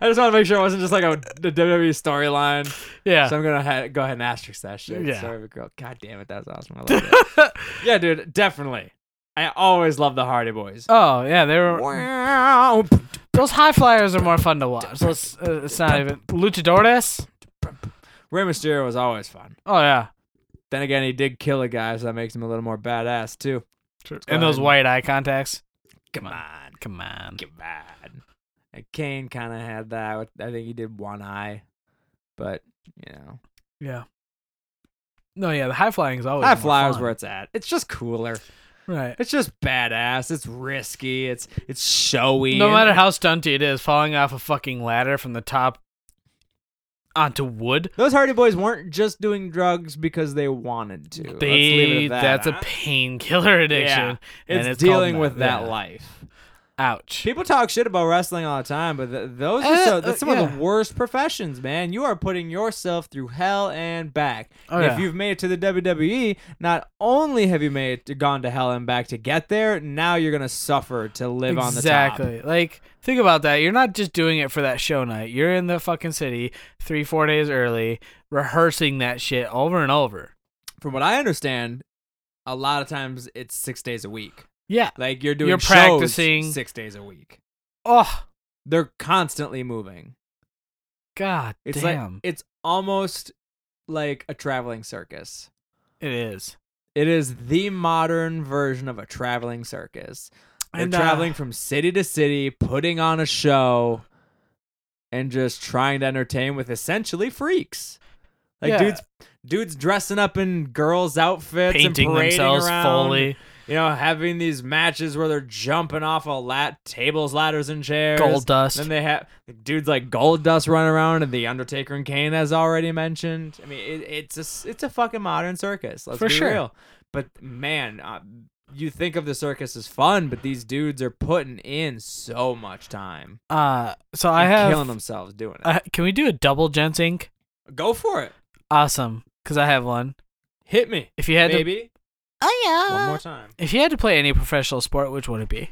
[SPEAKER 6] I just want to make sure it wasn't just like a, the WWE storyline.
[SPEAKER 5] yeah.
[SPEAKER 6] So I'm gonna ha- go ahead and asterisk that shit.
[SPEAKER 5] Yeah.
[SPEAKER 6] Sorry, but girl. God damn it, that was awesome. I love it. yeah, dude, definitely. I always love the Hardy Boys.
[SPEAKER 5] oh, yeah, they were
[SPEAKER 6] Wow.
[SPEAKER 5] those high flyers are more fun to watch. Let's uh, it's not even luchadores.
[SPEAKER 6] Rey Mysterio was always fun.
[SPEAKER 5] Oh yeah.
[SPEAKER 6] Then again, he did kill a guy, so that makes him a little more badass too.
[SPEAKER 5] And those white eye contacts.
[SPEAKER 6] Come on,
[SPEAKER 5] Come on.
[SPEAKER 6] come on. And Kane kind of had that. with- I think he did one eye, but you know,
[SPEAKER 5] Yeah. No, yeah, the high flying is always
[SPEAKER 6] high
[SPEAKER 5] Oh, more
[SPEAKER 6] flyers
[SPEAKER 5] fun.
[SPEAKER 6] where it's at. It's just cooler.
[SPEAKER 5] right.
[SPEAKER 6] It's just badass. It's risky. It's it's showy.
[SPEAKER 5] No
[SPEAKER 6] and-
[SPEAKER 5] matter how stunty it is, falling off a fucking ladder from the top onto wood.
[SPEAKER 6] Those Hardy Boys weren't just doing drugs because they wanted to. Let's leave
[SPEAKER 5] They,
[SPEAKER 6] it at that.
[SPEAKER 5] that's a painkiller addiction.
[SPEAKER 6] Yeah.
[SPEAKER 5] and
[SPEAKER 6] It's,
[SPEAKER 5] it's called
[SPEAKER 6] dealing with
[SPEAKER 5] meth,
[SPEAKER 6] that
[SPEAKER 5] yeah.
[SPEAKER 6] life.
[SPEAKER 5] Ouch.
[SPEAKER 6] People talk shit about wrestling all the time, but th- those are
[SPEAKER 5] Uh,
[SPEAKER 6] so,
[SPEAKER 5] uh,
[SPEAKER 6] that's some of
[SPEAKER 5] yeah.
[SPEAKER 6] the worst professions, man. You are putting yourself through hell and back.
[SPEAKER 5] Oh,
[SPEAKER 6] And
[SPEAKER 5] yeah.
[SPEAKER 6] If you've made it to the WWE, not only have you made it to, gone to hell and back to get there, now you're gonna suffer to live on the top.
[SPEAKER 5] Exactly. Like, think about that. You're not just doing it for that show night. You're in the fucking city three, four days early, rehearsing that shit over and over.
[SPEAKER 6] From what I understand, a lot of times it's six days a week.
[SPEAKER 5] Yeah.
[SPEAKER 6] Like you're doing
[SPEAKER 5] You're
[SPEAKER 6] shows
[SPEAKER 5] practicing.
[SPEAKER 6] six days a week.
[SPEAKER 5] Oh,
[SPEAKER 6] They're constantly moving.
[SPEAKER 5] god
[SPEAKER 6] It's
[SPEAKER 5] damn.
[SPEAKER 6] like it's almost like a traveling circus.
[SPEAKER 5] it is.
[SPEAKER 6] It is the modern version of a traveling circus. They're
[SPEAKER 5] And, uh,
[SPEAKER 6] traveling from city to city, putting on a show, and just trying to entertain with essentially freaks. Like
[SPEAKER 5] Yeah.
[SPEAKER 6] dudes, dudes dressing up in girls' outfits,
[SPEAKER 5] Painting
[SPEAKER 6] and parading
[SPEAKER 5] themselves
[SPEAKER 6] around,
[SPEAKER 5] fully.
[SPEAKER 6] You know, having these matches where they're jumping off of lat tables, ladders, and chairs.
[SPEAKER 5] Gold dust.
[SPEAKER 6] Then they have dudes like Gold Dust running around, and the Undertaker and Kane, as already mentioned. I mean, it, it's a s- it's a fucking modern circus. Let's
[SPEAKER 5] For
[SPEAKER 6] be
[SPEAKER 5] sure.
[SPEAKER 6] real. But man, uh, you think of the circus as fun, but these dudes are putting in so much time.
[SPEAKER 5] Uh, so I
[SPEAKER 6] and
[SPEAKER 5] have.
[SPEAKER 6] killing themselves doing it.
[SPEAKER 5] I- can we do a double gents ink?
[SPEAKER 6] Go for it.
[SPEAKER 5] Awesome, because I have one.
[SPEAKER 6] Hit me,
[SPEAKER 5] If you had to,
[SPEAKER 6] baby. Oh yeah. One more time.
[SPEAKER 5] if you had to play any professional sport, which would it be?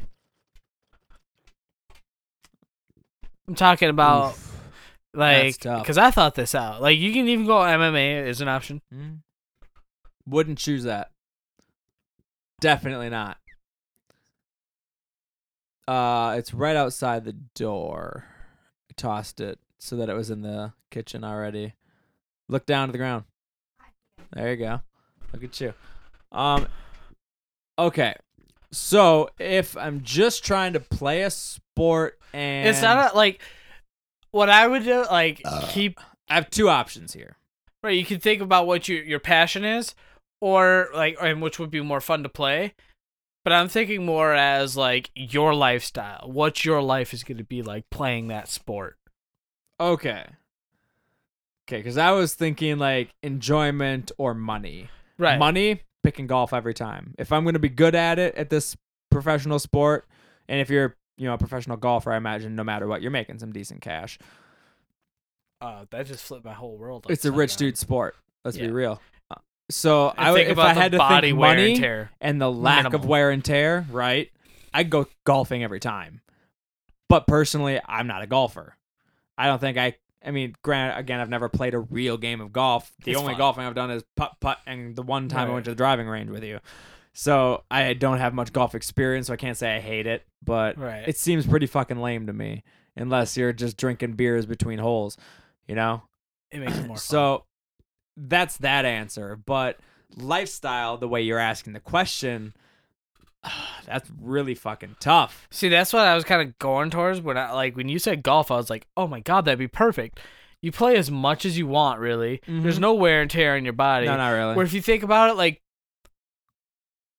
[SPEAKER 5] I'm talking about like
[SPEAKER 6] tough.
[SPEAKER 5] because I thought this out. Like you can even go MMA is an option.
[SPEAKER 6] Mm. Wouldn't choose that. Definitely not. Uh, it's right outside the door. I tossed it so that it was in the kitchen already. Look down to the ground. There you go. Look at you. Um, okay. So if I'm just trying to play a sport and Uh.
[SPEAKER 5] It's not a, like what I would do. Like keep
[SPEAKER 6] I have two options here.
[SPEAKER 5] right. You can think about what your your passion is, or like and which would be more fun to play. But I'm thinking more as like your lifestyle. What your life is going to be like playing that sport.
[SPEAKER 6] Okay. Okay, because I was thinking like enjoyment or money.
[SPEAKER 5] Right.
[SPEAKER 6] Money, picking golf every time. If I'm going to be good at it at this professional sport, and if you're you know a professional golfer, I imagine no matter what, you're making some decent cash.
[SPEAKER 5] Uh, that just flipped my whole world.
[SPEAKER 6] It's a
[SPEAKER 5] upside
[SPEAKER 6] rich
[SPEAKER 5] down.
[SPEAKER 6] dude sport. Let's
[SPEAKER 5] Yeah.
[SPEAKER 6] be real. Uh, So
[SPEAKER 5] And
[SPEAKER 6] I would
[SPEAKER 5] think
[SPEAKER 6] if
[SPEAKER 5] about
[SPEAKER 6] I
[SPEAKER 5] the
[SPEAKER 6] had to
[SPEAKER 5] body
[SPEAKER 6] think
[SPEAKER 5] wear and
[SPEAKER 6] money
[SPEAKER 5] tear.
[SPEAKER 6] and the lack of
[SPEAKER 5] Minimal.
[SPEAKER 6] wear and tear, right? I'd go golfing every time. But personally, I'm not a golfer. I don't think I. I mean, granted, again, I've never played a real game of golf. The
[SPEAKER 5] It's
[SPEAKER 6] only
[SPEAKER 5] fun.
[SPEAKER 6] golfing I've done is putt putt, and the one time I
[SPEAKER 5] Right.
[SPEAKER 6] went to the driving range with you. So I don't have much golf experience, so I can't say I hate it. But
[SPEAKER 5] Right.
[SPEAKER 6] it seems pretty fucking lame to me, unless you're just drinking beers between holes, you know.
[SPEAKER 5] It makes it more fun.
[SPEAKER 6] So that's that answer. But lifestyle, the way you're asking the question, that's really fucking tough.
[SPEAKER 5] see, that's what I was kind of going towards. When I like when you said golf, I was like, oh my god, that'd be perfect. You play as much as you want, really. There's no wear and tear on your body.
[SPEAKER 6] Mm-hmm. No, not really.
[SPEAKER 5] Where if you think about it, like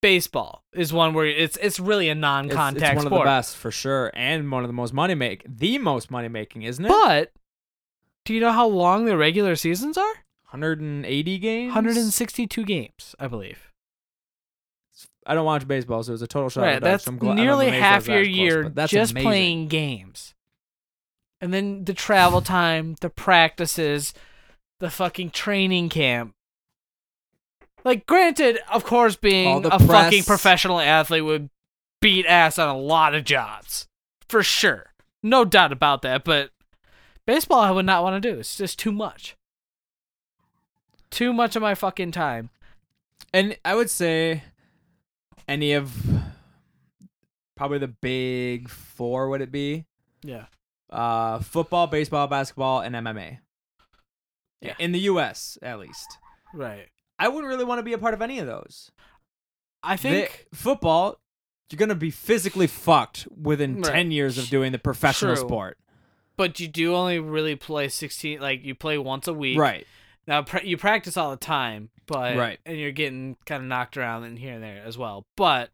[SPEAKER 5] baseball is one where it's it's really a
[SPEAKER 6] It's,
[SPEAKER 5] non-contact
[SPEAKER 6] it's one of
[SPEAKER 5] sport.
[SPEAKER 6] the best for sure, and one of the most money make, the most money making, isn't it?
[SPEAKER 5] But do you know how long the regular seasons are?
[SPEAKER 6] 180 games.
[SPEAKER 5] 162 games, I believe.
[SPEAKER 6] I don't watch baseball, so it was a total shot. in
[SPEAKER 5] Right,
[SPEAKER 6] the dark,
[SPEAKER 5] that's
[SPEAKER 6] so I'm gl- I'm
[SPEAKER 5] nearly
[SPEAKER 6] amazed
[SPEAKER 5] half
[SPEAKER 6] that
[SPEAKER 5] your
[SPEAKER 6] was that close,
[SPEAKER 5] year
[SPEAKER 6] but that's
[SPEAKER 5] just
[SPEAKER 6] amazing.
[SPEAKER 5] playing games. And then the travel time, the practices, the fucking training camp. Like, granted, of course,
[SPEAKER 6] All
[SPEAKER 5] being
[SPEAKER 6] the
[SPEAKER 5] a fucking
[SPEAKER 6] press.
[SPEAKER 5] professional athlete would beat ass on a lot of jobs. For sure. No doubt about that. But baseball, I would not want to do. It's just too much. Too much of my fucking time.
[SPEAKER 6] And I would say any of probably the big four would it be?
[SPEAKER 5] Yeah.
[SPEAKER 6] uh, football, baseball, basketball, and MMA.
[SPEAKER 5] Yeah.
[SPEAKER 6] In the U.S., at least.
[SPEAKER 5] Right.
[SPEAKER 6] I wouldn't really want to be a part of any of those.
[SPEAKER 5] I think.
[SPEAKER 6] The- football, you're going to be physically fucked within
[SPEAKER 5] Right.
[SPEAKER 6] 10 years of doing the professional
[SPEAKER 5] True.
[SPEAKER 6] sport.
[SPEAKER 5] But you do only really play 16, like you play once a week.
[SPEAKER 6] Right.
[SPEAKER 5] Now pra- you practice all the time, but
[SPEAKER 6] Right.
[SPEAKER 5] and you're getting kind of knocked around and here and there as well. But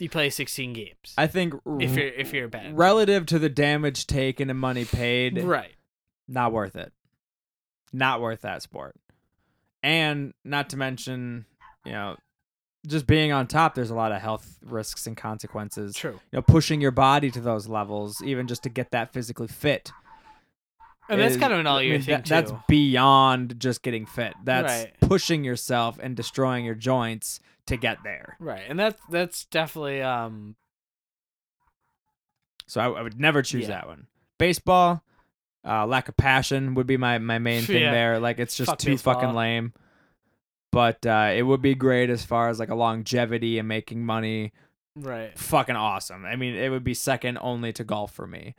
[SPEAKER 5] you play 16 games.
[SPEAKER 6] I think
[SPEAKER 5] if you're if you're bad.
[SPEAKER 6] relative to the damage taken and money paid,
[SPEAKER 5] Right.
[SPEAKER 6] not worth it. Not worth that sport. And not to mention, you know, just being on top, there's a lot of health risks and consequences.
[SPEAKER 5] True.
[SPEAKER 6] You know, pushing your body to those levels, even just to get that physically fit.
[SPEAKER 5] And that's
[SPEAKER 6] is-
[SPEAKER 5] kind of an all year
[SPEAKER 6] I mean,
[SPEAKER 5] thing
[SPEAKER 6] that- That's
[SPEAKER 5] too.
[SPEAKER 6] beyond just getting fit. That's
[SPEAKER 5] Right.
[SPEAKER 6] pushing yourself and destroying your joints to get there.
[SPEAKER 5] Right. And that's that's definitely um
[SPEAKER 6] So I, I would never choose
[SPEAKER 5] Yeah.
[SPEAKER 6] that one. Baseball, uh, lack of passion would be my, my main thing
[SPEAKER 5] Yeah.
[SPEAKER 6] there. Like it's just
[SPEAKER 5] Fuck
[SPEAKER 6] too fucking
[SPEAKER 5] baseball.
[SPEAKER 6] lame. But uh, it would be great as far as like a longevity and making money.
[SPEAKER 5] right.
[SPEAKER 6] Fucking awesome. I mean, it would be second only to golf for me.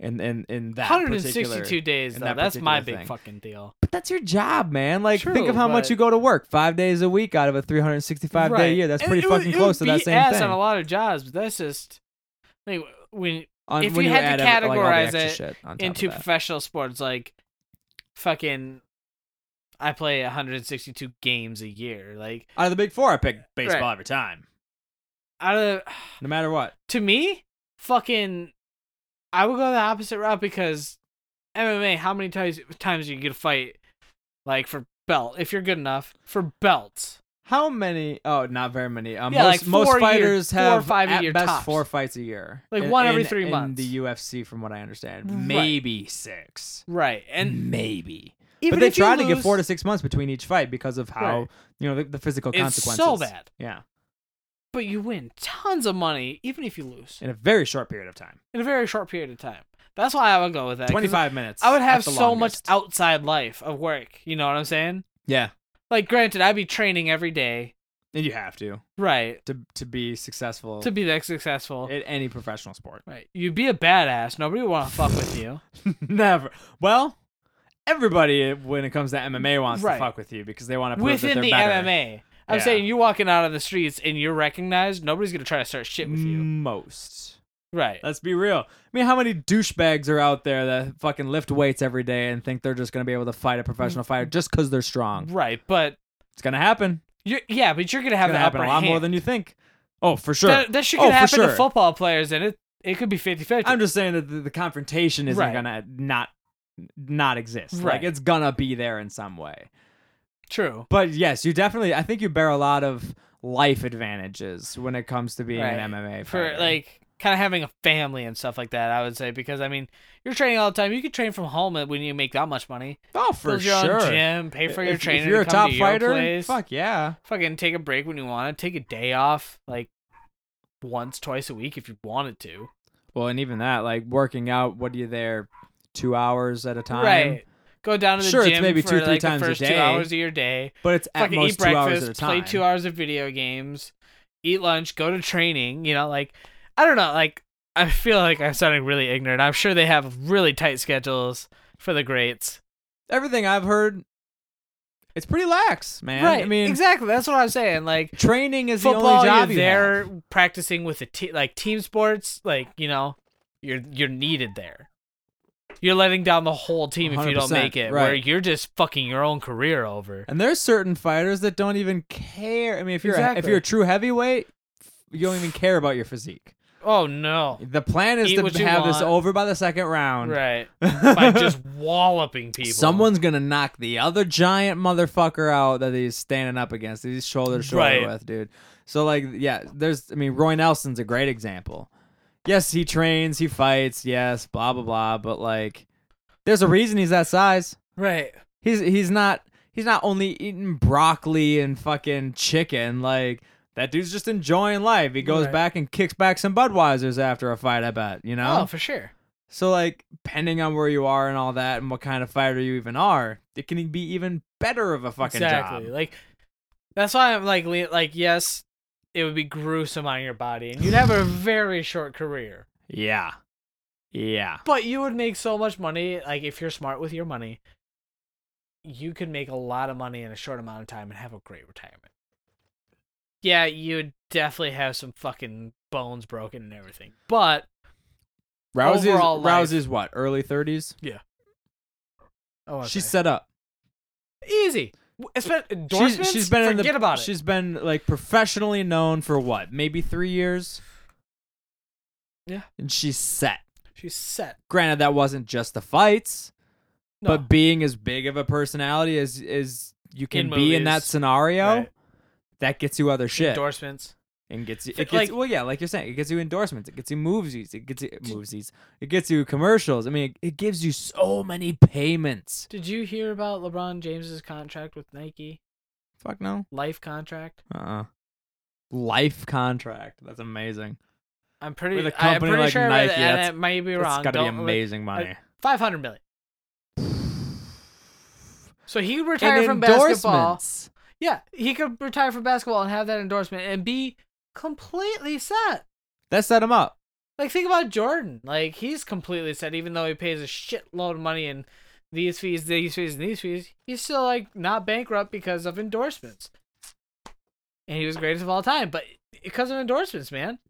[SPEAKER 6] In in in that particular-
[SPEAKER 5] 162 days
[SPEAKER 6] in
[SPEAKER 5] though.
[SPEAKER 6] that
[SPEAKER 5] That's my big
[SPEAKER 6] particular thing.
[SPEAKER 5] fucking deal.
[SPEAKER 6] But that's your job, man. Like think
[SPEAKER 5] True,
[SPEAKER 6] of how much
[SPEAKER 5] but-
[SPEAKER 6] you go to work five days a week out of a 365 day
[SPEAKER 5] Right.
[SPEAKER 6] year. That's
[SPEAKER 5] And
[SPEAKER 6] pretty
[SPEAKER 5] it would-
[SPEAKER 6] fucking
[SPEAKER 5] it would
[SPEAKER 6] close to that
[SPEAKER 5] beat
[SPEAKER 6] same
[SPEAKER 5] ass
[SPEAKER 6] thing.
[SPEAKER 5] on a lot of jobs, but that's just like when
[SPEAKER 6] On-
[SPEAKER 5] if
[SPEAKER 6] when
[SPEAKER 5] you had to
[SPEAKER 6] add up, like, all the
[SPEAKER 5] categorize
[SPEAKER 6] extra
[SPEAKER 5] it
[SPEAKER 6] shit on top of
[SPEAKER 5] into
[SPEAKER 6] that.
[SPEAKER 5] professional sports like fucking I play 162 games a year. Like
[SPEAKER 6] out of the big four, I pick baseball
[SPEAKER 5] Right.
[SPEAKER 6] every time,
[SPEAKER 5] out of the-
[SPEAKER 6] no matter what.
[SPEAKER 5] to me, fucking, I would go the opposite route because MMA. How many times times you get a fight, like for belt, if you're good enough for belts,
[SPEAKER 6] How many? Oh, not very many. Um,
[SPEAKER 5] Yeah,
[SPEAKER 6] most,
[SPEAKER 5] like
[SPEAKER 6] most
[SPEAKER 5] four a year-
[SPEAKER 6] fighters
[SPEAKER 5] four or
[SPEAKER 6] have
[SPEAKER 5] five a
[SPEAKER 6] at
[SPEAKER 5] year
[SPEAKER 6] best
[SPEAKER 5] tops.
[SPEAKER 6] four fights a year,
[SPEAKER 5] Like
[SPEAKER 6] In-
[SPEAKER 5] one every
[SPEAKER 6] in-
[SPEAKER 5] three months.
[SPEAKER 6] in the UFC, from what I understand.
[SPEAKER 5] Right.
[SPEAKER 6] Maybe six,
[SPEAKER 5] right?
[SPEAKER 6] Mm-hmm.
[SPEAKER 5] And
[SPEAKER 6] maybe.
[SPEAKER 5] even
[SPEAKER 6] but they
[SPEAKER 5] if you
[SPEAKER 6] tried to get four to
[SPEAKER 5] lose-
[SPEAKER 6] six months between each fight because of how
[SPEAKER 5] Right.
[SPEAKER 6] you know the, the physical
[SPEAKER 5] It's so
[SPEAKER 6] consequences.
[SPEAKER 5] bad.
[SPEAKER 6] yeah,
[SPEAKER 5] but you win tons of money, even if you lose
[SPEAKER 6] in a very short period of time,
[SPEAKER 5] in a very short period of time. That's why I would go with that. 'cause
[SPEAKER 6] twenty-five minutes.
[SPEAKER 5] I would
[SPEAKER 6] at
[SPEAKER 5] have
[SPEAKER 6] the
[SPEAKER 5] so
[SPEAKER 6] longest.
[SPEAKER 5] much outside life of work. You know what I'm saying?
[SPEAKER 6] Yeah,
[SPEAKER 5] Like, granted, I'd be training every day,
[SPEAKER 6] and you have to
[SPEAKER 5] right,
[SPEAKER 6] to to be successful
[SPEAKER 5] to be that successful.
[SPEAKER 6] at any professional sport.
[SPEAKER 5] Right. You'd be a badass. Nobody would want to fuck with you.
[SPEAKER 6] Never. Well, everybody when it comes to MMA wants to
[SPEAKER 5] Right.
[SPEAKER 6] fuck with you because they want to prove that
[SPEAKER 5] Within
[SPEAKER 6] they're
[SPEAKER 5] the
[SPEAKER 6] better.
[SPEAKER 5] MMA. I'm
[SPEAKER 6] Yeah.
[SPEAKER 5] saying you're walking out of the streets and you're recognized. Nobody's going to try to start shit with
[SPEAKER 6] Mm.
[SPEAKER 5] you.
[SPEAKER 6] Most.
[SPEAKER 5] Right.
[SPEAKER 6] Let's be real. I mean, how many douchebags are out there that fucking lift weights every day and think they're just going to be able to fight a professional fighter just because they're strong?
[SPEAKER 5] Right. But
[SPEAKER 6] It's going to happen.
[SPEAKER 5] you're, yeah, but you're going to
[SPEAKER 6] It's
[SPEAKER 5] have
[SPEAKER 6] going
[SPEAKER 5] the
[SPEAKER 6] to happen
[SPEAKER 5] upper
[SPEAKER 6] a lot more
[SPEAKER 5] hand.
[SPEAKER 6] than you think. Oh, for sure.
[SPEAKER 5] That, that shit
[SPEAKER 6] Oh,
[SPEAKER 5] could
[SPEAKER 6] for
[SPEAKER 5] happen
[SPEAKER 6] sure.
[SPEAKER 5] to football players and it, it could be 50 50.
[SPEAKER 6] I'm just saying that the, the confrontation isn't
[SPEAKER 5] Right.
[SPEAKER 6] going to not not exist. Like
[SPEAKER 5] Right.
[SPEAKER 6] it's going to be there in some way.
[SPEAKER 5] True.
[SPEAKER 6] But yes, you definitely. I think you bear a lot of life advantages when it comes to being
[SPEAKER 5] Right.
[SPEAKER 6] an MMA
[SPEAKER 5] For
[SPEAKER 6] fighter.
[SPEAKER 5] like kind of having a family and stuff like that, I would say. Because, I mean, you're training all the time. You could train from home when you make that much money.
[SPEAKER 6] oh, for
[SPEAKER 5] Build your
[SPEAKER 6] sure.
[SPEAKER 5] own gym, pay for your
[SPEAKER 6] if,
[SPEAKER 5] training.
[SPEAKER 6] If you're a
[SPEAKER 5] to come
[SPEAKER 6] top
[SPEAKER 5] to your
[SPEAKER 6] fighter,
[SPEAKER 5] place.
[SPEAKER 6] fuck yeah.
[SPEAKER 5] fucking take a break when you want to. Take a day off, like once, twice a week if you wanted to.
[SPEAKER 6] Well, and even that, like working out. What are you there? Two hours at a time.
[SPEAKER 5] Right. Go down to the
[SPEAKER 6] Sure, it's
[SPEAKER 5] gym
[SPEAKER 6] maybe
[SPEAKER 5] for
[SPEAKER 6] two, three
[SPEAKER 5] like
[SPEAKER 6] times a
[SPEAKER 5] the first
[SPEAKER 6] day.
[SPEAKER 5] two hours of your day.
[SPEAKER 6] But it's at
[SPEAKER 5] fucking
[SPEAKER 6] most
[SPEAKER 5] eat
[SPEAKER 6] two hours at a
[SPEAKER 5] breakfast,
[SPEAKER 6] time.
[SPEAKER 5] play two hours of video games, eat lunch, go to training. You know, like I don't know, like I feel like I'm sounding really ignorant. I'm sure they have really tight schedules for the greats.
[SPEAKER 6] Everything I've heard, it's pretty lax, man. I mean,
[SPEAKER 5] exactly. That's what I'm saying. Like
[SPEAKER 6] training is the
[SPEAKER 5] football,
[SPEAKER 6] only job
[SPEAKER 5] you're
[SPEAKER 6] you
[SPEAKER 5] there
[SPEAKER 6] have.
[SPEAKER 5] practicing with the te- like team sports. Like you know, you're you're needed there. You're letting down the whole team if you don't
[SPEAKER 6] 100%,
[SPEAKER 5] make it.
[SPEAKER 6] right.
[SPEAKER 5] Where you're just fucking your own career over.
[SPEAKER 6] And there's certain fighters that don't even care. I mean, if you're a, if
[SPEAKER 5] Exactly.
[SPEAKER 6] you're a true heavyweight, you don't even care about your physique.
[SPEAKER 5] Oh no!
[SPEAKER 6] The plan is
[SPEAKER 5] Eat what
[SPEAKER 6] to
[SPEAKER 5] you
[SPEAKER 6] have this
[SPEAKER 5] want.
[SPEAKER 6] over by the second round.
[SPEAKER 5] Right, by just walloping people.
[SPEAKER 6] Someone's gonna knock the other giant motherfucker out that he's standing up against. that He's shoulder to shoulder
[SPEAKER 5] Right.
[SPEAKER 6] with, dude. So like, yeah, there's. I mean, Roy Nelson's a great example. Yes, he trains, he fights. Yes, blah blah blah. But like, there's a reason he's that size.
[SPEAKER 5] Right.
[SPEAKER 6] He's he's not he's not only eating broccoli and fucking chicken. Like that dude's just enjoying life. He goes
[SPEAKER 5] Right.
[SPEAKER 6] back and kicks back some Budweisers after a fight. I bet you know.
[SPEAKER 5] Oh, for sure.
[SPEAKER 6] So like depending on where you are and all that and what kind of fighter you even are, it can be even better of a fucking
[SPEAKER 5] exactly.
[SPEAKER 6] job.
[SPEAKER 5] Like that's why I'm like le- like yes, it would be gruesome on your body, and you'd have a very short career.
[SPEAKER 6] Yeah. Yeah.
[SPEAKER 5] But you would make so much money, like if you're smart with your money, you could make a lot of money in a short amount of time and have a great retirement. Yeah, you'd definitely have some fucking bones broken and everything. But
[SPEAKER 6] Rousey's
[SPEAKER 5] Overall life-
[SPEAKER 6] Rousey's what? Early 30s?
[SPEAKER 5] oh,
[SPEAKER 6] She's set up.
[SPEAKER 5] easy. It's been endorsements.
[SPEAKER 6] She's, she's been in
[SPEAKER 5] Forget
[SPEAKER 6] the
[SPEAKER 5] about it.
[SPEAKER 6] She's been like professionally known for what? Maybe 3 years.
[SPEAKER 5] Yeah.
[SPEAKER 6] And she's set.
[SPEAKER 5] She's set.
[SPEAKER 6] Granted that wasn't just the fights,
[SPEAKER 5] No.
[SPEAKER 6] but being as big of a personality as as you can
[SPEAKER 5] In
[SPEAKER 6] be in that
[SPEAKER 5] movies.
[SPEAKER 6] scenario,
[SPEAKER 5] Right.
[SPEAKER 6] that gets you other shit
[SPEAKER 5] endorsements.
[SPEAKER 6] and gets you.
[SPEAKER 5] Fi-
[SPEAKER 6] It gets,
[SPEAKER 5] like-
[SPEAKER 6] well, yeah, like you're saying, it gets you endorsements. It gets you movies. It gets you movies. It gets you commercials. I mean, it, it gives you so many payments.
[SPEAKER 5] Did you hear about LeBron James's contract with Nike?
[SPEAKER 6] Fuck no.
[SPEAKER 5] Life contract.
[SPEAKER 6] Uh. uh Life contract. That's amazing.
[SPEAKER 5] I'm pretty.
[SPEAKER 6] With a
[SPEAKER 5] I'm
[SPEAKER 6] company
[SPEAKER 5] pretty
[SPEAKER 6] like
[SPEAKER 5] sure, I read
[SPEAKER 6] Nike,
[SPEAKER 5] that, and
[SPEAKER 6] that's-
[SPEAKER 5] that might be
[SPEAKER 6] It's
[SPEAKER 5] wrong.
[SPEAKER 6] gotta be
[SPEAKER 5] Don't- uh,
[SPEAKER 6] amazing money.
[SPEAKER 5] Five hundred million. So he could retire
[SPEAKER 6] And
[SPEAKER 5] from basketball.
[SPEAKER 6] endorsements.
[SPEAKER 5] Yeah, he could retire from basketball and have that endorsement and be completely set.
[SPEAKER 6] That set him up.
[SPEAKER 5] Like think about Jordan. Like he's completely set, even though he pays a shitload of money and these fees, these fees, and these fees. He's still like not bankrupt because of endorsements. And he was greatest of all time, but because of endorsements, man,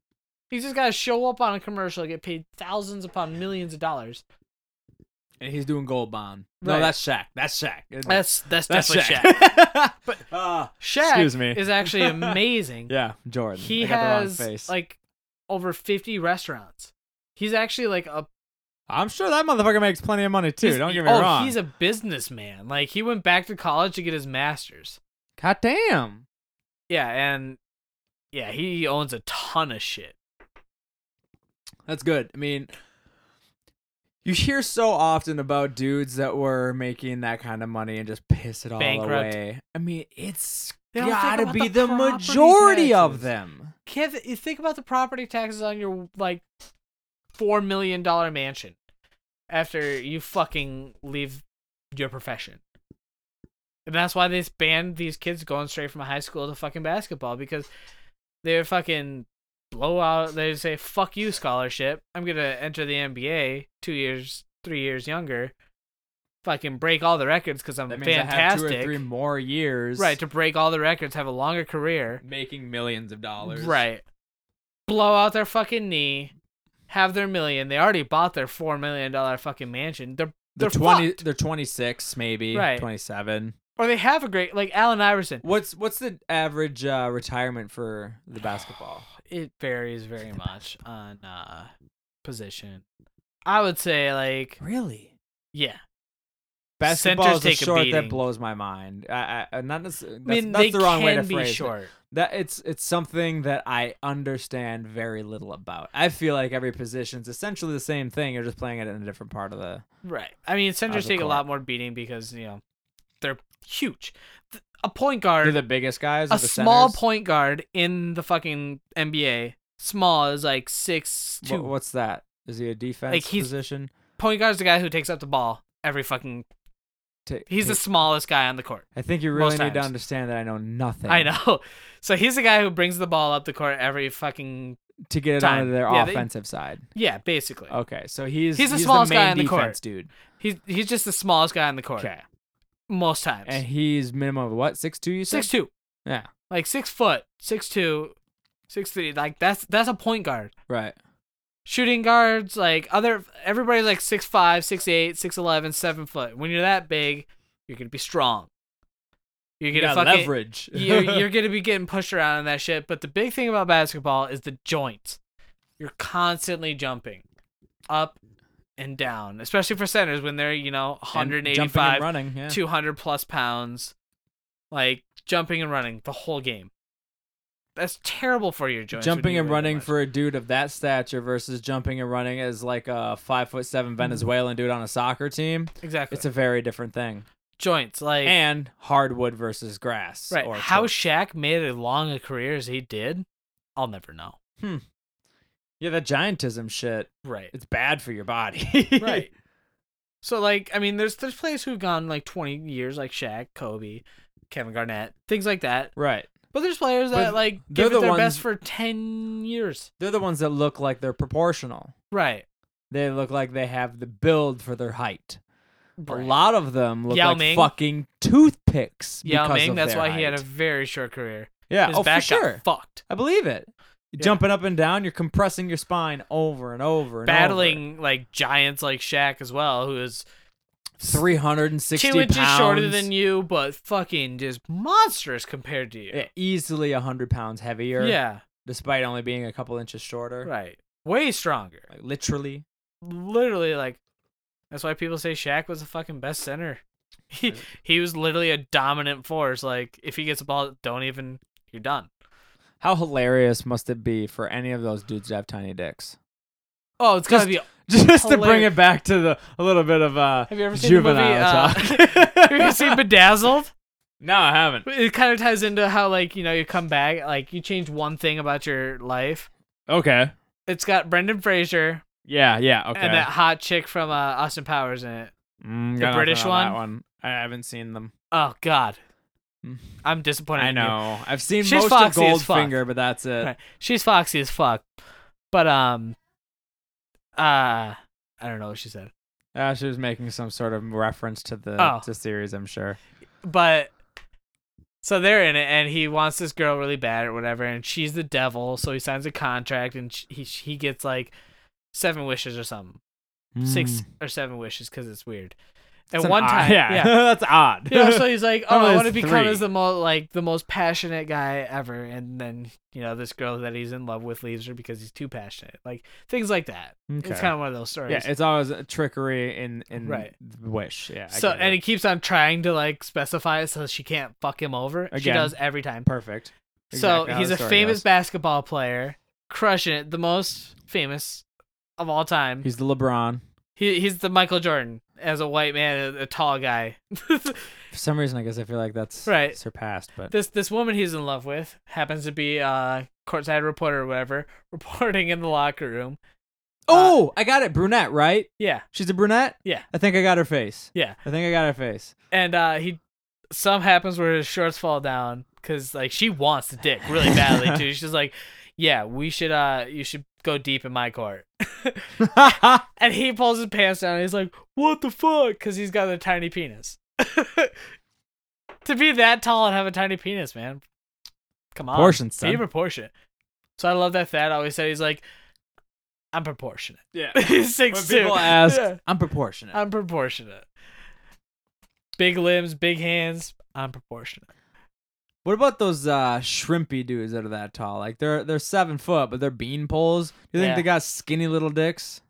[SPEAKER 5] he's just got to show up on a commercial, and get paid thousands upon millions of dollars.
[SPEAKER 6] And he's doing gold bond.
[SPEAKER 5] Right.
[SPEAKER 6] No, that's Shaq. That's Shaq. isn't it?
[SPEAKER 5] That's that's,
[SPEAKER 6] that's
[SPEAKER 5] definitely
[SPEAKER 6] Shaq.
[SPEAKER 5] Shaq.
[SPEAKER 6] but uh,
[SPEAKER 5] Shaq
[SPEAKER 6] Excuse me.
[SPEAKER 5] is actually amazing.
[SPEAKER 6] yeah, Jordan.
[SPEAKER 5] He
[SPEAKER 6] I got
[SPEAKER 5] has
[SPEAKER 6] the wrong face.
[SPEAKER 5] like over 50 restaurants. He's actually like a
[SPEAKER 6] I'm sure that motherfucker makes plenty of money too.
[SPEAKER 5] he's-
[SPEAKER 6] Don't get me
[SPEAKER 5] oh,
[SPEAKER 6] wrong.
[SPEAKER 5] he's a businessman. Like he went back to college to get his master's.
[SPEAKER 6] God damn.
[SPEAKER 5] Yeah, and yeah, he owns a ton of shit.
[SPEAKER 6] That's good. I mean, you hear so often about dudes that were making that kind of money and just piss it all
[SPEAKER 5] Bankrupt.
[SPEAKER 6] away. I mean, it's
[SPEAKER 5] They don't think
[SPEAKER 6] gotta
[SPEAKER 5] about the
[SPEAKER 6] be the,
[SPEAKER 5] property
[SPEAKER 6] majority of
[SPEAKER 5] taxes.
[SPEAKER 6] them.
[SPEAKER 5] Can't th- you think about the property taxes on your like 4 million dollar mansion after you fucking leave your profession. And that's why they banned these kids going straight from high school to fucking basketball because they're fucking blow out. They say fuck you scholarship. I'm gonna enter the NBA two years, three years younger. Fucking break all the records because I'm
[SPEAKER 6] That means I have two or
[SPEAKER 5] fantastic.
[SPEAKER 6] three more years,
[SPEAKER 5] right to break all the records, have a longer career.
[SPEAKER 6] making millions of dollars,
[SPEAKER 5] Right. Blow out their fucking knee. Have their million. They already bought their four million dollar fucking mansion. They're
[SPEAKER 6] They're,
[SPEAKER 5] they're
[SPEAKER 6] twenty.
[SPEAKER 5] fucked.
[SPEAKER 6] They're twenty six, maybe
[SPEAKER 5] Right.
[SPEAKER 6] twenty seven.
[SPEAKER 5] or they have a great like Allen Iverson.
[SPEAKER 6] What's what's the average uh, retirement for the basketball?
[SPEAKER 5] it varies very much on uh position. I would say like
[SPEAKER 6] Really?
[SPEAKER 5] yeah.
[SPEAKER 6] Basketball
[SPEAKER 5] Centers
[SPEAKER 6] is a
[SPEAKER 5] take a
[SPEAKER 6] short
[SPEAKER 5] beating.
[SPEAKER 6] that blows my mind. I, I not necessarily.
[SPEAKER 5] I
[SPEAKER 6] That's,
[SPEAKER 5] mean
[SPEAKER 6] that's
[SPEAKER 5] they
[SPEAKER 6] the wrong
[SPEAKER 5] can
[SPEAKER 6] way to
[SPEAKER 5] be
[SPEAKER 6] phrase it.
[SPEAKER 5] short.
[SPEAKER 6] That it's it's something that I understand very little about. I feel like every position's essentially the same thing. You're just playing it in a different part of the.
[SPEAKER 5] Right. I mean centers
[SPEAKER 6] the
[SPEAKER 5] take a
[SPEAKER 6] court.
[SPEAKER 5] lot more beating because you know they're huge. Th- A point guard,
[SPEAKER 6] They're the biggest guys. or
[SPEAKER 5] a
[SPEAKER 6] the
[SPEAKER 5] small
[SPEAKER 6] centers?
[SPEAKER 5] point guard in the fucking NBA. Small is like six
[SPEAKER 6] Wha-
[SPEAKER 5] two.
[SPEAKER 6] what's that? Is he a defense
[SPEAKER 5] Like, he's-
[SPEAKER 6] position?
[SPEAKER 5] Point guard's the guy who takes up the ball every fucking.
[SPEAKER 6] Ta-
[SPEAKER 5] He's the
[SPEAKER 6] he-
[SPEAKER 5] smallest guy on the court.
[SPEAKER 6] I think you really
[SPEAKER 5] most
[SPEAKER 6] need to
[SPEAKER 5] times.
[SPEAKER 6] understand that I know nothing.
[SPEAKER 5] I know. So he's the guy who brings the ball up the court every fucking.
[SPEAKER 6] to get it
[SPEAKER 5] Time.
[SPEAKER 6] onto their
[SPEAKER 5] Yeah, they-
[SPEAKER 6] offensive side.
[SPEAKER 5] Yeah, basically.
[SPEAKER 6] Okay, so he's
[SPEAKER 5] He's the
[SPEAKER 6] he's
[SPEAKER 5] smallest
[SPEAKER 6] the
[SPEAKER 5] guy
[SPEAKER 6] main
[SPEAKER 5] on the court.
[SPEAKER 6] defense dude.
[SPEAKER 5] He's he's just the smallest guy on the court.
[SPEAKER 6] Okay,
[SPEAKER 5] Most times.
[SPEAKER 6] and he's minimum of what six two? You said
[SPEAKER 5] six two,
[SPEAKER 6] Yeah,
[SPEAKER 5] like six foot, six two, six three. Like that's that's a point guard.
[SPEAKER 6] right.
[SPEAKER 5] Shooting guards, like other everybody's like six five, six eight, six eleven, seven foot. When you're that big, you're gonna be strong. You're
[SPEAKER 6] You
[SPEAKER 5] gonna
[SPEAKER 6] got
[SPEAKER 5] fucking,
[SPEAKER 6] leverage.
[SPEAKER 5] you're, you're going to be getting pushed around and that shit. But the big thing about basketball is the joints. You're constantly jumping up and down, especially for centers when they're, you know,
[SPEAKER 6] And jumping and
[SPEAKER 5] 185,
[SPEAKER 6] running. Yeah.
[SPEAKER 5] 200 plus pounds, like jumping and running the whole game. That's terrible for your joints. when
[SPEAKER 6] jumping
[SPEAKER 5] you
[SPEAKER 6] and
[SPEAKER 5] wear that
[SPEAKER 6] running
[SPEAKER 5] much.
[SPEAKER 6] for a dude of that stature versus jumping and running as like a five foot seven
[SPEAKER 5] Mm.
[SPEAKER 6] Venezuelan dude on a soccer team.
[SPEAKER 5] Exactly.
[SPEAKER 6] It's a very different thing.
[SPEAKER 5] joints. Like,
[SPEAKER 6] And hardwood versus grass.
[SPEAKER 5] right.
[SPEAKER 6] or
[SPEAKER 5] How
[SPEAKER 6] turf.
[SPEAKER 5] Shaq made as long a career as he did, I'll never know.
[SPEAKER 6] yeah, that giantism shit.
[SPEAKER 5] Right.
[SPEAKER 6] It's bad for your body.
[SPEAKER 5] right. So like, I mean, there's there's players who've gone like 20 years, like Shaq, Kobe, Kevin Garnett, things like that.
[SPEAKER 6] right.
[SPEAKER 5] But there's players
[SPEAKER 6] But
[SPEAKER 5] that like
[SPEAKER 6] they're
[SPEAKER 5] give it
[SPEAKER 6] the
[SPEAKER 5] their
[SPEAKER 6] ones-
[SPEAKER 5] best for 10 years.
[SPEAKER 6] They're the ones that look like they're proportional.
[SPEAKER 5] Right.
[SPEAKER 6] They look like they have the build for their height.
[SPEAKER 5] Right.
[SPEAKER 6] A lot of them look
[SPEAKER 5] Yao
[SPEAKER 6] like
[SPEAKER 5] Ming.
[SPEAKER 6] fucking toothpicks.
[SPEAKER 5] Yao
[SPEAKER 6] because
[SPEAKER 5] Ming.
[SPEAKER 6] of
[SPEAKER 5] That's
[SPEAKER 6] their
[SPEAKER 5] why he had a
[SPEAKER 6] height.
[SPEAKER 5] very short career.
[SPEAKER 6] yeah.
[SPEAKER 5] His
[SPEAKER 6] oh,
[SPEAKER 5] back
[SPEAKER 6] for sure.
[SPEAKER 5] got fucked.
[SPEAKER 6] I believe it. You're
[SPEAKER 5] Yeah.
[SPEAKER 6] Jumping up and down, you're compressing your spine over and over and over.
[SPEAKER 5] Battling like giants like Shaq as well, who is
[SPEAKER 6] 360
[SPEAKER 5] two inches
[SPEAKER 6] pounds,
[SPEAKER 5] shorter than you, but fucking just monstrous compared to you.
[SPEAKER 6] Yeah, easily 100 pounds heavier.
[SPEAKER 5] Yeah,
[SPEAKER 6] Despite only being a couple inches shorter.
[SPEAKER 5] Right. Way stronger.
[SPEAKER 6] Like literally.
[SPEAKER 5] literally like that's why people say Shaq was the fucking best center. He he was literally a dominant force. Like if he gets the ball, don't even you're done.
[SPEAKER 6] How hilarious must it be for any of those dudes to have tiny dicks?
[SPEAKER 5] Oh, it's gotta be.
[SPEAKER 6] Just to bring
[SPEAKER 5] Hilarious.
[SPEAKER 6] it back to the a little bit of uh
[SPEAKER 5] Have you ever seen
[SPEAKER 6] juvenile
[SPEAKER 5] the movie?
[SPEAKER 6] talk.
[SPEAKER 5] Uh, have you seen Bedazzled?
[SPEAKER 6] no, I haven't.
[SPEAKER 5] It kind of ties into how like you know you come back, like you change one thing about your life.
[SPEAKER 6] Okay.
[SPEAKER 5] It's got Brendan Fraser
[SPEAKER 6] Yeah, yeah, okay.
[SPEAKER 5] and that hot chick from uh, Austin Powers in it.
[SPEAKER 6] Mm,
[SPEAKER 5] the
[SPEAKER 6] got nothing
[SPEAKER 5] British
[SPEAKER 6] on
[SPEAKER 5] one?
[SPEAKER 6] that one. I haven't seen them.
[SPEAKER 5] Oh God,
[SPEAKER 6] Mm.
[SPEAKER 5] I'm disappointed.
[SPEAKER 6] I
[SPEAKER 5] in you.
[SPEAKER 6] know. I've seen
[SPEAKER 5] She's
[SPEAKER 6] most
[SPEAKER 5] foxy
[SPEAKER 6] of
[SPEAKER 5] as fuck.
[SPEAKER 6] Goldfinger, but that's it.
[SPEAKER 5] Right. She's foxy as fuck, but um, uh, I don't know what she said,
[SPEAKER 6] Uh, she was making some sort of reference to the
[SPEAKER 5] Oh.
[SPEAKER 6] to series, I'm sure.
[SPEAKER 5] but so they're in it, and he wants this girl really bad or whatever, and she's the devil, so he signs a contract, and sh he he gets like seven wishes or something, six or seven wishes, because it's weird. And
[SPEAKER 6] That's Hmm. Mm. an
[SPEAKER 5] one
[SPEAKER 6] odd-
[SPEAKER 5] time,
[SPEAKER 6] yeah, that's odd.
[SPEAKER 5] you know, so he's like, "Oh,
[SPEAKER 6] Normally
[SPEAKER 5] I
[SPEAKER 6] it's
[SPEAKER 5] want to become
[SPEAKER 6] three.
[SPEAKER 5] as the most like the most passionate guy ever," and then you know this girl that he's in love with leaves her because he's too passionate, like things like that. It's
[SPEAKER 6] Okay.
[SPEAKER 5] kind of one of those stories.
[SPEAKER 6] yeah, it's always a trickery in in
[SPEAKER 5] Right.
[SPEAKER 6] the wish. Yeah. I
[SPEAKER 5] so
[SPEAKER 6] get
[SPEAKER 5] and
[SPEAKER 6] it.
[SPEAKER 5] he keeps on trying to like specify it so she can't fuck him over. She
[SPEAKER 6] Again.
[SPEAKER 5] does every time.
[SPEAKER 6] perfect. Exactly
[SPEAKER 5] so
[SPEAKER 6] how
[SPEAKER 5] he's
[SPEAKER 6] the
[SPEAKER 5] a
[SPEAKER 6] story
[SPEAKER 5] famous
[SPEAKER 6] goes.
[SPEAKER 5] basketball player, crushing it, the most famous of all time.
[SPEAKER 6] He's the LeBron.
[SPEAKER 5] He, he's the Michael Jordan as a white man, a, a tall guy.
[SPEAKER 6] For some reason, I guess I feel like that's
[SPEAKER 5] Right.
[SPEAKER 6] surpassed. But uh,
[SPEAKER 5] this this woman he's in love with happens to be a courtside reporter or whatever, reporting in the locker room.
[SPEAKER 6] oh, I got it. Brunette, right?
[SPEAKER 5] Yeah,
[SPEAKER 6] She's a brunette.
[SPEAKER 5] Yeah.
[SPEAKER 6] I think I got her face.
[SPEAKER 5] yeah.
[SPEAKER 6] I think I got her face.
[SPEAKER 5] And uh, he, some happens where his shorts fall down because like she wants the dick really badly too. She's like, yeah, we should uh, you should go deep in my court. and he pulls his pants down. and He's like, what the fuck? Because he's got a tiny penis. to be that tall and have a tiny penis, man. Come on,
[SPEAKER 6] Proportions, son.
[SPEAKER 5] Be proportionate. So I love that Thad always said he's like, I'm proportionate.
[SPEAKER 6] Yeah.
[SPEAKER 5] he's
[SPEAKER 6] When
[SPEAKER 5] six two.
[SPEAKER 6] people ask, I'm proportionate.
[SPEAKER 5] I'm proportionate. Big limbs, big hands. I'm proportionate.
[SPEAKER 6] What about those uh, shrimpy dudes that are that tall? Like they're they're seven foot, but they're bean poles. Do you think
[SPEAKER 5] Yeah.
[SPEAKER 6] they got skinny little dicks?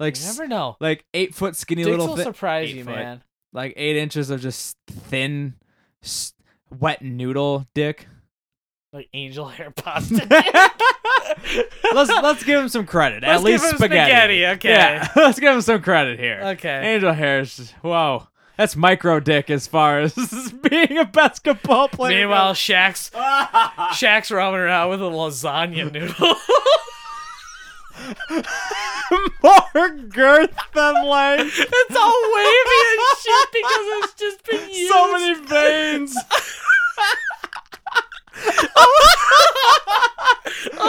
[SPEAKER 6] Like
[SPEAKER 5] You
[SPEAKER 6] s-
[SPEAKER 5] never know.
[SPEAKER 6] like eight foot skinny
[SPEAKER 5] Dicks
[SPEAKER 6] little
[SPEAKER 5] will
[SPEAKER 6] thi-
[SPEAKER 5] surprise
[SPEAKER 6] eight
[SPEAKER 5] you,
[SPEAKER 6] foot.
[SPEAKER 5] man.
[SPEAKER 6] like eight inches of just thin, s- wet noodle dick.
[SPEAKER 5] Like angel hair pasta.
[SPEAKER 6] Let's let's give him some credit.
[SPEAKER 5] Let's
[SPEAKER 6] At
[SPEAKER 5] give
[SPEAKER 6] least
[SPEAKER 5] him spaghetti, okay.
[SPEAKER 6] Yeah, let's give him some credit here.
[SPEAKER 5] okay.
[SPEAKER 6] Angel Harris. Whoa, that's micro dick as far as being a basketball player.
[SPEAKER 5] Meanwhile, Shaq's Shaq's roaming around with a lasagna noodle.
[SPEAKER 6] more girth than length.
[SPEAKER 5] it's all wavy and shit because it's just been used.
[SPEAKER 6] so many veins. Oh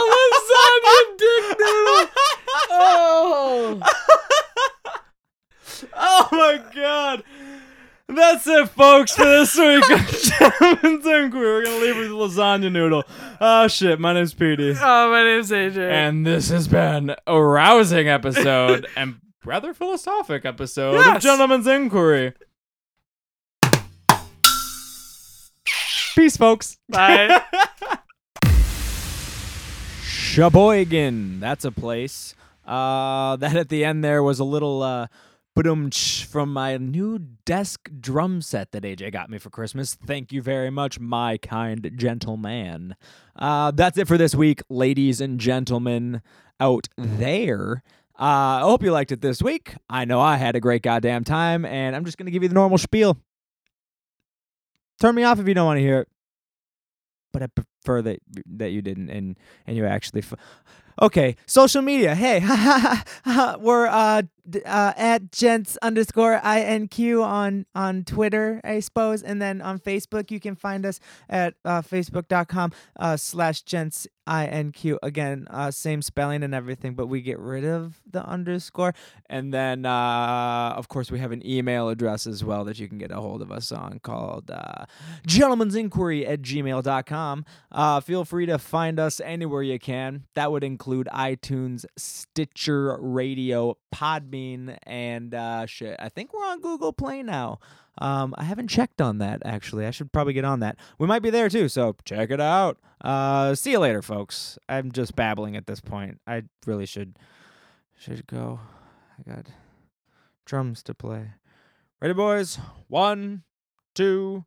[SPEAKER 5] a lasagna dick noodle. Oh.
[SPEAKER 6] Oh my god. That's it, folks, for this week on Gentleman's Inquiry. We're gonna leave with lasagna noodle. Oh shit, my name's Petey.
[SPEAKER 5] Oh, my name's AJ.
[SPEAKER 6] And this has been a rousing episode and rather philosophic episode of
[SPEAKER 5] Yes.
[SPEAKER 6] Gentleman's Inquiry. Peace, folks.
[SPEAKER 5] Bye.
[SPEAKER 6] Sheboygan. That's a place. Uh, that at the end there was a little uh, badumch from my new desk drum set that AJ got me for Christmas. Thank you very much, my kind gentleman. Uh, that's it for this week, ladies and gentlemen out there. Uh, I hope you liked it this week. I know I had a great goddamn time, and I'm just going to give you the normal spiel. Turn me off if you don't want to hear it. But I prefer that that you didn't, and and you actually. F- okay, social media. Hey, we're uh, d- uh, at gents underscore inq on on Twitter, I suppose, and then on Facebook you can find us at uh, facebook.com uh, slash gents inq. Again, uh, same spelling and everything, but we get rid of the underscore, and then uh, of course we have an email address as well that you can get a hold of us on called uh, gentleman's inquiry at gmail.com. Uh, feel free to find us anywhere you can. That would include iTunes, Stitcher Radio, Podbean, and uh, shit. I think we're on Google Play now. Um, I haven't checked on that actually. I should probably get on that. We might be there too, so check it out. Uh, see you later, folks. I'm just babbling at this point. I really should should go. I got drums to play. Ready, boys? One, two,